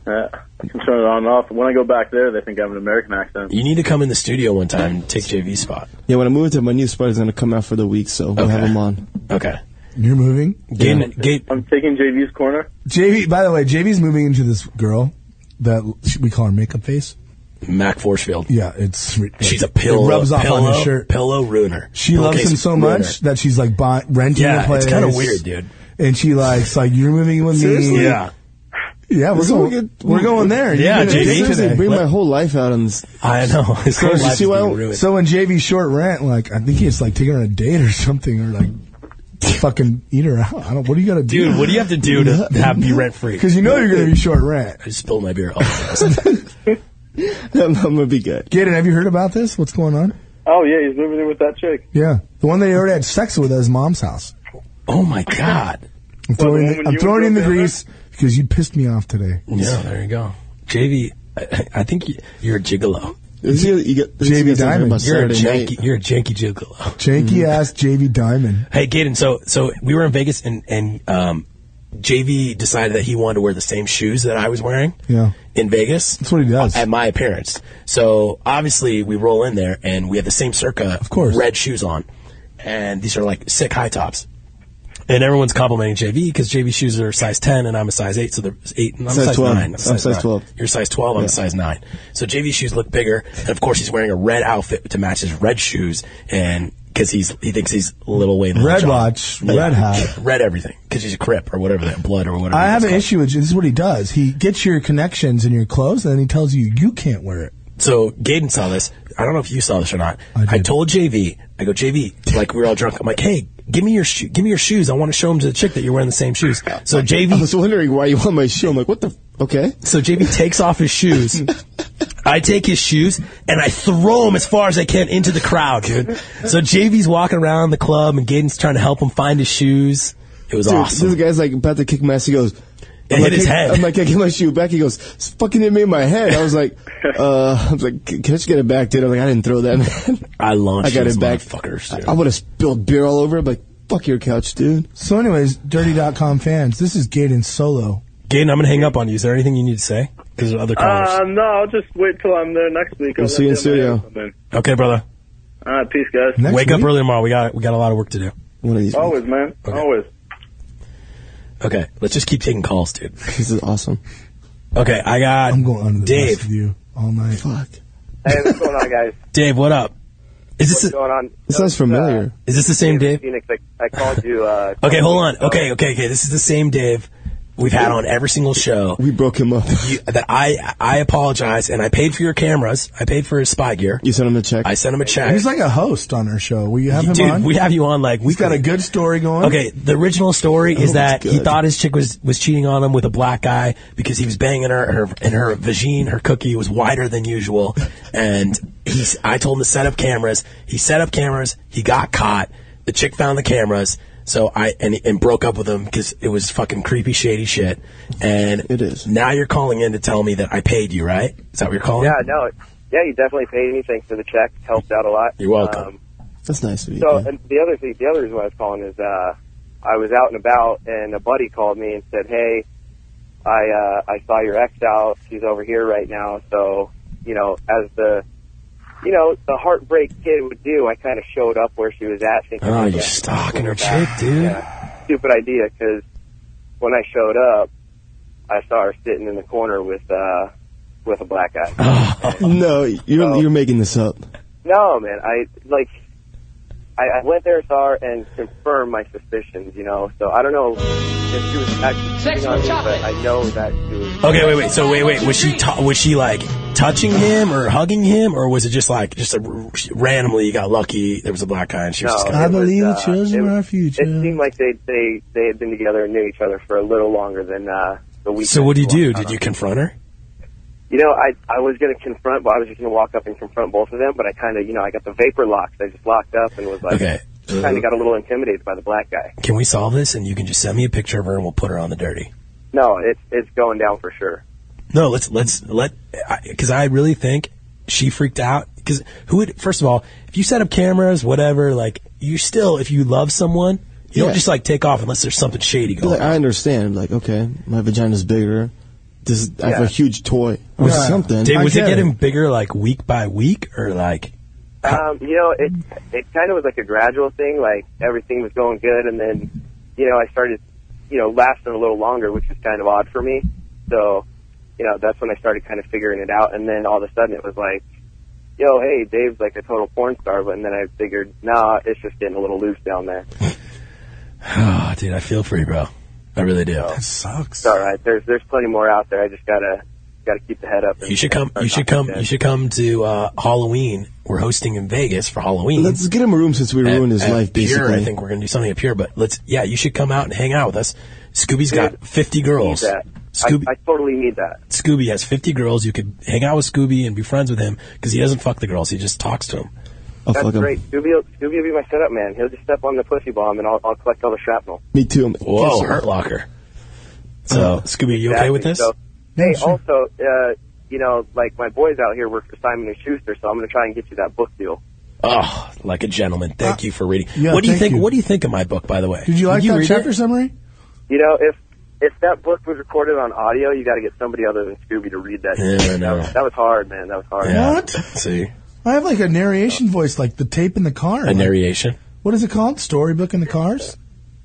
Yeah, I can turn it on and off. When I go back there, they think I have an American accent.
You need to come in the studio one time and take JV's spot.
Yeah, when I move into my new spot, is going to come out for the week, so we'll have him on.
Okay.
You're moving.
I'm taking JV's corner.
JV. By the way, JV's moving into this girl that we call her makeup face.
Mac Forsfield.
Yeah, it's
she's a pillow.
It rubs off
pillow,
on his shirt.
Pillow ruiner.
She loves
Pillowcase
him so
ruiner.
much that she's like buy, renting
Yeah,
the place.
it's kinda weird, dude.
And she likes like you're moving with me.
Seriously? Yeah.
Yeah, we're
This is
going.
what we get-
we're going there. You're gonna date
Seriously,
today.
bring my whole life out on this.
I know. His whole
You
life
see
is
why-
being ruined.
So when JV's short rant, like I think he's like taking her on a date or something, or like fucking eat her out. I don't. What do you got to do,
Dude, what do you have to do to have be rent free?
Because you know you're gonna be short rant.
I just spilled my beer all over us.
I'm, gonna be good.
Gaten, have you heard about this? What's going on?
Oh yeah, he's moving in with that chick.
Yeah, the one they already had sex with at his mom's house.
Oh my god!
I'm throwing,
Well, when
the, I'm
you
throwing
were
in the
down there?
grease because you pissed me off today.
Yeah, there you go. JV, I, I think you- you're a gigolo.
This is- you get- this is
JV
what I'm talking about
Diamond.
You're a
Saturday night.
janky. You're a janky Mm. gigolo.
Janky ass JV Diamond.
Hey, Gaten. So, so we were in Vegas, and and um, JV decided that he wanted to wear the same shoes that I was wearing
Yeah,
in Vegas.
that's what he does.
At my appearance, so obviously we roll in there and we have the same circa of
course.
red shoes on, and these are like sick high tops, and everyone's complimenting JV because JV shoes are size ten and I'm a size eight, so they're eight and I'm
Size
a size
12.
nine.
I'm size
9.
12.
You're size twelve. I'm a size nine. So JV shoes look bigger, and of course he's wearing a red outfit to match his red shoes, and because he's he thinks he's little Wayne.
Red
John.
watch, red hat.
red everything because he's a crip or whatever that blood or whatever.
I have
it's
an
called.
issue with this. Is what he does. He gets your connections and your clothes, and then he tells you you can't wear it.
So Gaden saw this. I don't know if you saw this or not. I, told JV. I go JV. Like we were all drunk. I'm like, hey, give me your sho- give me your shoes. I want to show him to the chick that you're wearing the same shoes. So JV.
I was wondering why you want my shoe. I'm like, what the? eh? Okay.
So JV takes off his shoes. I take his shoes and I throw them as far as I can into the crowd, dude. So JV's walking around the club and Gaden's trying to help him find his shoes. It was
Dude,
awesome.
This guy's like about to kick my ass. He goes,
It hit his
"Kick-
head."
I'm like, I get my shoe back. He goes, "It's fucking hit me in my head. I was like, uh, I was like, can I just get it back, dude? I'm like, I didn't throw that, man.
I launched
I got
those
it back.
motherfuckers, dude.
I, would have spilled beer all over. it. I'm like, fuck your couch, dude.
So, anyways, dirty.com fans, this is Gaten Solo.
Gaden, I'm gonna hang up on you. Is there anything you need to say? Because other callers.
Um,
Uh, no, I'll just wait till I'm there next week.
We'll
I'll
see you
let
in
them
studio.
know something.
okay, brother.
All right, peace, guys.
Wake up early tomorrow. We got we got a lot of work to do.
One of these.
Oh.
Always, man. Always.
Okay, let's just keep taking calls, dude.
This is awesome.
Okay, I got
I'm going under the
Dave.
bus with you all night.
Fuck.
Hey, what's going on, guys?
Dave, what up? Is this
what's
the,
going on?
This sounds familiar.
is this the same Dave?
Phoenix, I, I called you. Uh,
Okay, hold on. Okay, okay, okay. This is the same Dave we've had on every single show.
We broke him up.
You, that I I apologize, and I paid for your cameras. I paid for his spy gear.
You sent him a check.
I sent him a check.
He's like a host on our show. Will you have him
Dude,
on?
we have you on like
He's got a
weekly.
good story going.
Okay, the original story
Oh,
is that
it's
he
good.
thought his chick was, was cheating on him with a black guy because he was banging her, and her and her vagine, her cookie was wider than usual. And he, s- I told him to set up cameras. He set up cameras. He got caught. The chick found the cameras. So I and and broke up with him because it was fucking creepy, shady shit. And it
is.
Now you're calling in to tell me that I paid you, right? Is that what you're calling?
Yeah, no, yeah, you definitely paid anything for the check. Helped out a lot.
You're welcome.
Um,
That's nice of you.
so, and the other thing, the other reason why I was calling is uh, I was out and about, and a buddy called me and said, "Hey, I uh, I saw your ex out. She's over here right now. So, you know, as the
you know, the heartbreak kid would do, I kind of showed up where she was at. Thinking,
Oh,
"Yeah,
you're stalking her chick, dude.
stupid idea because when I showed up, I saw her sitting in the corner with uh with a black guy.
no, you're
Oh.
you're making this up.
No, man, I like I, I went there, saw her, and confirmed my suspicions. You know, so I don't know if she was actually cheating on me, but I know that she was.
Okay, wait, wait. So wait, wait. Was she ta- was she like touching him or hugging him, or was it just like just a, randomly you got lucky? There was a black guy and she was just
I
kind of.
believe
uh,
the children are our future.
It seemed like they they they had been together and knew each other for a little longer than uh, the week.
So what do you do? Did you confront her?
You know, I I was gonna confront, but I was just gonna walk up and confront both of them. But I kind of, you know, I got the vapor locks. I just locked up and was like,
Okay.
kind of got a little intimidated by the black guy.
Can we solve this? And you can just send me a picture of her and we'll put her on the dirty.
No, it's it's going down for sure.
No, let's let's let because I, really think she freaked out because who would first of all if you set up cameras whatever like you still if you love someone you
Yeah.
don't just like take off unless there's something shady
But,
going.
like, I understand. Like, okay, my vagina's bigger. This I have
Yeah.
a huge toy or
Right.
something.
Did, was it getting bigger like week by week or like?
Um, you know, it it kind of was like a gradual thing. Like everything was going good, and then, you know, I started, you know, lasting a little longer, which was kind of odd for me. So, you know, that's when I started kind of figuring it out. And then all of a sudden, it was like, yo, hey, Dave's like a total porn star. But and then I figured, nah, it's just getting a little loose down there.
Oh, dude, I feel for you, bro. I really do. That
It's all right. There's there's plenty more out there. I just gotta gotta keep the head up. and-
You should come. You should come. You should come to uh, Halloween. We're hosting in Vegas for Halloween.
Let's get him a room since we ruined his
At
life.
Pure,
Basically,
I think we're gonna do something at Pure, but let's. Yeah, you should come out and hang out with us. Scooby's got fifty girls.
Need that.
Scooby,
I, I totally need that.
Scooby has fifty girls. You could hang out with Scooby and be friends with him because he doesn't fuck the girls. He just talks to them.
That's great. Scooby, will, Scooby will be my setup man. He'll just step on the pussy bomb, and I'll, I'll collect all the shrapnel.
Me too. Uh,
Whoa, Hurt Locker. So, Scooby, you okay with this?
So, hey, also, uh, you know, like my boys out here work for Simon and Schuster, so I'm going to try and get you that book deal.
Oh, like a gentleman.
Uh,
Thank you for reading.
yeah,
what do you
thank
think?
you.
What do you think of my book, by the way?
Did you like that
read
chapter
it?
summary?
You know, if if that book was recorded on audio, you got to get somebody other than Scooby to read that.
Yeah, I know.
That, was, that was hard, man. That was hard.
Yeah. What?
See,
I have like a narration voice, like the tape in the car.
a narration.
What is it called? Storybook in the cars?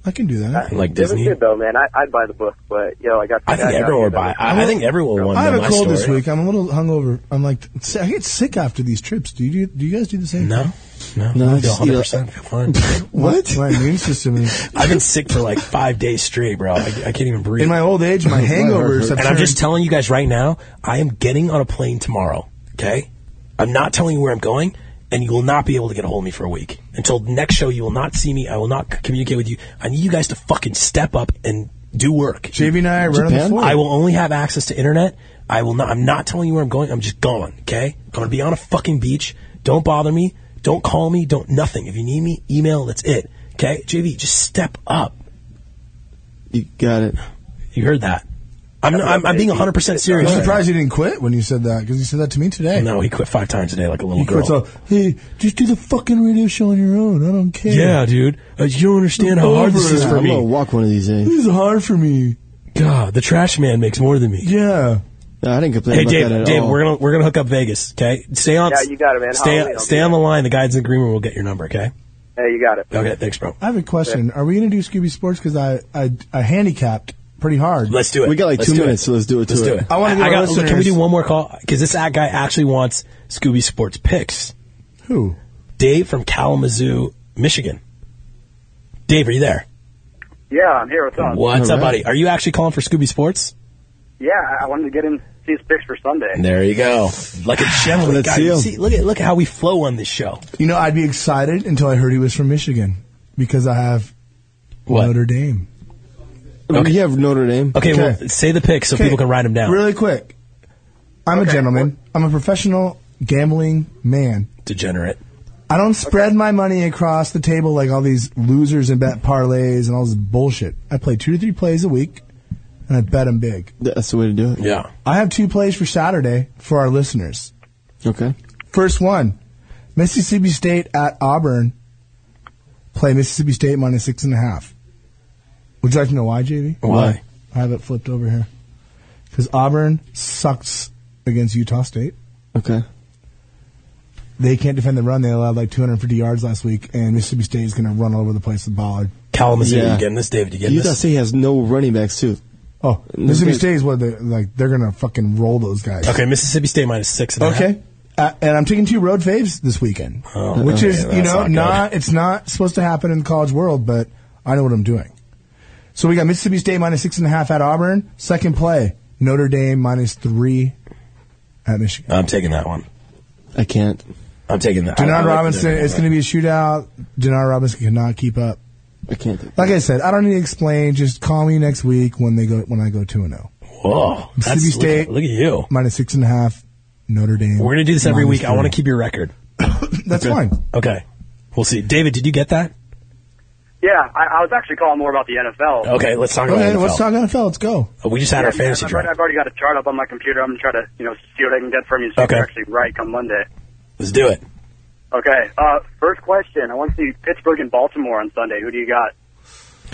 I can do that.
Uh,
it was good though, man. I, I'd buy the book, but you know, I got.
I think
got-
everyone would
got-
buy. I, I think everyone would want
I have
to
a
know my
cold this
story.
week. I'm a little hungover. I'm like, si- I get sick after these trips. Do you do you guys do the same?
No, no,
no. uh,
I feel 100% feel fine.
What? My immune system is.
I've been sick for like five days straight, bro. I, I can't even breathe.
In my old age, my hangovers have
And I'm
turned-
just telling you guys right now, I am getting on a plane tomorrow. Okay, I'm not telling you where I'm going, and you will not be able to get a hold of me for a week until next show. You will not see me. I will not c- communicate with you. I need you guys to fucking step up and do work.
JB and I were on the
Japan?
floor.
I will only have access to internet. I will not. I'm not telling you where I'm going. I'm just gone. Okay. I'm gonna be on a fucking beach. Don't bother me. Don't call me. Don't nothing. If you need me, email. That's it. Okay. JV, just step up.
You got it.
You heard that. I'm I'm, I'm being 100 percent serious.
I'm
right now.
surprised you didn't quit when you said that because you said that to me today.
No, he quit five times a day like a little
He quits
girl.
all, hey, just do the fucking radio show on your own. I don't care.
Yeah, dude. Uh, you don't understand how hard this is
Yeah,
for
I'm
me.
gonna walk one of these days.
This is hard for me.
God, the trash man makes more than me.
Yeah.
I didn't complain
Hey
about
Dave,
that at
Dave,
all.
we're gonna we're gonna hook up Vegas, okay? Stay on.
Yeah, you got it, man. Halloween,
Stay
I'll
stay
be
on the line. The guys in the green room will get your number, okay?
Hey, you got it.
Okay, thanks, bro.
I have a question. Are we going to do Scooby Sports? Because I, I, I handicapped pretty hard.
Let's do it. Let's do it. Let's do it.
I want to give
I
our
got-
listeners.
Can we do one more call? Because this ad guy actually wants Scooby Sports picks.
Who?
Dave from Kalamazoo, Michigan. Dave, are you there?
Yeah, I'm here. What's up?
What's up, buddy? Are you actually calling for Scooby Sports?
Yeah, I- I wanted to get in these picks for Sunday.
There you go. Like a gentleman.
Let's
God,
see him.
Ah, see, look at look at how we flow on this show.
You know, I'd be excited until I heard he was from Michigan because I have Notre Dame.
You have Notre Dame.
Okay, well, say the pick so
Okay.
people can write them down.
Really quick. I'm a gentleman. I'm a professional gambling man.
Degenerate.
I don't spread my money across the table like all these losers and bet parlays and all this bullshit. I play two to three plays a week, and I bet them big.
That's the way to do it.
Yeah.
I have two plays for Saturday for our listeners.
Okay.
First one, Mississippi State at Auburn. Play Mississippi State minus six and a half. Would you like to know why, JV?
Why?
I have it flipped over here. Because Auburn sucks against Utah State.
Okay.
They can't defend the run. They allowed like 250 yards last week, and Mississippi State is going to run all over the place with Ballard.
Kalamazoo, you getting this, David? You getting
Utah
this?
State has no running backs too.
Oh, Mississippi State is what they like. They're going to fucking roll those guys.
Okay, Mississippi State minus six. and a half.
Okay. Uh, and I'm taking two road faves this weekend,
Oh,
which
okay,
is you
that's
know
not
not,
good.
it's not supposed to happen in the college world, but I know what I'm doing. So we got Mississippi State minus six and a half at Auburn. Second play, Notre Dame minus three at Michigan.
I'm taking that one.
I can't.
I'm taking that. I- I
Denard
like
Robinson,
Notre Dame,
it's
but-
going to be a shootout. Denard Robinson cannot keep up.
I can't.
Like I said, I don't need to explain. Just call me next week when they go when I go two and oh. zero.
Whoa,
Mississippi
that's- look at-
State.
Look, at you.
Minus six and a half. Notre Dame.
We're gonna do this every
minus
week. I want to
three.
keep your record.
That's fine.
Okay, we'll see. David, did you get that?
Yeah, I, I was actually calling more about the NFL.
Okay, let's talk
Okay,
about
let's
NFL.
talk NFL. Let's go.
Uh, We just had
Yeah,
our fantasy
I've,
draft.
I've already got a chart up on my computer. I'm gonna try to you know see what I can get from you. So
Okay.
you're actually right come Monday.
Let's do it.
Okay. Uh, first question. I want to see Pittsburgh and Baltimore on Sunday. Who do you got?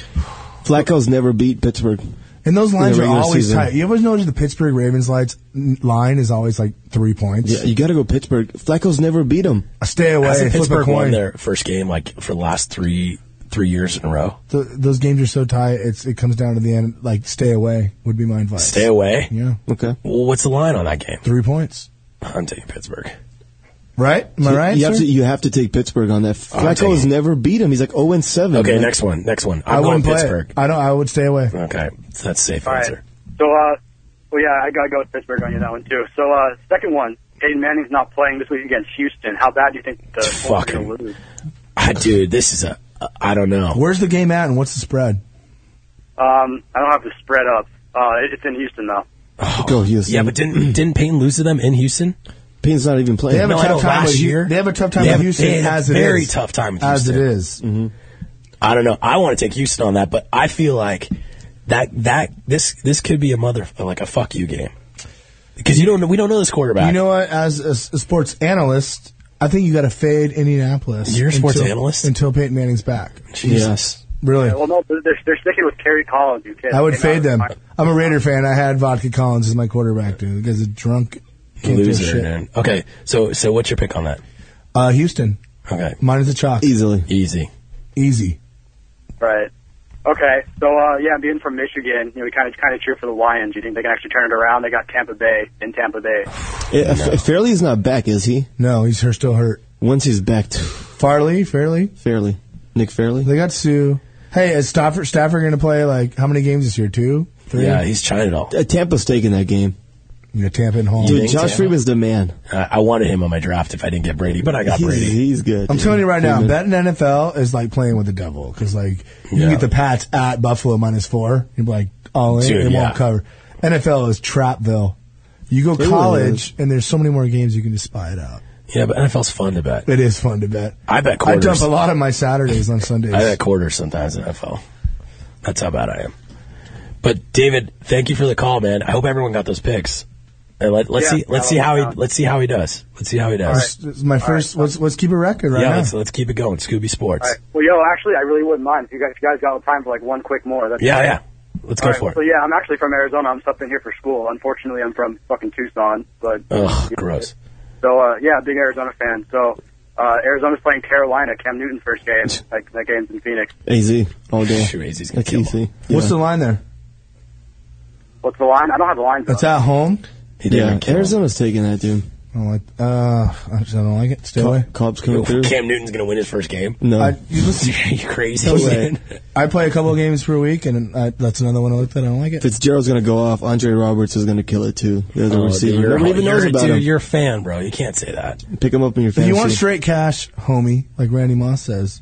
Flacco's never beat Pittsburgh.
And those
in the
lines are
regular
always
season.
tight. You ever notice the Pittsburgh Ravens lights n- line is always like three points?
Yeah, you got to go Pittsburgh. Flacco's never beat him.
Stay away.
Hasn't
flip
Pittsburgh
a coin.
won their first game like for the last three three years in a row?
Th- those games are so tight. It's it comes down to the end. Like stay away would be my advice.
Stay away.
Yeah.
Okay.
Well, what's the line on that game?
Three points.
I'm taking Pittsburgh.
Right? Am I
You-
right?
You have,
sir?
to, you have to take Pittsburgh on that.
I'm taking-
Flacco has never beat him. He's like 0 and 7.
Okay,
man.
next one. Next one. I'm
I wouldn't
going
play.
Pittsburgh.
It. I don't. I would stay away.
Okay, that's a safe
All right.
answer.
So, uh, well, yeah, I gotta go with Pittsburgh on you that one too. So, uh, second one, Peyton Manning's not playing this week against Houston. How bad do you think the Colts are gonna lose?
Ah, dude, this is a. I don't know.
Where's the game at and what's the spread?
Um, I don't have the spread up. Uh, it- it's in Houston though.
Go Houston.
Yeah, but didn't didn't Payne lose to them in Houston?
Payne's not even playing.
They have a
No, I
tough
know,
time
last
with Hu-
year.
They have a tough time
They
with
have-
Houston
they had a
as it is.
very tough time with
as it
Houston.
is. Mm-hmm.
I don't know. I want to take Houston on that, but I feel like that that this this could be a mother like a fuck you game because you don't know, we don't know this quarterback.
You know what? As a, s- a sports analyst, I think you got to fade Indianapolis.
You're a sports
until-
analyst?
until Peyton Manning's back.
Jesus.
Really?
Yeah, well, no, they're, they're sticking with Kerry Collins. You can't.
I would
they're not-
fade them. I'm a Raider fan. I had Vodka Collins as my quarterback, dude. The guy's a drunk can't do
loser,
shit.
man. Okay, so so what's your pick on that?
Uh, Houston.
Okay,
Mine is a chalk.
Easily.
easy.
Easy.
Right. Okay. So uh, yeah, being from Michigan, you know, we kind of kind of cheer for the Lions. You think they can actually turn it around? They got Tampa Bay in Tampa Bay.
Yeah, F- Fairley's not back, is he?
No, he's her still hurt.
Once he's back, t-
Farley, Fairley.
Fairley. Nick Fairley?
They got Sue. Hey, is Stafford, Stafford going to play like how many games this year? Two, three.
Yeah, he's trying it all.
Uh, Tampa's taking that game.
You know, Tampa and home.
Dude,
think
Josh
Tampa?
Freeman's the man.
I, I wanted him on my draft if I didn't get Brady, but I got
he's,
Brady.
he's good.
I'm
dude.
telling you right now,
Freeman.
betting NFL is like playing with the devil because like
Yeah.
you can get the Pats at Buffalo minus four, you're like all in,
Dude,
it
yeah.
won't cover. NFL is trapville. You go
really
college, and there's so many more games you can just buy it out.
Yeah, but NFL's fun to bet.
It is fun to bet.
I bet
I
quarters.
dump a lot of my Saturdays on Sundays.
I bet quarters sometimes in NFL. That's how bad I am. But David, thank you for the call, man. I hope everyone got those picks. And let, let's
Yeah,
see, let's
I
see
like
how he,
that.
let's see how he does. Let's see how he does.
This- this is my first. Let's let's keep a record right
yeah,
now.
let's, let's keep it going. Scooby Sports.
All right. Well, yo, actually, I really wouldn't mind if you guys, you guys got time for like one quick more. That's
Yeah, yeah. Let's go
All right,
for
So
it.
yeah, I'm actually from Arizona. I'm up in here for school. Unfortunately, I'm from fucking Tucson, but
Ugh, gross.
so uh, yeah, big Arizona fan. So uh, Arizona's playing Carolina. Cam Newton's first game. Like that game's in Phoenix.
AZ all day.
Shoot, AZ 's gonna
That's
kill
easy.
What's
yeah.
the line there?
What's the line? I don't have the
Uh,
line.
That's at home.
He didn't
Yeah,
kill him.
Arizona's taking that, dude.
I don't like. Uh, I just don't like it. Stay away.
Cobb's coming through.
Cam Newton's gonna win his first game.
No.
I, you listen,
Are you crazy?
no way.
man?
I play a couple of games per week, and I, that's another one I looked at. I don't like it.
Fitzgerald's going to go off. Andre Roberts is going to kill it, too. The other
Oh,
receiver.
dude, you're-
Nobody even
you're-
knows about
dude,
him.
You're a fan, bro. You can't say that.
Pick him up in your
If
fantasy.
you want straight cash, homie, like Randy Moss says,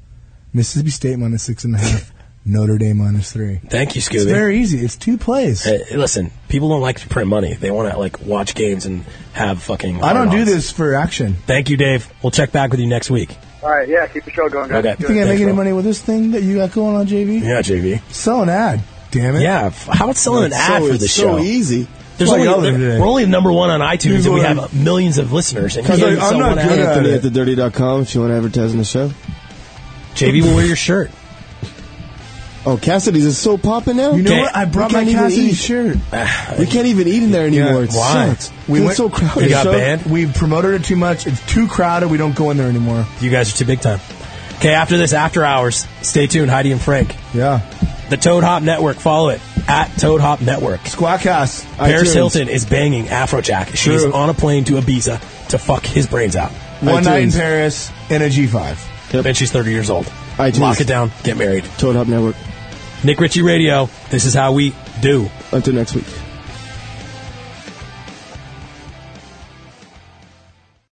Mississippi State minus six and a half, Notre Dame minus three.
Thank you,
It's
Scooby.
very easy. It's two plays.
Hey, listen, people don't like to print money. They want to like watch games and have fucking.
I don't do
hard-ons.
this for action.
Thank you, Dave. We'll check back with you next week.
All right, yeah, keep the show going, guys.
Okay.
You think I
Thanks,
make any
bro.
money with this thing that you got going on, JV?
Yeah, JV.
Sell an ad. Damn it.
Yeah, f- how about selling an
It's
ad
so,
for
it's
the
so
show?
easy.
There's
Like
only
other
there-
day.
we're only number one on iTunes, and we
People
have millions of listeners. And you
Cause
can't
like,
even
I'm
sell
not
one ad.
good at-
Anthony
it.
at the
Mm-hmm.
dirty.com if you want to advertise on the show.
JV will wear your shirt.
Oh, Cassidy's is so popping now.
You know what? I brought
We
my
can't even
Cassidy
eat.
shirt.
We can't even eat in there anymore. It
Why?
sucks. It's so crowded.
We so- We promoted it too much. It's too crowded. We don't go in there anymore.
You guys are too big time. Okay, after this, after hours, stay tuned. Heidi and Frank.
Yeah.
The Toad Hop Network. Follow it at Toad Hop Network.
Squadcast.
Paris
iTunes.
Hilton is banging Afrojack. She's
True.
on a plane to Ibiza to fuck his brains out.
One night in Paris in a G5.
I bet she's 30 years old.
iTunes.
Lock it down. Get married.
Toad Hop Network.
Nick Ritchie Radio. This is how we do.
Until next week.